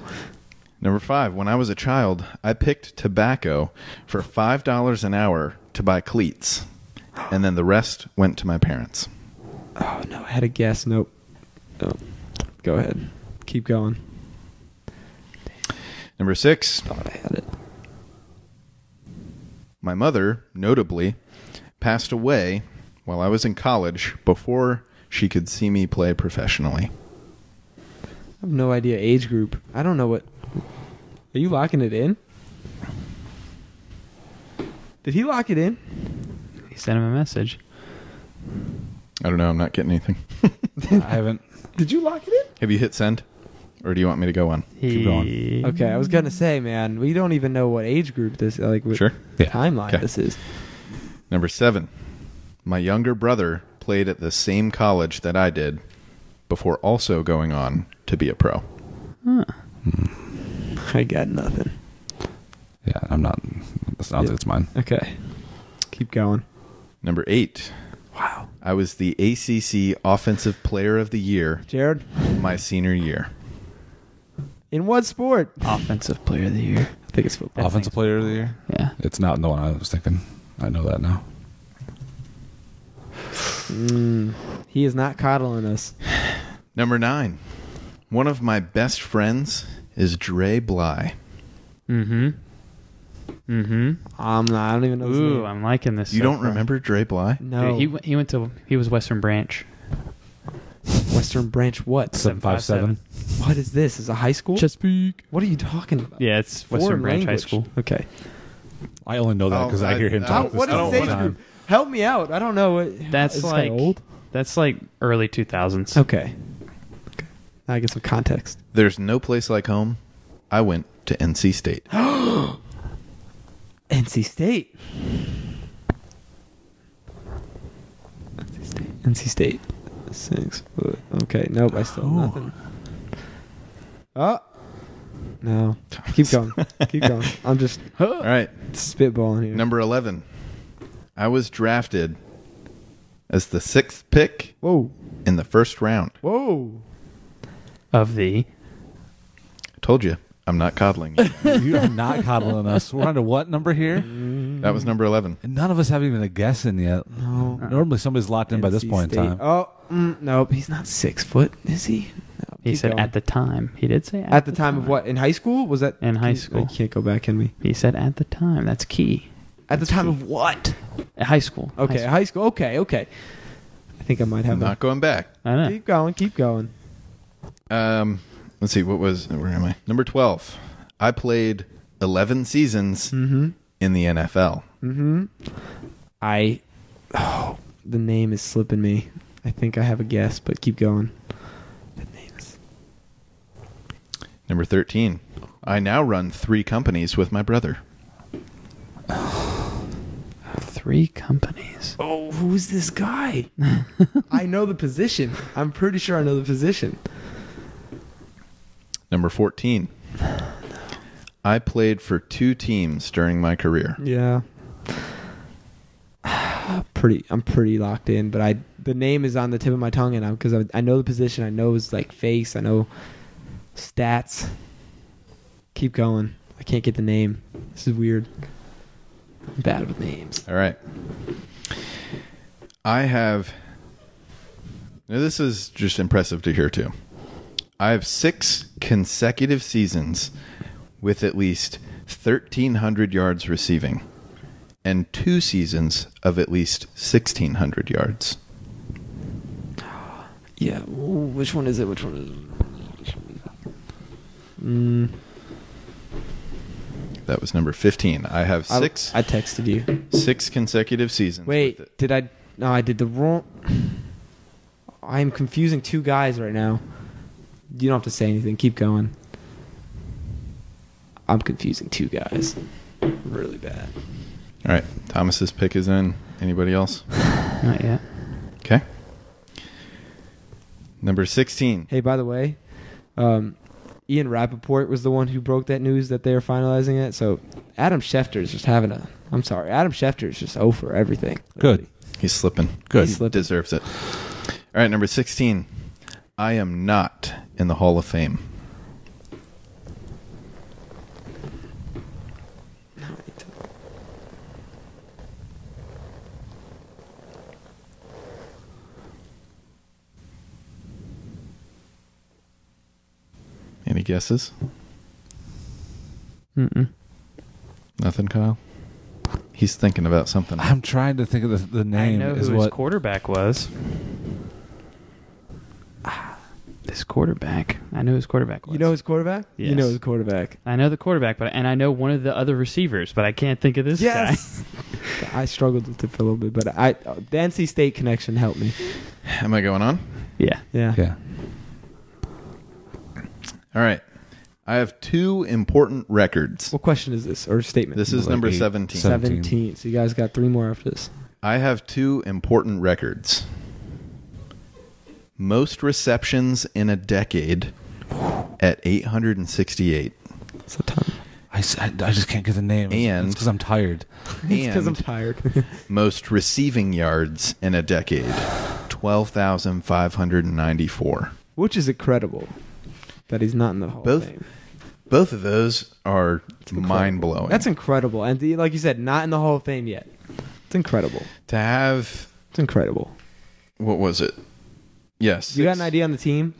S3: Number five. When I was a child, I picked tobacco for five dollars an hour to buy cleats, and then the rest went to my parents.
S1: Oh no, I had a guess. Nope. Nope. Go ahead. Keep going.
S3: Number six.
S1: Thought I had it.
S3: My mother, notably, passed away while I was in college before she could see me play professionally.
S1: I have no idea age group. I don't know what. Are you locking it in? Did he lock it in?
S4: He sent him a message.
S3: I don't know. I'm not getting anything.
S2: I haven't.
S1: Did you lock it in?
S3: Have you hit send? Or do you want me to go on?
S4: He,
S2: Keep going.
S1: Okay, I was gonna say, man, we don't even know what age group this like what
S3: Sure.
S2: Yeah.
S1: timeline
S3: Okay.
S1: this is.
S3: Number seven. My younger brother played at the same college that I did before also going on to be a pro.
S1: I got nothing.
S2: Yeah, I'm not. That's not
S1: Yeah.
S2: think it's mine.
S1: Okay, keep going.
S3: Number eight.
S1: Wow,
S3: I was the ACC Offensive Player of the Year
S1: Jared,
S3: my senior year.
S1: in what sport?
S4: Offensive player of the year.
S1: I think it's football.
S2: Offensive player of the year.
S4: Yeah.
S2: It's not the one I was thinking. I know that now.
S1: Mm, he is not coddling us.
S3: Number nine. One of my best friends is Dre Bly.
S4: Mm-hmm. Mm-hmm.
S1: I'm not. Um, I don't even know. his
S4: Ooh,
S1: name.
S4: I'm liking this.
S3: You
S4: so
S3: don't
S4: far.
S3: remember Dre Bly?
S1: no.
S4: Dude, he went- he went to he was Western Branch.
S1: Western Branch. What?
S2: Seven five seven.
S1: What is this? Is a high school?
S4: Chesapeake.
S1: what are you talking about?
S4: Yeah, it's
S1: Foreign
S4: Western Branch High
S1: language.
S4: School.
S1: Okay.
S2: I only know that
S3: Oh,
S2: because I,
S3: I-
S2: hear him
S3: I
S2: talk.
S3: don't-
S2: this
S1: what
S3: is
S2: all
S1: is
S2: the
S1: his age
S3: whole
S2: time.
S1: group? Help me out. I don't know what.
S4: That's
S1: is this guy
S4: like
S1: old.
S4: That's like early 2000s.
S1: Okay. Now I get some context.
S3: There's no place like home. I went to NC State.
S1: NC State. NC State. NC State. Six. foot. Okay. Nope. I still have nothing. Oh. No. Keep going. Keep going. I'm just
S3: All right.
S1: spitballing here.
S3: Number 11. I was drafted as the sixth pick
S1: Whoa.
S3: in the first round.
S1: Whoa.
S4: Of the
S3: Told you, I'm not coddling you.
S2: you are not coddling us. We're under what number here?
S3: That was number 11.
S2: And none of us have even a guess in yet.
S1: No.
S3: Uh,
S2: Normally somebody's locked in by this
S1: NC
S2: point
S1: State.
S2: in time.
S1: Oh, mm, nope. He's not six foot, is he? No,
S4: He
S1: keep
S4: said
S1: going.
S4: at the time. He did say at,
S1: at the time of what? In high school? Was that
S4: In high
S1: can-
S4: school.
S1: I can't go back, can we?
S4: He said at the time. That's key.
S1: At the time of what?
S4: At high school. High
S1: Okay,
S4: school.
S1: high school. Okay, okay. I think I might have
S3: I'm
S1: that.
S3: not going back.
S4: I know.
S1: Keep going. Keep going.
S3: Um, let's see. What was, where am I? Number 12. I played 11 seasons
S1: Mm-hmm.
S3: in the NFL.
S1: Mm-hmm. I. Oh, the name is slipping me. I think I have a guess, but keep going. The name is.
S3: Number 13. I now run three companies with my brother.
S4: Three companies.
S1: Oh, who's this guy? I know the position. I'm pretty sure I know the position.
S3: Number 14. I played for two teams during my career.
S1: Yeah. pretty. I'm pretty locked in, but I the name is on the tip of my tongue, and I'm because I, I know the position. I know his like face. I know stats. Keep going. I can't get the name. This is weird. I'm bad with names.
S3: All right. I have. Now, this is just impressive to hear, too. I have six consecutive seasons with at least 1,300 yards receiving and two seasons of at least 1,600 yards.
S1: Yeah. Ooh, which one is it? Which one is it? Mm,
S3: That was number 15. I have
S1: I-
S3: six
S1: I, texted you.
S3: six consecutive seasons. with it.
S1: Wait, did I? No, I did the wrong. I'm confusing two guys right now. You don't have to say anything. Keep going. I'm confusing two guys. Really bad.
S3: All right. Thomas's pick is in. Anybody else?
S4: Not yet.
S3: Okay. Number 16.
S1: Hey, by the way, um, Ian Rappaport was the one who broke that news that they are finalizing it. So Adam Schefter is just having a. I'm sorry, Adam Schefter is just over everything.
S2: Good.
S3: He's slipping.
S2: Good.
S3: He
S1: He's slipping.
S3: deserves it. All right, number 16. I am not in the Hall of Fame. Any guesses?
S4: Mm-mm.
S3: Nothing, Kyle? He's thinking about something.
S2: I'm trying to think of the, the
S4: I
S2: name
S4: know
S2: is
S4: who his
S2: what
S4: quarterback was. Ah, This quarterback. I know his quarterback was.
S1: You know his quarterback? You
S4: Yes.
S1: know his quarterback.
S4: I know the quarterback, but and I know one of the other receivers, but I can't think of this
S1: I struggled with it for a little bit, but I the NC State connection helped me.
S3: Am I going on?
S4: guy. Yeah.
S1: Yeah.
S2: Yeah.
S3: All right. I have two important records.
S1: What question is this or statement?
S3: This is
S2: Like
S3: number
S2: eight,
S3: 17.
S2: seven.
S1: 17.
S2: 17.
S1: So you guys got three more after this.
S3: I have two important records. Most receptions in a decade at 868.
S1: It's a ton.
S2: I, s- I- I just can't get the name.
S3: And-
S2: it's because I'm tired.
S1: because I'm
S3: And
S1: tired.
S3: most receiving yards in a decade, 12,594.
S1: Which is incredible that he's not in the Hall
S3: Both
S1: of Fame.
S3: Both of those are
S1: Incredible.
S3: mind blowing.
S1: That's incredible. And the, like you said, not in the Hall of Fame yet. It's incredible.
S3: to have
S1: It's incredible.
S3: what was it? Yes.
S1: You got an
S3: six-
S1: idea on the team?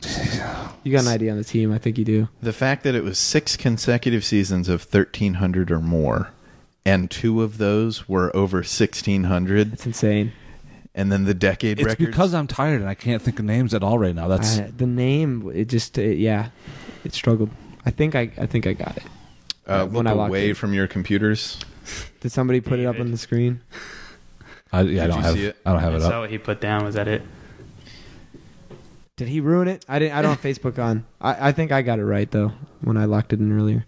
S1: You got an idea on the team. I think you do.
S3: The fact that it was six consecutive seasons of 1,300 or more, and two of those were over 1,600,
S1: It's insane.
S3: and then the decade
S2: It's
S3: records.
S2: because I'm tired and I can't think of names at all right now. That's
S1: I- the name, it just, it, yeah, it struggled. I think I, I think I got it.
S3: uh,
S1: when
S3: look
S1: I locked
S3: away
S1: in.
S3: from your computers.
S1: Did somebody put it up
S4: David.
S1: on the screen?
S2: I, yeah, I
S3: Did
S2: don't
S3: you
S2: have
S3: see it?
S2: I don't have
S4: I
S2: it
S4: saw
S2: up.
S4: what he put down. Was that it?
S1: Did he ruin it? I didn't. I don't have Facebook on. I, I think I got it right though when I locked it in earlier.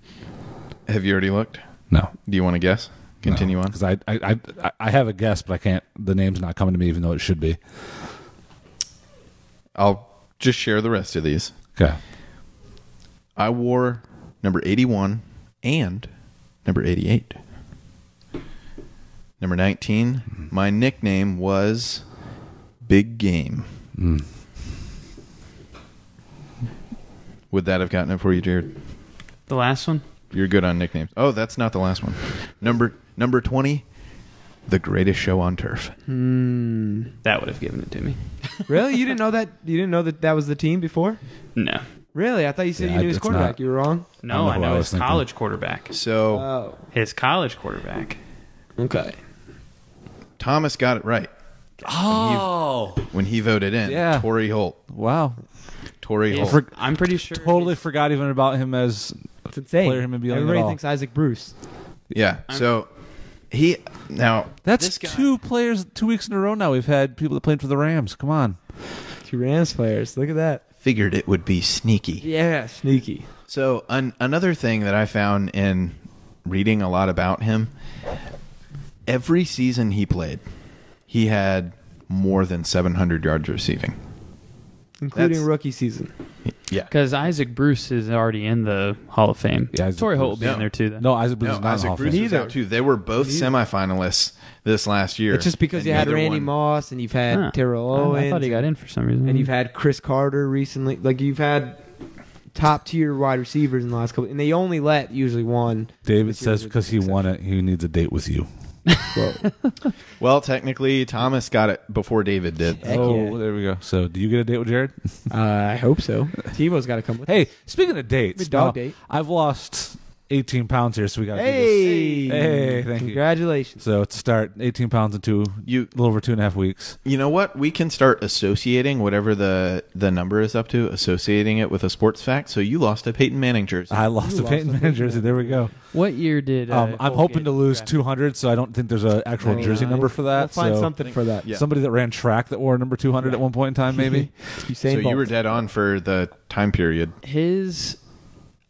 S3: Have you already looked?
S2: No.
S3: Do you want to guess? Continue on.
S2: Because I, I I I have a guess, but I can't. The name's not coming to me, even though it should be.
S3: I'll just share the rest of these.
S2: Okay.
S3: I wore number 81 and number 88. Number 19, my nickname was Big Game. Would that have gotten it for you, Jared?
S4: The last one?
S3: You're good on nicknames. Oh, that's not the last one. Number number 20, The Greatest Show on Turf.
S1: Hmm.
S4: That would have given it to me.
S1: Really? You didn't know that? You didn't know that that was the team before?
S4: No,
S1: Really? I thought you said
S2: Yeah,
S1: you knew
S2: it's
S1: his quarterback.
S2: not-
S1: you were wrong.
S2: I
S4: no,
S2: know
S4: I
S2: who
S4: know
S2: I
S4: his
S2: was thinking.
S4: college quarterback.
S3: So
S1: Oh.
S4: His college quarterback.
S1: Okay.
S3: Thomas got it right
S2: Oh,
S3: when he voted in.
S2: Yeah.
S3: Tory Holt.
S2: wow!
S3: Tory
S4: Is-
S3: Holt.
S4: I'm pretty sure.
S2: Totally forgot even about him as
S1: It's insane.
S2: Player him and "Oh." beyond at
S1: Everybody
S2: all.
S1: thinks Isaac Bruce.
S3: Yeah. So he now
S2: that's two players two weeks in a row now. We've had people that played for the Rams. Come on,
S1: Two Rams players. Look at that.
S3: figured it would be sneaky.
S1: Yeah, sneaky.
S3: So an, another thing that I found in reading a lot about him, every season he played, he had more than 700 yards receiving.
S1: Including
S3: That's-
S1: rookie season.
S3: Yeah.
S4: Because Isaac Bruce is already in the Hall of Fame.
S2: Yeah,
S4: Yeah,
S2: Isaac
S4: Tory Holt will
S2: Bruce.
S4: be in
S3: No.
S4: there too. Though.
S2: no, Isaac Bruce is
S3: No,
S2: not in the Hall
S3: Isaac
S2: of
S3: Bruce
S2: Fame.
S3: was out too. They were both semifinalists this last year.
S1: It's just because
S3: And
S1: you had
S3: neither
S1: Randy
S3: one-
S1: Moss and you've had
S4: Huh.
S1: Terrell
S4: I-
S1: Owens.
S4: I thought he got Hmm. in for some reason.
S1: And you've had Chris Carter recently. Like you've had top tier wide receivers in the last couple and they only let usually one.
S2: David
S1: This year
S2: says
S1: was
S2: because he
S1: an
S2: won it, he needs a date with you.
S3: Well, technically, Thomas got it before David did.
S1: Heck
S2: oh,
S1: yeah.
S2: there we go. So, do you get a date with Jared?
S1: uh, I hope so. Tebow's gotta come with
S2: Hey, speaking of dates,
S1: Good dog
S2: now,
S1: date.
S2: I've lost 18 pounds here, so we got to
S1: Hey.
S2: Hey, thank you.
S1: Congratulations.
S2: So to start, 18 pounds in two,
S3: You
S2: a little over two and a half weeks.
S3: You know what? We can start associating whatever the the number is up to, associating it with a sports fact. So you lost a Peyton Manning jersey.
S2: I lost
S1: You
S2: a Peyton
S1: lost a
S2: Manning jersey. There we go.
S4: what year did? Uh,
S2: Um, I'm
S4: Holt
S2: hoping
S4: get
S2: to lose
S4: drafted?
S2: 200, so I don't think there's an actual jersey number for that.
S1: We'll find
S2: so
S1: something for that.
S3: Yeah.
S2: Somebody that ran track that wore number 200 at one point in time, maybe.
S3: so
S1: Usain
S3: you were
S1: Bolt.
S3: dead on for the time period.
S4: His.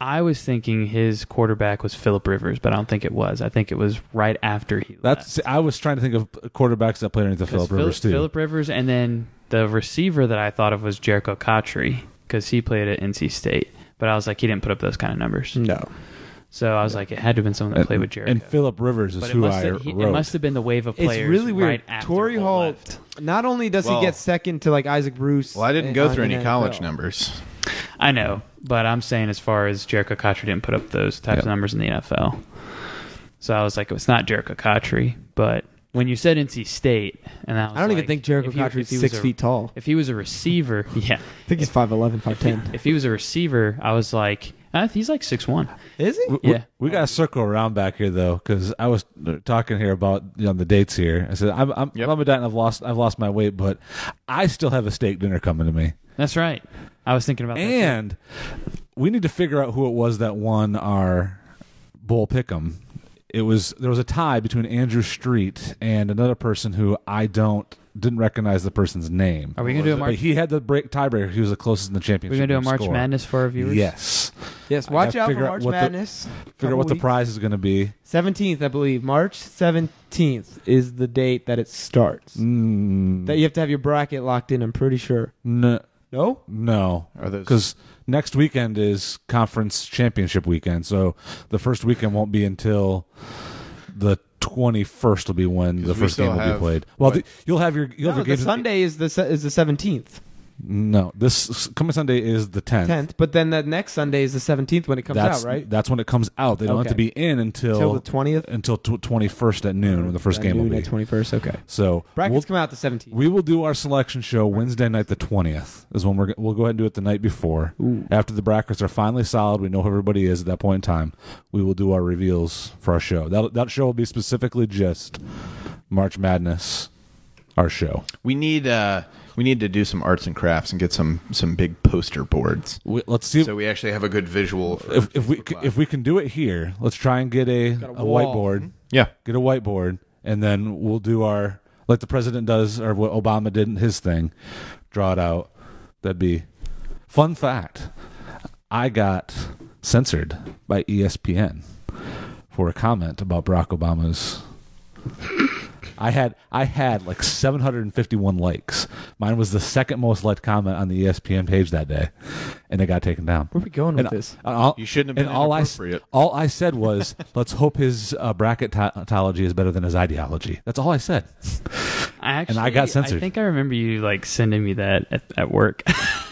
S4: I was thinking his quarterback was Philip Rivers, but I don't think it was. I think it was right after he left.
S2: That's. I was trying to think of quarterbacks that played underneath the
S4: 'Cause
S2: Philip Rivers too.
S4: Philip Rivers, and then the receiver that I thought of was Jericho Cotry because he played at NC State. But I was like, he didn't put up those kind of numbers.
S1: No.
S4: So I was like, it had to have been someone that
S2: and,
S4: played with Jericho.
S2: and Philip Rivers is
S4: but it
S2: who
S4: must,
S2: I
S4: have, he- it
S2: wrote.
S4: must have been the wave of
S1: It's
S4: players.
S1: really weird.
S4: Right after
S1: Torrey
S4: Holt.
S1: Holt-
S4: left.
S1: Not only does
S3: Well-
S1: he get second to like Isaac Bruce.
S3: Well, I didn't
S1: in-
S3: go
S1: on
S3: through
S1: the
S3: any college
S1: NFL.
S3: numbers.
S4: I know, but I'm saying as far as Jericho Cotry didn't put up those types of
S2: Yeah.
S4: numbers in the NFL. So I was like, it's not Jericho Cotry. But when you said NC State, and I, was
S1: I don't even
S4: like,
S1: think Jericho
S4: if he-
S1: Cotry's
S4: if he was
S1: six
S4: a-
S1: feet tall.
S4: If he was a receiver, yeah.
S1: I think he's 5'11",
S4: If he,
S1: 5'10".
S4: if he was a receiver, I was like, ah, he's like six one.
S1: Is he?
S2: We-
S4: Yeah.
S2: we, got to circle around back here though, because I was talking here about you know, the dates here. I said I'm I'm,
S3: Yep.
S2: I'm a diet and I've lost I've lost my weight, but I still have a steak dinner coming to me,
S4: That's right. I was thinking about that. too.
S2: and we need to figure out who it was that won our bowl pick'em. It was there was a tie between Andrew Street and another person who I don't didn't recognize the person's name.
S4: Are we gonna do a
S2: But
S4: March?
S2: he had the break tiebreaker. He was the closest in the
S4: We're
S2: championship.
S4: gonna do a
S2: game
S4: March
S2: score.
S4: Madness for our viewers.
S2: Yes.
S1: Yes,
S2: I
S1: watch
S2: gotta
S1: out for
S2: figure out
S1: March
S2: what the-
S1: Madness.
S2: Figure out what the prize is going to be.
S1: Seventeenth, I believe. March seventeenth is the date that it starts.
S2: Mm,
S1: That you have to have your bracket locked in. I'm pretty sure.
S2: no,
S1: No,
S2: No,
S3: Are those?
S2: because next weekend is conference championship weekend, so the first weekend won't be until the twenty first. Will be when
S3: 'Cause
S2: the
S3: we
S2: first
S3: still
S2: game will be
S3: have-
S2: played. Well,
S3: what?
S2: the, you'll have your you'll have
S1: no
S2: your
S1: the
S2: games.
S1: Sunday is the se- is the seventeenth,
S2: No, this coming Sunday is the tenth.
S1: tenth. But then the next Sunday is the seventeenth when it comes
S2: that's
S1: out, right?
S2: That's when it comes out. They don't have to
S1: Okay.
S2: be in
S1: Till
S2: until
S1: the twentieth.
S2: until twenty first at noon when the first game will be.
S1: Twenty first. Okay.
S2: So
S1: Brackets
S2: we'll,
S1: come out the seventeenth.
S2: we will do our selection show Wednesday night, the twentieth. Is when we're go- we'll go ahead and do it the night before.
S1: Ooh.
S2: After the brackets are finally solid, we know who everybody is at that point in time. We will do our reveals for our show. That that show will be specifically just March Madness, our show.
S3: We need uh, we need to do some arts and crafts and get some some big poster boards.
S2: We, let's see
S3: So we actually have a good visual. For,
S2: if, if we
S3: for
S2: c-
S3: class.
S2: if we can do it here. Let's try and get a,
S1: Got a
S2: a
S1: wall.
S2: whiteboard,
S3: yeah,
S2: get a whiteboard, and then we'll do our like the president does or what Obama did in his thing. Draw it out. That'd be fun fact. I got censored by E ESPN for a comment about Barack Obama's. I had I had like 751 likes. Mine was the second most liked comment on the E ESPN page that day, and it got taken down. Uh,
S1: Where are we going with
S2: And,
S1: this?
S2: and all,
S3: You shouldn't have
S2: and
S3: been
S2: all I s-
S3: inappropriate.
S2: all I said was, "Let's hope his uh, bracketology is better than his ideology." That's all I said.
S4: I actually,
S2: And I got censored.
S4: I think I remember you like sending me that at, at work.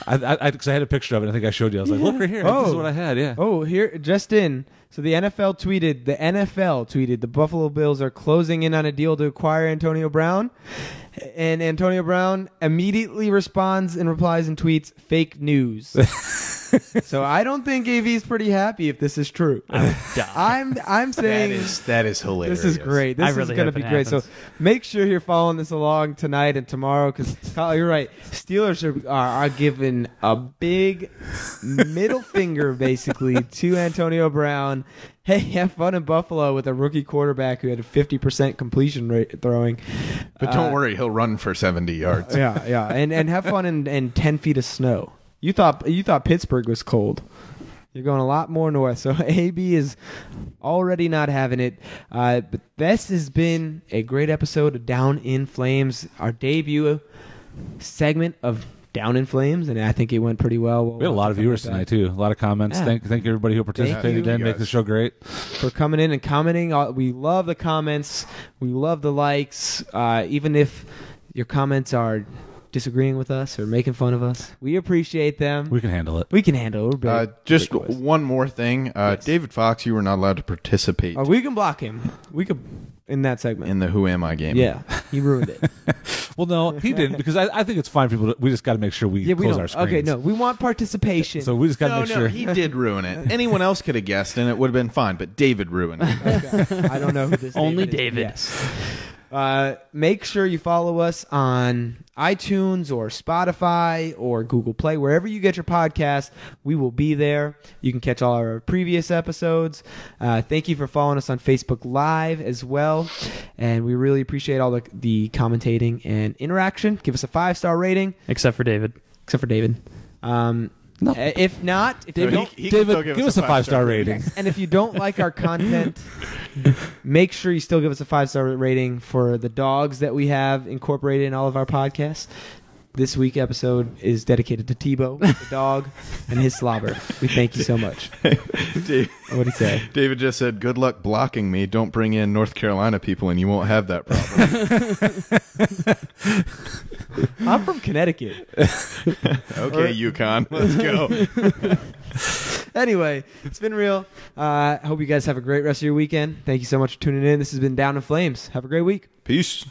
S2: I, I, I, 'cause I had a picture of it. I think I showed you. I was like, "Look right here. This is
S1: Oh.
S2: what I had." Yeah.
S1: Oh, here just in. So the NFL tweeted, the NFL tweeted, the Buffalo Bills are closing in on a deal to acquire Antonio Brown. And Antonio Brown immediately responds and replies and tweets, fake news. so I don't think AV's pretty happy if this is true. I'm I'm saying
S3: that is hilarious.
S1: this is great. This
S4: I
S1: is
S4: really
S1: going to
S4: hope
S1: be
S4: it
S1: great. So
S4: happens.
S1: make sure you're following this along tonight and tomorrow because you're right. Steelers are, are, are giving a big middle finger basically to Antonio Brown. Hey, have fun in Buffalo with a rookie quarterback who had a 50% completion rate throwing.
S3: But don't
S1: Uh,
S3: worry, he'll run for seventy yards.
S1: Yeah, yeah, and and have fun in, in 10 feet of snow. You thought you thought Pittsburgh was cold. You're going a lot more north. So AB is already not having it. Uh, but this has been a great episode of Down in Flames, our debut segment of Down in Flames, and I think it went pretty well.
S2: We had a lot of viewers
S1: We'll have
S2: tonight too. A lot of comments.
S1: Yeah.
S2: Thank thank everybody who participated
S3: you.
S2: and make the show great.
S1: for coming in and commenting. Uh, We love the comments. We love the likes. Uh, even if your comments are disagreeing with us or making fun of us, we appreciate them.
S2: We can handle it.
S1: We can handle it.
S3: Uh, just
S1: big boys.
S3: one more thing, uh,
S1: Yes.
S3: David Fox, you were not allowed to participate
S1: Oh, we can block him. We could in that segment.
S3: in the Who Am I game.
S1: yeah, he ruined it.
S2: Well, no, he didn't because I, I think it's fine. for People, to, we just got to make sure we
S1: yeah, we
S2: close
S1: don't.
S2: our screens.
S1: Okay, no, we want participation.
S2: So we just got to
S3: No,
S2: make
S3: no,
S2: sure.
S3: he did ruin it. Anyone else could have guessed, and it would have been fine. But David ruined it.
S1: I don't know who this
S4: Only David.
S1: is. Yes. Uh, make sure you follow us on iTunes or Spotify or Google Play, wherever you get your podcast. We will be there. You can catch all our previous episodes. Uh, thank you for following us on Facebook Live as well, and we really appreciate all the the commentating and interaction. Give us a five star rating,
S4: Except for David.
S1: except for David. Um,
S2: No.
S1: uh, If not, if you
S3: He-
S1: don't,
S3: he can still
S2: David, give us a five star rating.
S1: and if you don't like our content, make sure you still give us a five star rating for the dogs that we have incorporated in all of our podcasts. This week episode is dedicated to Tebow, the dog, and his slobber. We thank you so much.
S3: Da-
S1: What do you say?
S3: David just said, "Good luck blocking me. Don't bring in North Carolina people, and you won't have that problem."
S1: I'm from Connecticut.
S3: okay, Yukon, let's go.
S1: Anyway, it's been real. Uh, hope you guys have a great rest of your weekend. Thank you so much for tuning in. This has been Down in Flames. Have a great week.
S3: Peace.